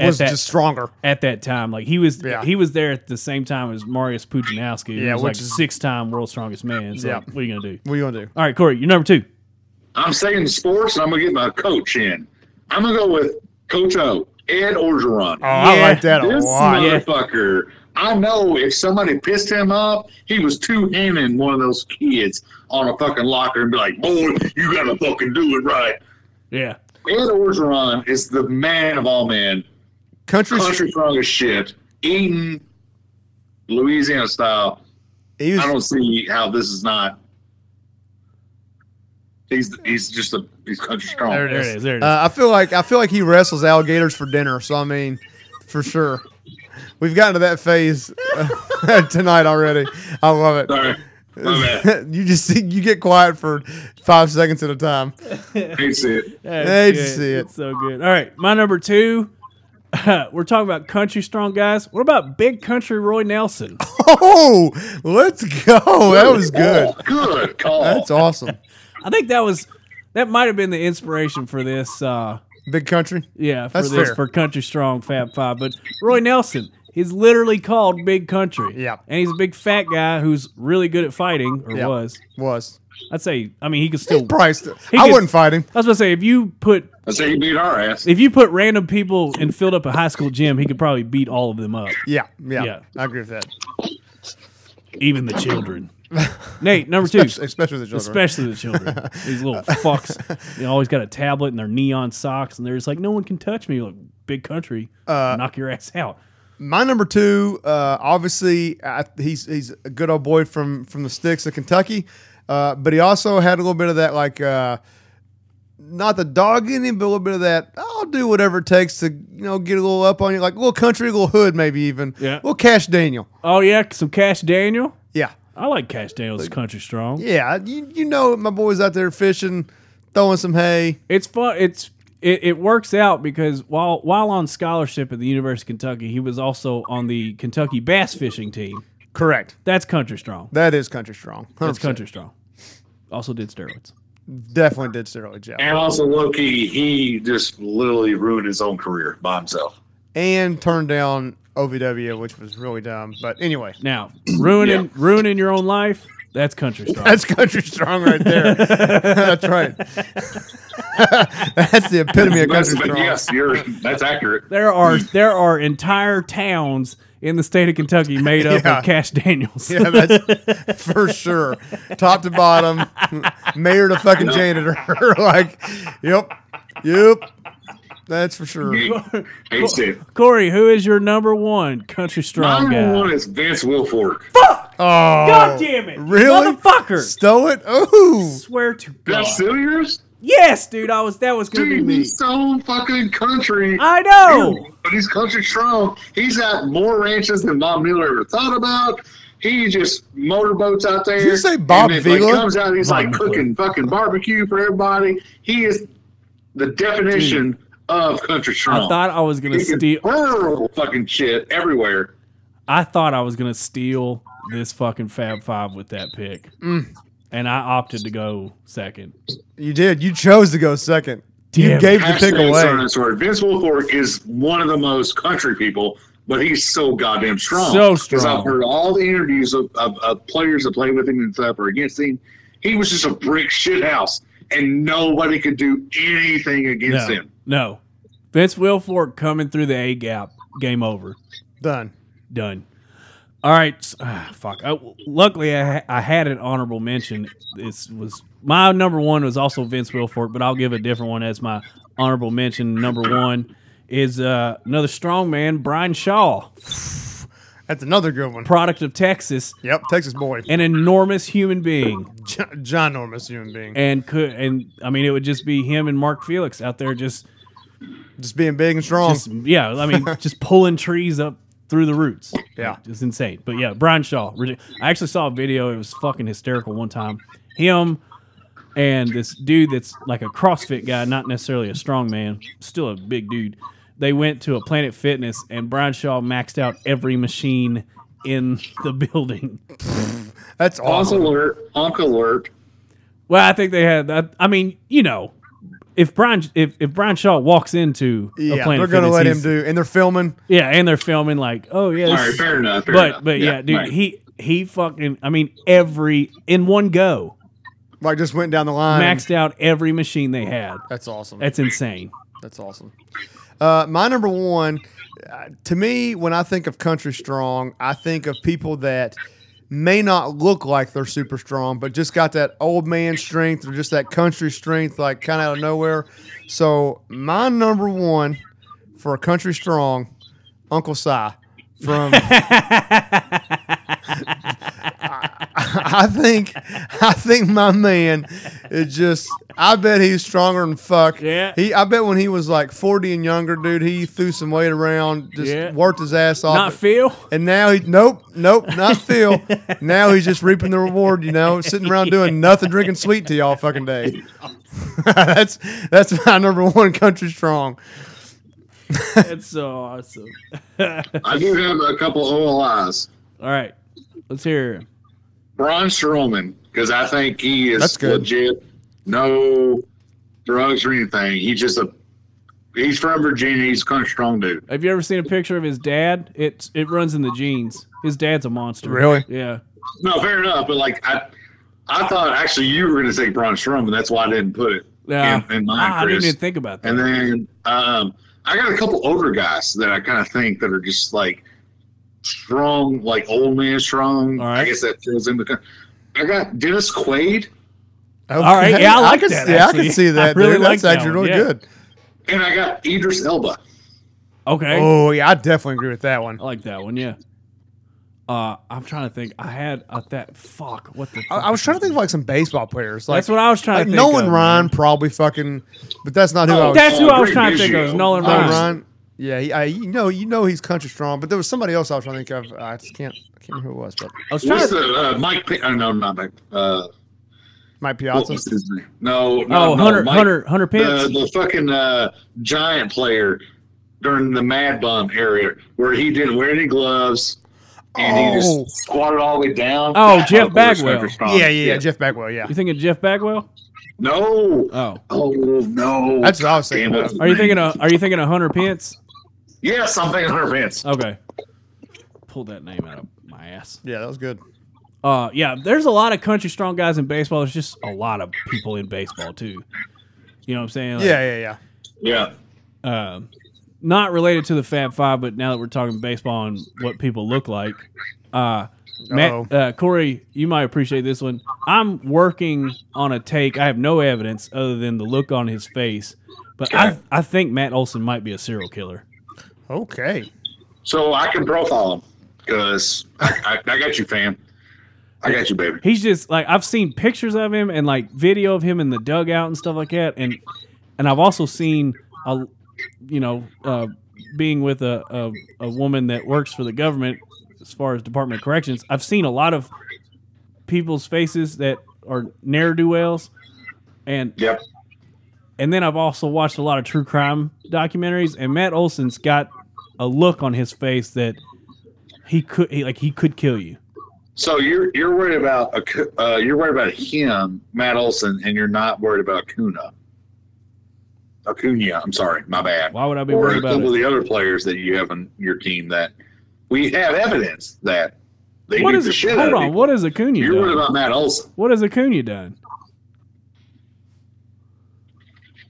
at was that- just stronger. at that time. Like he was Yeah. he was there at the same time as Marius Pujanowski, who Yeah, was which like is- six time world's strongest man. So Yeah. like, what are you gonna do? What are you gonna do? All right, Corey, you're number two. I'm saying sports, and I'm gonna get my coach in. I'm gonna go with Coach O, Ed Orgeron. Oh, I Yeah. like that a this lot. yeah. motherfucker. I know if somebody pissed him up, he was two handing one of those kids on a fucking locker and be like, "Boy, you gotta fucking do it right." Yeah. Ed Orgeron is the man of all men. Country, Country strong as shit, eating Louisiana style. he was I don't see how this is not. He's he's just a he's country strong. There it There is. it is, there it is. Oh, Uh, I feel like I feel like he wrestles alligators for dinner. So I mean, for sure, we've gotten to that phase uh, tonight already. I love it. Sorry, my bad. you just you get quiet for five seconds at a time. Hate to see it. That's Hey, good. see it. It's so good. All right, my number two. we're talking about country strong guys. What about big country Roy Nelson? Oh, let's go. That was good. Oh, good call. That's awesome. I think that was that might have been the inspiration for this. Uh, Big country. yeah, for That's this fair. for country strong Fab Five. But Roy Nelson, he's literally called Big Country. Yeah. and he's a big fat guy who's really good at fighting, or Yeah. was. Was I'd say. I mean, he could still. priced. He I could- wouldn't fight him. I was gonna say if you put I say he beat our ass. if you put random people and filled up a high school gym, he could probably beat all of them up, Yeah, yeah, Yeah. I agree with that. even the children. Nate, number two. especially, especially the children. Especially the children. These little fucks. They always got a tablet and their neon socks, and they're just like, no one can touch me. Like, big country, Uh, knock your ass out. My number two, uh, obviously, I, he's he's a good old boy from from the sticks of Kentucky, uh, but he also had a little bit of that like. Uh, not the dog in him, but a little bit of that. I'll do whatever it takes to, you know, get a little up on you, like a little country, a little hood, maybe even. Yeah. A little Cash Daniel. Oh, yeah, some Cash Daniel. Yeah. I like Cash Daniel's Country Strong. Yeah. You, you know, my boy's out there fishing, throwing some hay. It's fun. It's it, it works out because while while on scholarship at the University of Kentucky, he was also on the Kentucky bass fishing team. Correct. That's Country Strong. That is country strong. 100%. That's Country Strong. Also did steroids. Definitely did steroid job. And also Loki, he just literally ruined his own career by himself. And turned down OVW, which was really dumb. But anyway, Now ruining ruining your own life. That's Country Strong. that's country strong right there. that's right. that's the epitome of But, country but strong. yes, you're that's accurate. there are there are entire towns in the state of Kentucky made up Yeah. of Cash Daniels. Yeah, that's for sure. Top to bottom, mayor to fucking janitor. like, yep, yep. That's for sure. He hates it. Corey, who is your number one Country Strong Number guy? one is Vince Wilfork. Oh, God damn it. Really? Motherfucker. Stow it. Oh, Swear to God. That's still yours? Yes, dude. I was. That was gonna be Dude, me. he's so fucking country. I know. But he's country strong. He's at more ranches than Bob Mueller ever thought about. He just motorboats out there. you say Bob and then, like, Vila? comes out. He's Bob like Vila. cooking fucking barbecue for everybody. He is the definition of country strong. I thought I was gonna he can steal. hurl fucking shit everywhere. I thought I was gonna steal this fucking Fab Five with that pick, Mm. and I opted to go second. you did. You chose to go second. Damn. You gave the pick Hashtag away. Sergeant Sword. Vince Wilfork is one of the most country people, but he's so goddamn strong. So 'Cause strong. I've heard all the interviews of, of, of players that play with him and stuff or against him. He was just a brick shit house, and nobody could do anything against No, him. no. Vince Wilfork coming through the A gap. Game over. Done. Done. All right. s- ah, fuck. I, luckily, I, ha- I had an honorable mention. This was my number one was also Vince Wilfork, but I'll give a different one as my honorable mention. Number one is uh, another strong man, Brian Shaw, That's another good one. product of Texas, Yep, Texas boy. an enormous human being, John, John Normus, human being. and could and I mean it would just be him and Mark Felix out there just Just being big and strong. just yeah, I mean, just pulling trees up through the roots. Yeah. it's insane. But yeah, Brian Shaw. ridic- I actually saw a video. It was fucking hysterical. One time, him and this dude that's like a CrossFit guy, not necessarily a strong man, still a big dude. They went to a Planet Fitness, and Brian Shaw maxed out every machine in the building. That's Uncle awesome. alert, Uncle alert. Well, I think they had. that. I mean, you know, if Brian if, if Brian Shaw walks into a Yeah, Planet they're going Fitness, to let him he's- do, and they're filming. Yeah, and they're filming like, oh yeah, All this right, is- fair enough. fair but enough. but yeah, dude, right. he he fucking I mean every in one go Like just went down the line. maxed out every machine they had. That's awesome. That's insane. That's awesome. Uh, my number one, uh, to me, when I think of country strong, I think of people that may not look like they're super strong, but just got that old man strength or just that country strength, like kind of out of nowhere. So my number one for country strong, Uncle Si from. I think I think my man is just I bet he's stronger than fuck. Yeah. He I bet when he was like forty and younger, dude, he threw some weight around, just Yeah. worked his ass off. Not Phil. and now he nope, nope, not Phil. now he's just reaping the reward, you know, sitting around doing nothing, drinking sweet tea all fucking day. that's that's my number one country strong. That's so awesome. I do have a couple OLIs. All right, let's hear. Braun Strowman, because I think he is That's good. legit. No drugs or anything. He's just a. He's from Virginia. He's kind of strong dude. Have you ever seen a picture of his dad? It's it runs in the genes. His dad's a monster. Really? Yeah. No, fair enough. But like I, I thought actually you were going to say Braun Strowman. That's why I didn't put it Yeah. in, in mine, Ah, I didn't Chris. even think about that. and then um, I got a couple older guys that I kind of think that are just like strong, like old man strong. All I right. guess that fills in the. I got Dennis Quaid right, yeah, I like can, that, Yeah, I actually. can see I that. really dude. like That's that actually one, really yeah. good. and I got Idris Elba. Okay. Oh yeah, I definitely agree with that one. I like that one. Yeah. Uh, I'm trying to think. I had a, that. Fuck. What the? I, I was trying to think of like some baseball players. Like That's what I was trying like to think. Nolan of, Ryan man. probably fucking, but that's not who I Oh, was. That's who I was Greg trying to think of. was Biggio. Nolan Nolan Ryan. Nolan Ryan. Yeah, he, I, you know, you know, he's country strong. But there was somebody else I was trying to think of. I just can't, I can't remember who it was, but I was trying. What's To, the uh, Mike? P- oh, no, not Mike. Uh, Mike what Piazza. was his name? No, no, oh, no, Hunter, Mike- uh, Hunter, Hunter Pence. the, the fucking uh, giant player during the Mad Bum era, where he didn't wear any gloves and he Oh. just squatted all the way down. Oh, That Jeff motherfucker's Bagwell. super strong. Yeah, yeah, yeah, Jeff Bagwell. Yeah, you thinking Jeff Bagwell? No. Oh, Oh no. that's what I was thinking. Damn, About. what's his are you name? thinking of? Are you thinking of Hunter Pence? Yes, I'm thinking Hunter Pence. Okay. Pull that name out of my ass. Yeah, that was good. Uh, yeah. There's a lot of country strong guys in baseball. There's just a lot of people in baseball too. You know what I'm saying? Like, Yeah, yeah, yeah. Yeah. um, not related to the Fab Five, but now that we're talking baseball and what people look like, uh, Uh-oh. Matt, uh, Corey, you might appreciate this one. I'm working on a take. I have no evidence other than the look on his face, but I, Okay. I think Matt Olson might be a serial killer. Okay. So I can profile him because I, I, I got you, fam. I got you, baby. He's just like I've seen pictures of him and like video of him in the dugout and stuff like that, and and I've also seen a, you know, uh, being with a, a a woman that works for the government as far as Department of Corrections. I've seen a lot of people's faces that are ne'er do wells, and Yep. and then I've also watched a lot of true crime documentaries, and Matt Olson's got a look on his face that he could he, like he could kill you. So you're you're worried about a Cu- uh, you're worried about him, Matt Olson, and you're not worried about Acuna. Acuna, I'm sorry, my bad. Why would I be or worried a about couple it? of the other players that you have on your team that we have evidence that they What beat is the it? shit Hold out of on. you. What is Acuna You're worried done? about Matt Olson. What has Acuna done?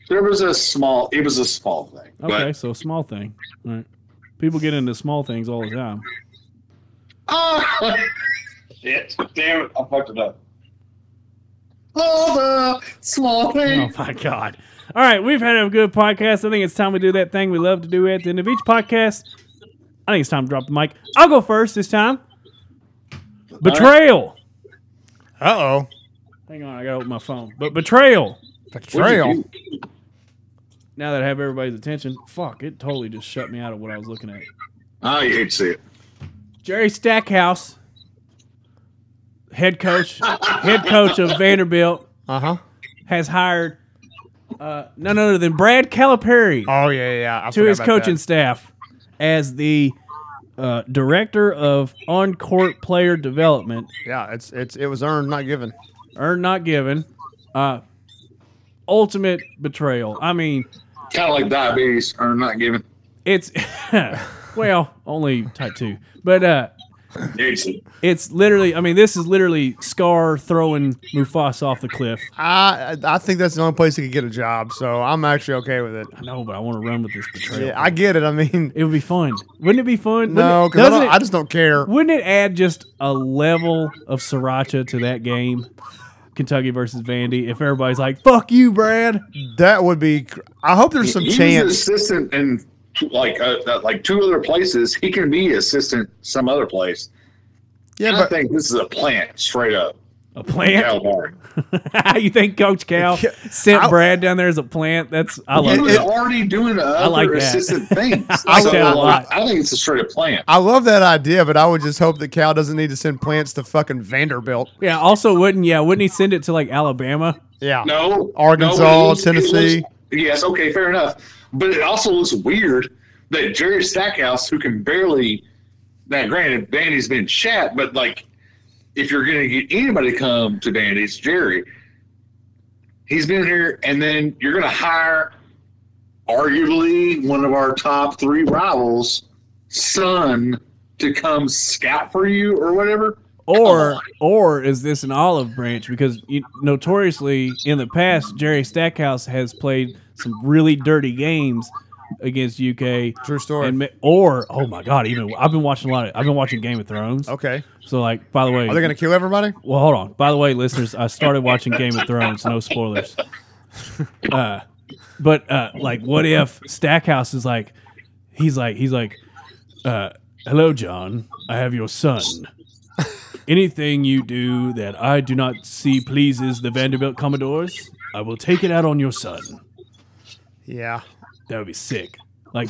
There was a small. It was a small thing. Okay, But, so small thing. All right. People get into small things all the time. oh, shit! Damn it! I fucked it up. All the small Oh things. my god! All right, we've had a good podcast. I think it's time we do that thing we love to do at the end of each podcast. I think it's time to drop the mic. I'll go first this time. Betrayal. Uh oh. Hang on, I gotta open my phone. But betrayal. Betrayal. Now that I have everybody's attention, fuck, it totally just shut me out of what I was looking at. Oh, you hate to see it. Jerry Stackhouse, head coach, head coach of Vanderbilt, Uh huh. has hired uh, none other than Brad Calipari Oh yeah, yeah. yeah. I to forgot his about coaching that. staff as the uh, director of on-court player development. Yeah, it's it's it was earned, not given. Earned, not given. Uh, ultimate betrayal. I mean, Kind of like diabetes, or not giving. it's well only type two, but uh, You hate to see it. it's literally. I mean, this is literally Scar throwing Mufasa off the cliff. I I I think that's the only place he could get a job, so I'm actually okay with it. I know, but I want to run with this betrayal. Yeah, I get it. I mean, it would be fun, wouldn't it be fun? no, Wouldn't it- because doesn't I, it- just don't care. Wouldn't it add just a level of sriracha to that game, Kentucky versus Vandy, if everybody's like, "Fuck you, Brad"? That would be. cr- I hope there's some He was chance. assistant in like uh, uh, like two other places. He can be assistant some other place. Yeah, I but think this is a plant straight up. A plant? Calipari. you think Coach Cal Yeah, sent I- Brad down there as a plant? That's I He love was Oh, it. already doing the other like that. assistant things. I like that a uh, lot. I think it's a straight up plan. I love that idea. But I would just hope that Cal doesn't need to send plants to fucking Vanderbilt. Yeah. Also, wouldn't yeah? Wouldn't he send it to like Alabama? Yeah. No, Arkansas, no, it looks- Tennessee. it looks- yes, okay, fair enough. But it also looks weird that Jerry Stackhouse, who can barely, now granted, Vandy's been shat, but like, if you're going to get anybody to come to Vandy, it's Jerry. He's been here, and then you're going to hire arguably one of our top three rivals' son to come scout for you or whatever. Or or is this an olive branch? Because you, notoriously in the past, Jerry Stackhouse has played some really dirty games against UK. True story. And ma- or oh my god, even I've been watching a lot of I've been watching Game of Thrones. okay. So like, by the way, Are they going to kill everybody? well, hold on. By the way, listeners, I started watching Game of Thrones. No spoilers. Uh, but uh, like, what if Stackhouse is like, he's like, he's like, uh, hello, John. I have your son. Anything you do that I do not see pleases the Vanderbilt Commodores, I will take it out on your son. Yeah. That would be sick. Like,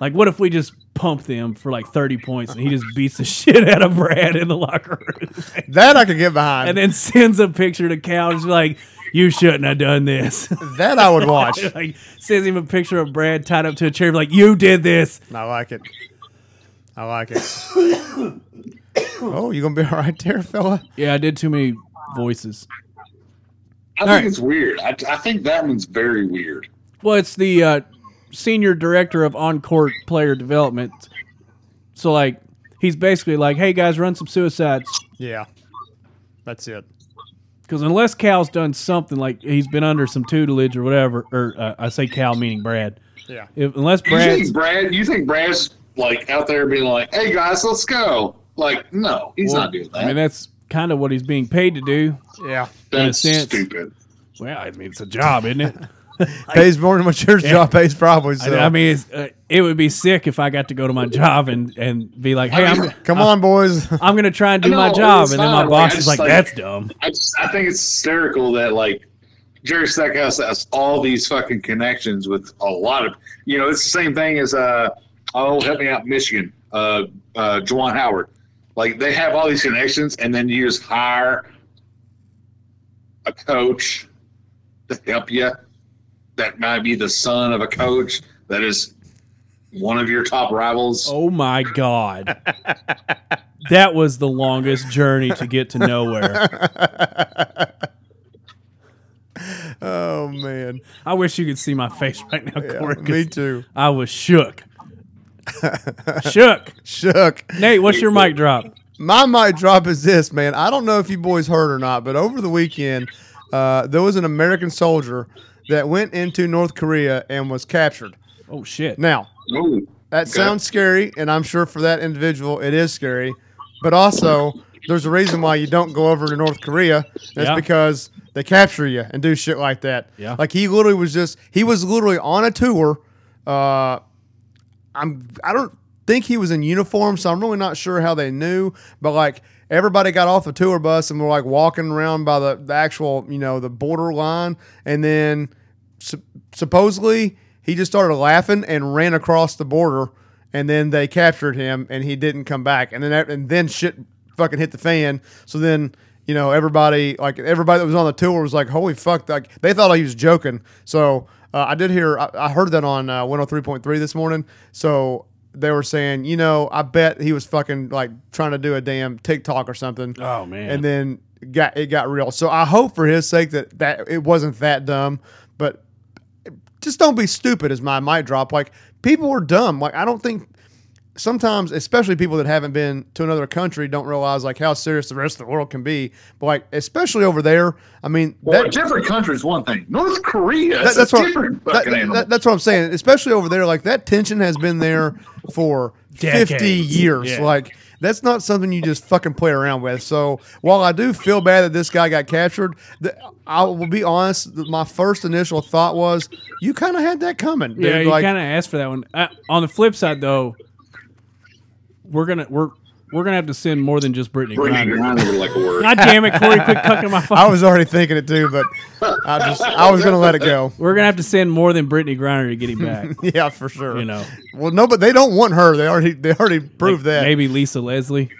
like what if we just pump them for like thirty points and he just beats the shit out of Brad in the locker room? That I could get behind. and then sends a picture to Cal. Just like, you shouldn't have done this. that I would watch. like, sends him a picture of Brad tied up to a chair. Like, you did this. I like it. I like it. oh, you gonna be all right there, fella? Yeah, I did too many voices. I think Alright. it's weird. I, I think that one's very weird. Well, it's the uh, senior director of on-court player development. So like, he's basically like, hey guys, run some suicides. Yeah, that's it. Because unless Cal's done something like he's been under some tutelage or whatever, or uh, I say Cal meaning Brad. Yeah, If, unless You Brad's think Brad? You think Brad's like out there being like, "Hey guys, let's go"? Like, no, he's Well, not doing that. I mean, that's kind of what he's being paid to do. yeah. That's sense. stupid. Well, I mean, it's a job, isn't it? Pays more than what your job pays, probably. So I, I mean, it's, uh, it would be sick if I got to go to my job and, and be like, hey, I'm, come on, boys. I'm going to try and do No, my job. it's And then my not. boss I is just like, like- that's dumb. I just, I think it's hysterical that like Jerry Stackhouse has all these fucking connections with a lot of you know. It's the same thing as uh oh help me out Michigan uh uh Juwan Howard. Like they have all these connections, and then you just hire a coach to help you. That might be the son of a coach that is one of your top rivals. Oh my God. that was the longest journey to get to nowhere. oh man, I wish you could see my face right now, yeah, Corey. 'cause me too. I was shook. shook. Shook. Nate, what's your mic drop? my mic drop is this, man. I don't know if you boys heard or not, but over the weekend, uh, there was an American soldier that went into North Korea and was captured. Oh, shit. Now, Ooh. that sounds scary, and I'm sure for that individual, it is scary. But also, there's a reason why you don't go over to North Korea. That's Yeah. because they capture you and do shit like that. Yeah. Like he literally was just he was literally on a tour. Uh, I'm I don't think he was in uniform, so I'm really not sure how they knew. But like everybody got off the tour bus and were like walking around by the, the actual you know the border line, and then sup- supposedly he just started laughing and ran across the border, and then they captured him and he didn't come back, and then that- and then shit fucking hit the fan. So then. You know, everybody like everybody that was on the tour was like, "Holy fuck!" Like they thought he was joking. So uh, I did hear, I, I heard that on uh, 103.3 this morning. So they were saying, you know, I bet he was fucking like trying to do a damn TikTok or something. Oh, man. And then got it got real. So I hope for his sake that that it wasn't that dumb, but just don't be stupid. Is my mic drop like people are dumb? Like I don't think sometimes, especially people that haven't been to another country, don't realize like how serious the rest of the world can be. But like especially over there, I mean, Well, a different country is one thing. North Korea that- is that's a what different that- fucking that- animal. that's what I'm saying. Especially over there, like that tension has been there for fifty Decades. years. Yeah. Like that's not something you just fucking play around with. So while I do feel bad that this guy got captured, the, I will be honest. th- My first initial thought was, you kind of had that coming. Dude. Yeah, you like, kind of asked for that one. Uh, on the flip side, though, we're gonna we're we're gonna have to send more than just Brittany Bring your Griner. mind over like a word. God damn it, Corey! Quit cucking my I fucking. was already thinking it too, but I just I was gonna let it go. We're gonna have to send more than Brittany Griner to get him back. Yeah, for sure. You know, Well, no, but they don't want her. They already they already proved that. maybe Lisa Leslie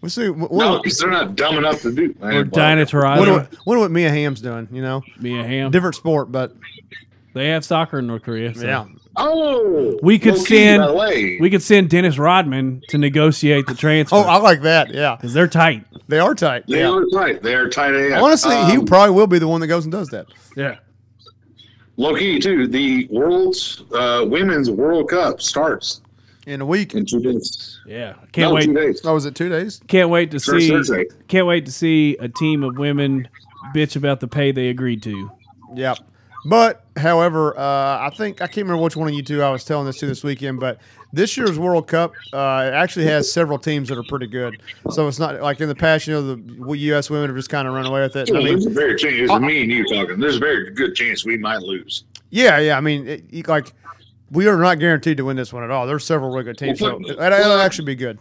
We'll see. What, No, what, because they're not dumb enough to do. or Dinah what, Taurasi, what, what, what Mia Ham's doing? You know, Mia Hamm. different sport, but They have soccer in North Korea. so- yeah. Oh, We could low-key, send- by the way. we could send Dennis Rodman to negotiate the transfer Oh, I because like that. Yeah, they're tight. they are tight. they Yeah. are tight. They are tight. AF. Honestly, he Um, probably will be the one that goes and does that. Yeah. low key too. The world's uh, women's World Cup starts In a week, in two days. Yeah, can't No, wait! two days. oh, was it two days? Can't wait to Sure, see! Thursday. Can't wait to see a team of women bitch about the pay they agreed to. Yeah. But however, uh, I think I can't remember which one of you two I was telling this to this weekend, but this year's World Cup uh, actually has several teams that are pretty good. So it's not like in the past, you know, the U.S. women have just kind of run away with it. And I mean, uh, there's a very chance. It's me and you talking. There's a very good chance we might lose. yeah, yeah. I mean, it, you- like we are not guaranteed to win this one at all. There's several really good teams, so it, will actually be good.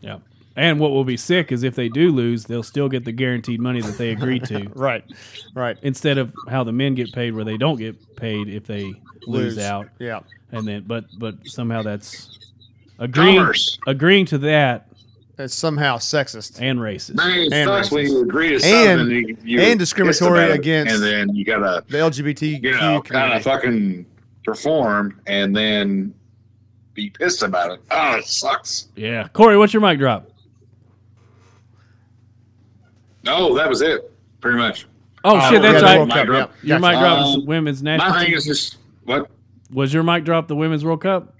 Yeah. And what will be sick is if they do lose, they'll still get the guaranteed money that they agreed to, Right, right. instead of how the men get paid, where they don't get paid if they lose, out. Yeah. And then, but but somehow that's agreeing Commerce. agreeing to that It's somehow sexist. and racist. Man, it And sucks when racist. you agree to something And- and, you, you and pissed discriminatory about it, against- and then you gotta The LGBTQ you know kind community. of fucking perform and then be pissed about it. Oh, it sucks. Yeah, Corey, what's your mic drop? Oh, that was it. Pretty much. Oh Uh, shit, yeah, that's the right. World Cup. Mic drop. Your Gotcha. mic drop was Um, women's national. My thing team. is just what. Was your mic drop the women's World Cup?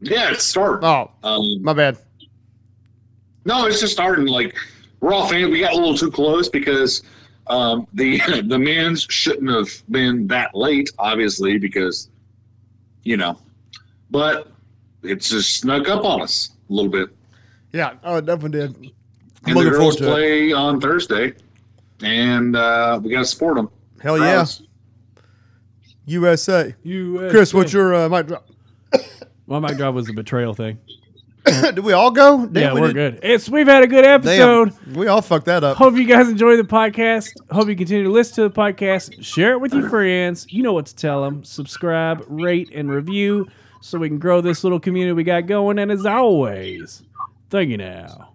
Yeah, it's starting. Oh, Um, my bad. No, it's just starting. Like we're all fan. We got a little too close because um, the the men's shouldn't have been that late, obviously, because you know. But it's just snuck up on us a little bit. Yeah. Oh, it definitely did. I'm And the looking forward girls to it. play on Thursday, and uh, we got to support them. Hell yeah, USA. You, Chris, what's your uh, mic drop? My mic drop was the betrayal thing. did we all go? Damn, yeah, we we're did- good. It's we've had a good episode. Damn, we all fucked that up. Hope you guys enjoy the podcast. Hope you continue to listen to the podcast. Share it with your friends. You know what to tell them. Subscribe, rate, and review so we can grow this little community we got going. And as always, thank you now.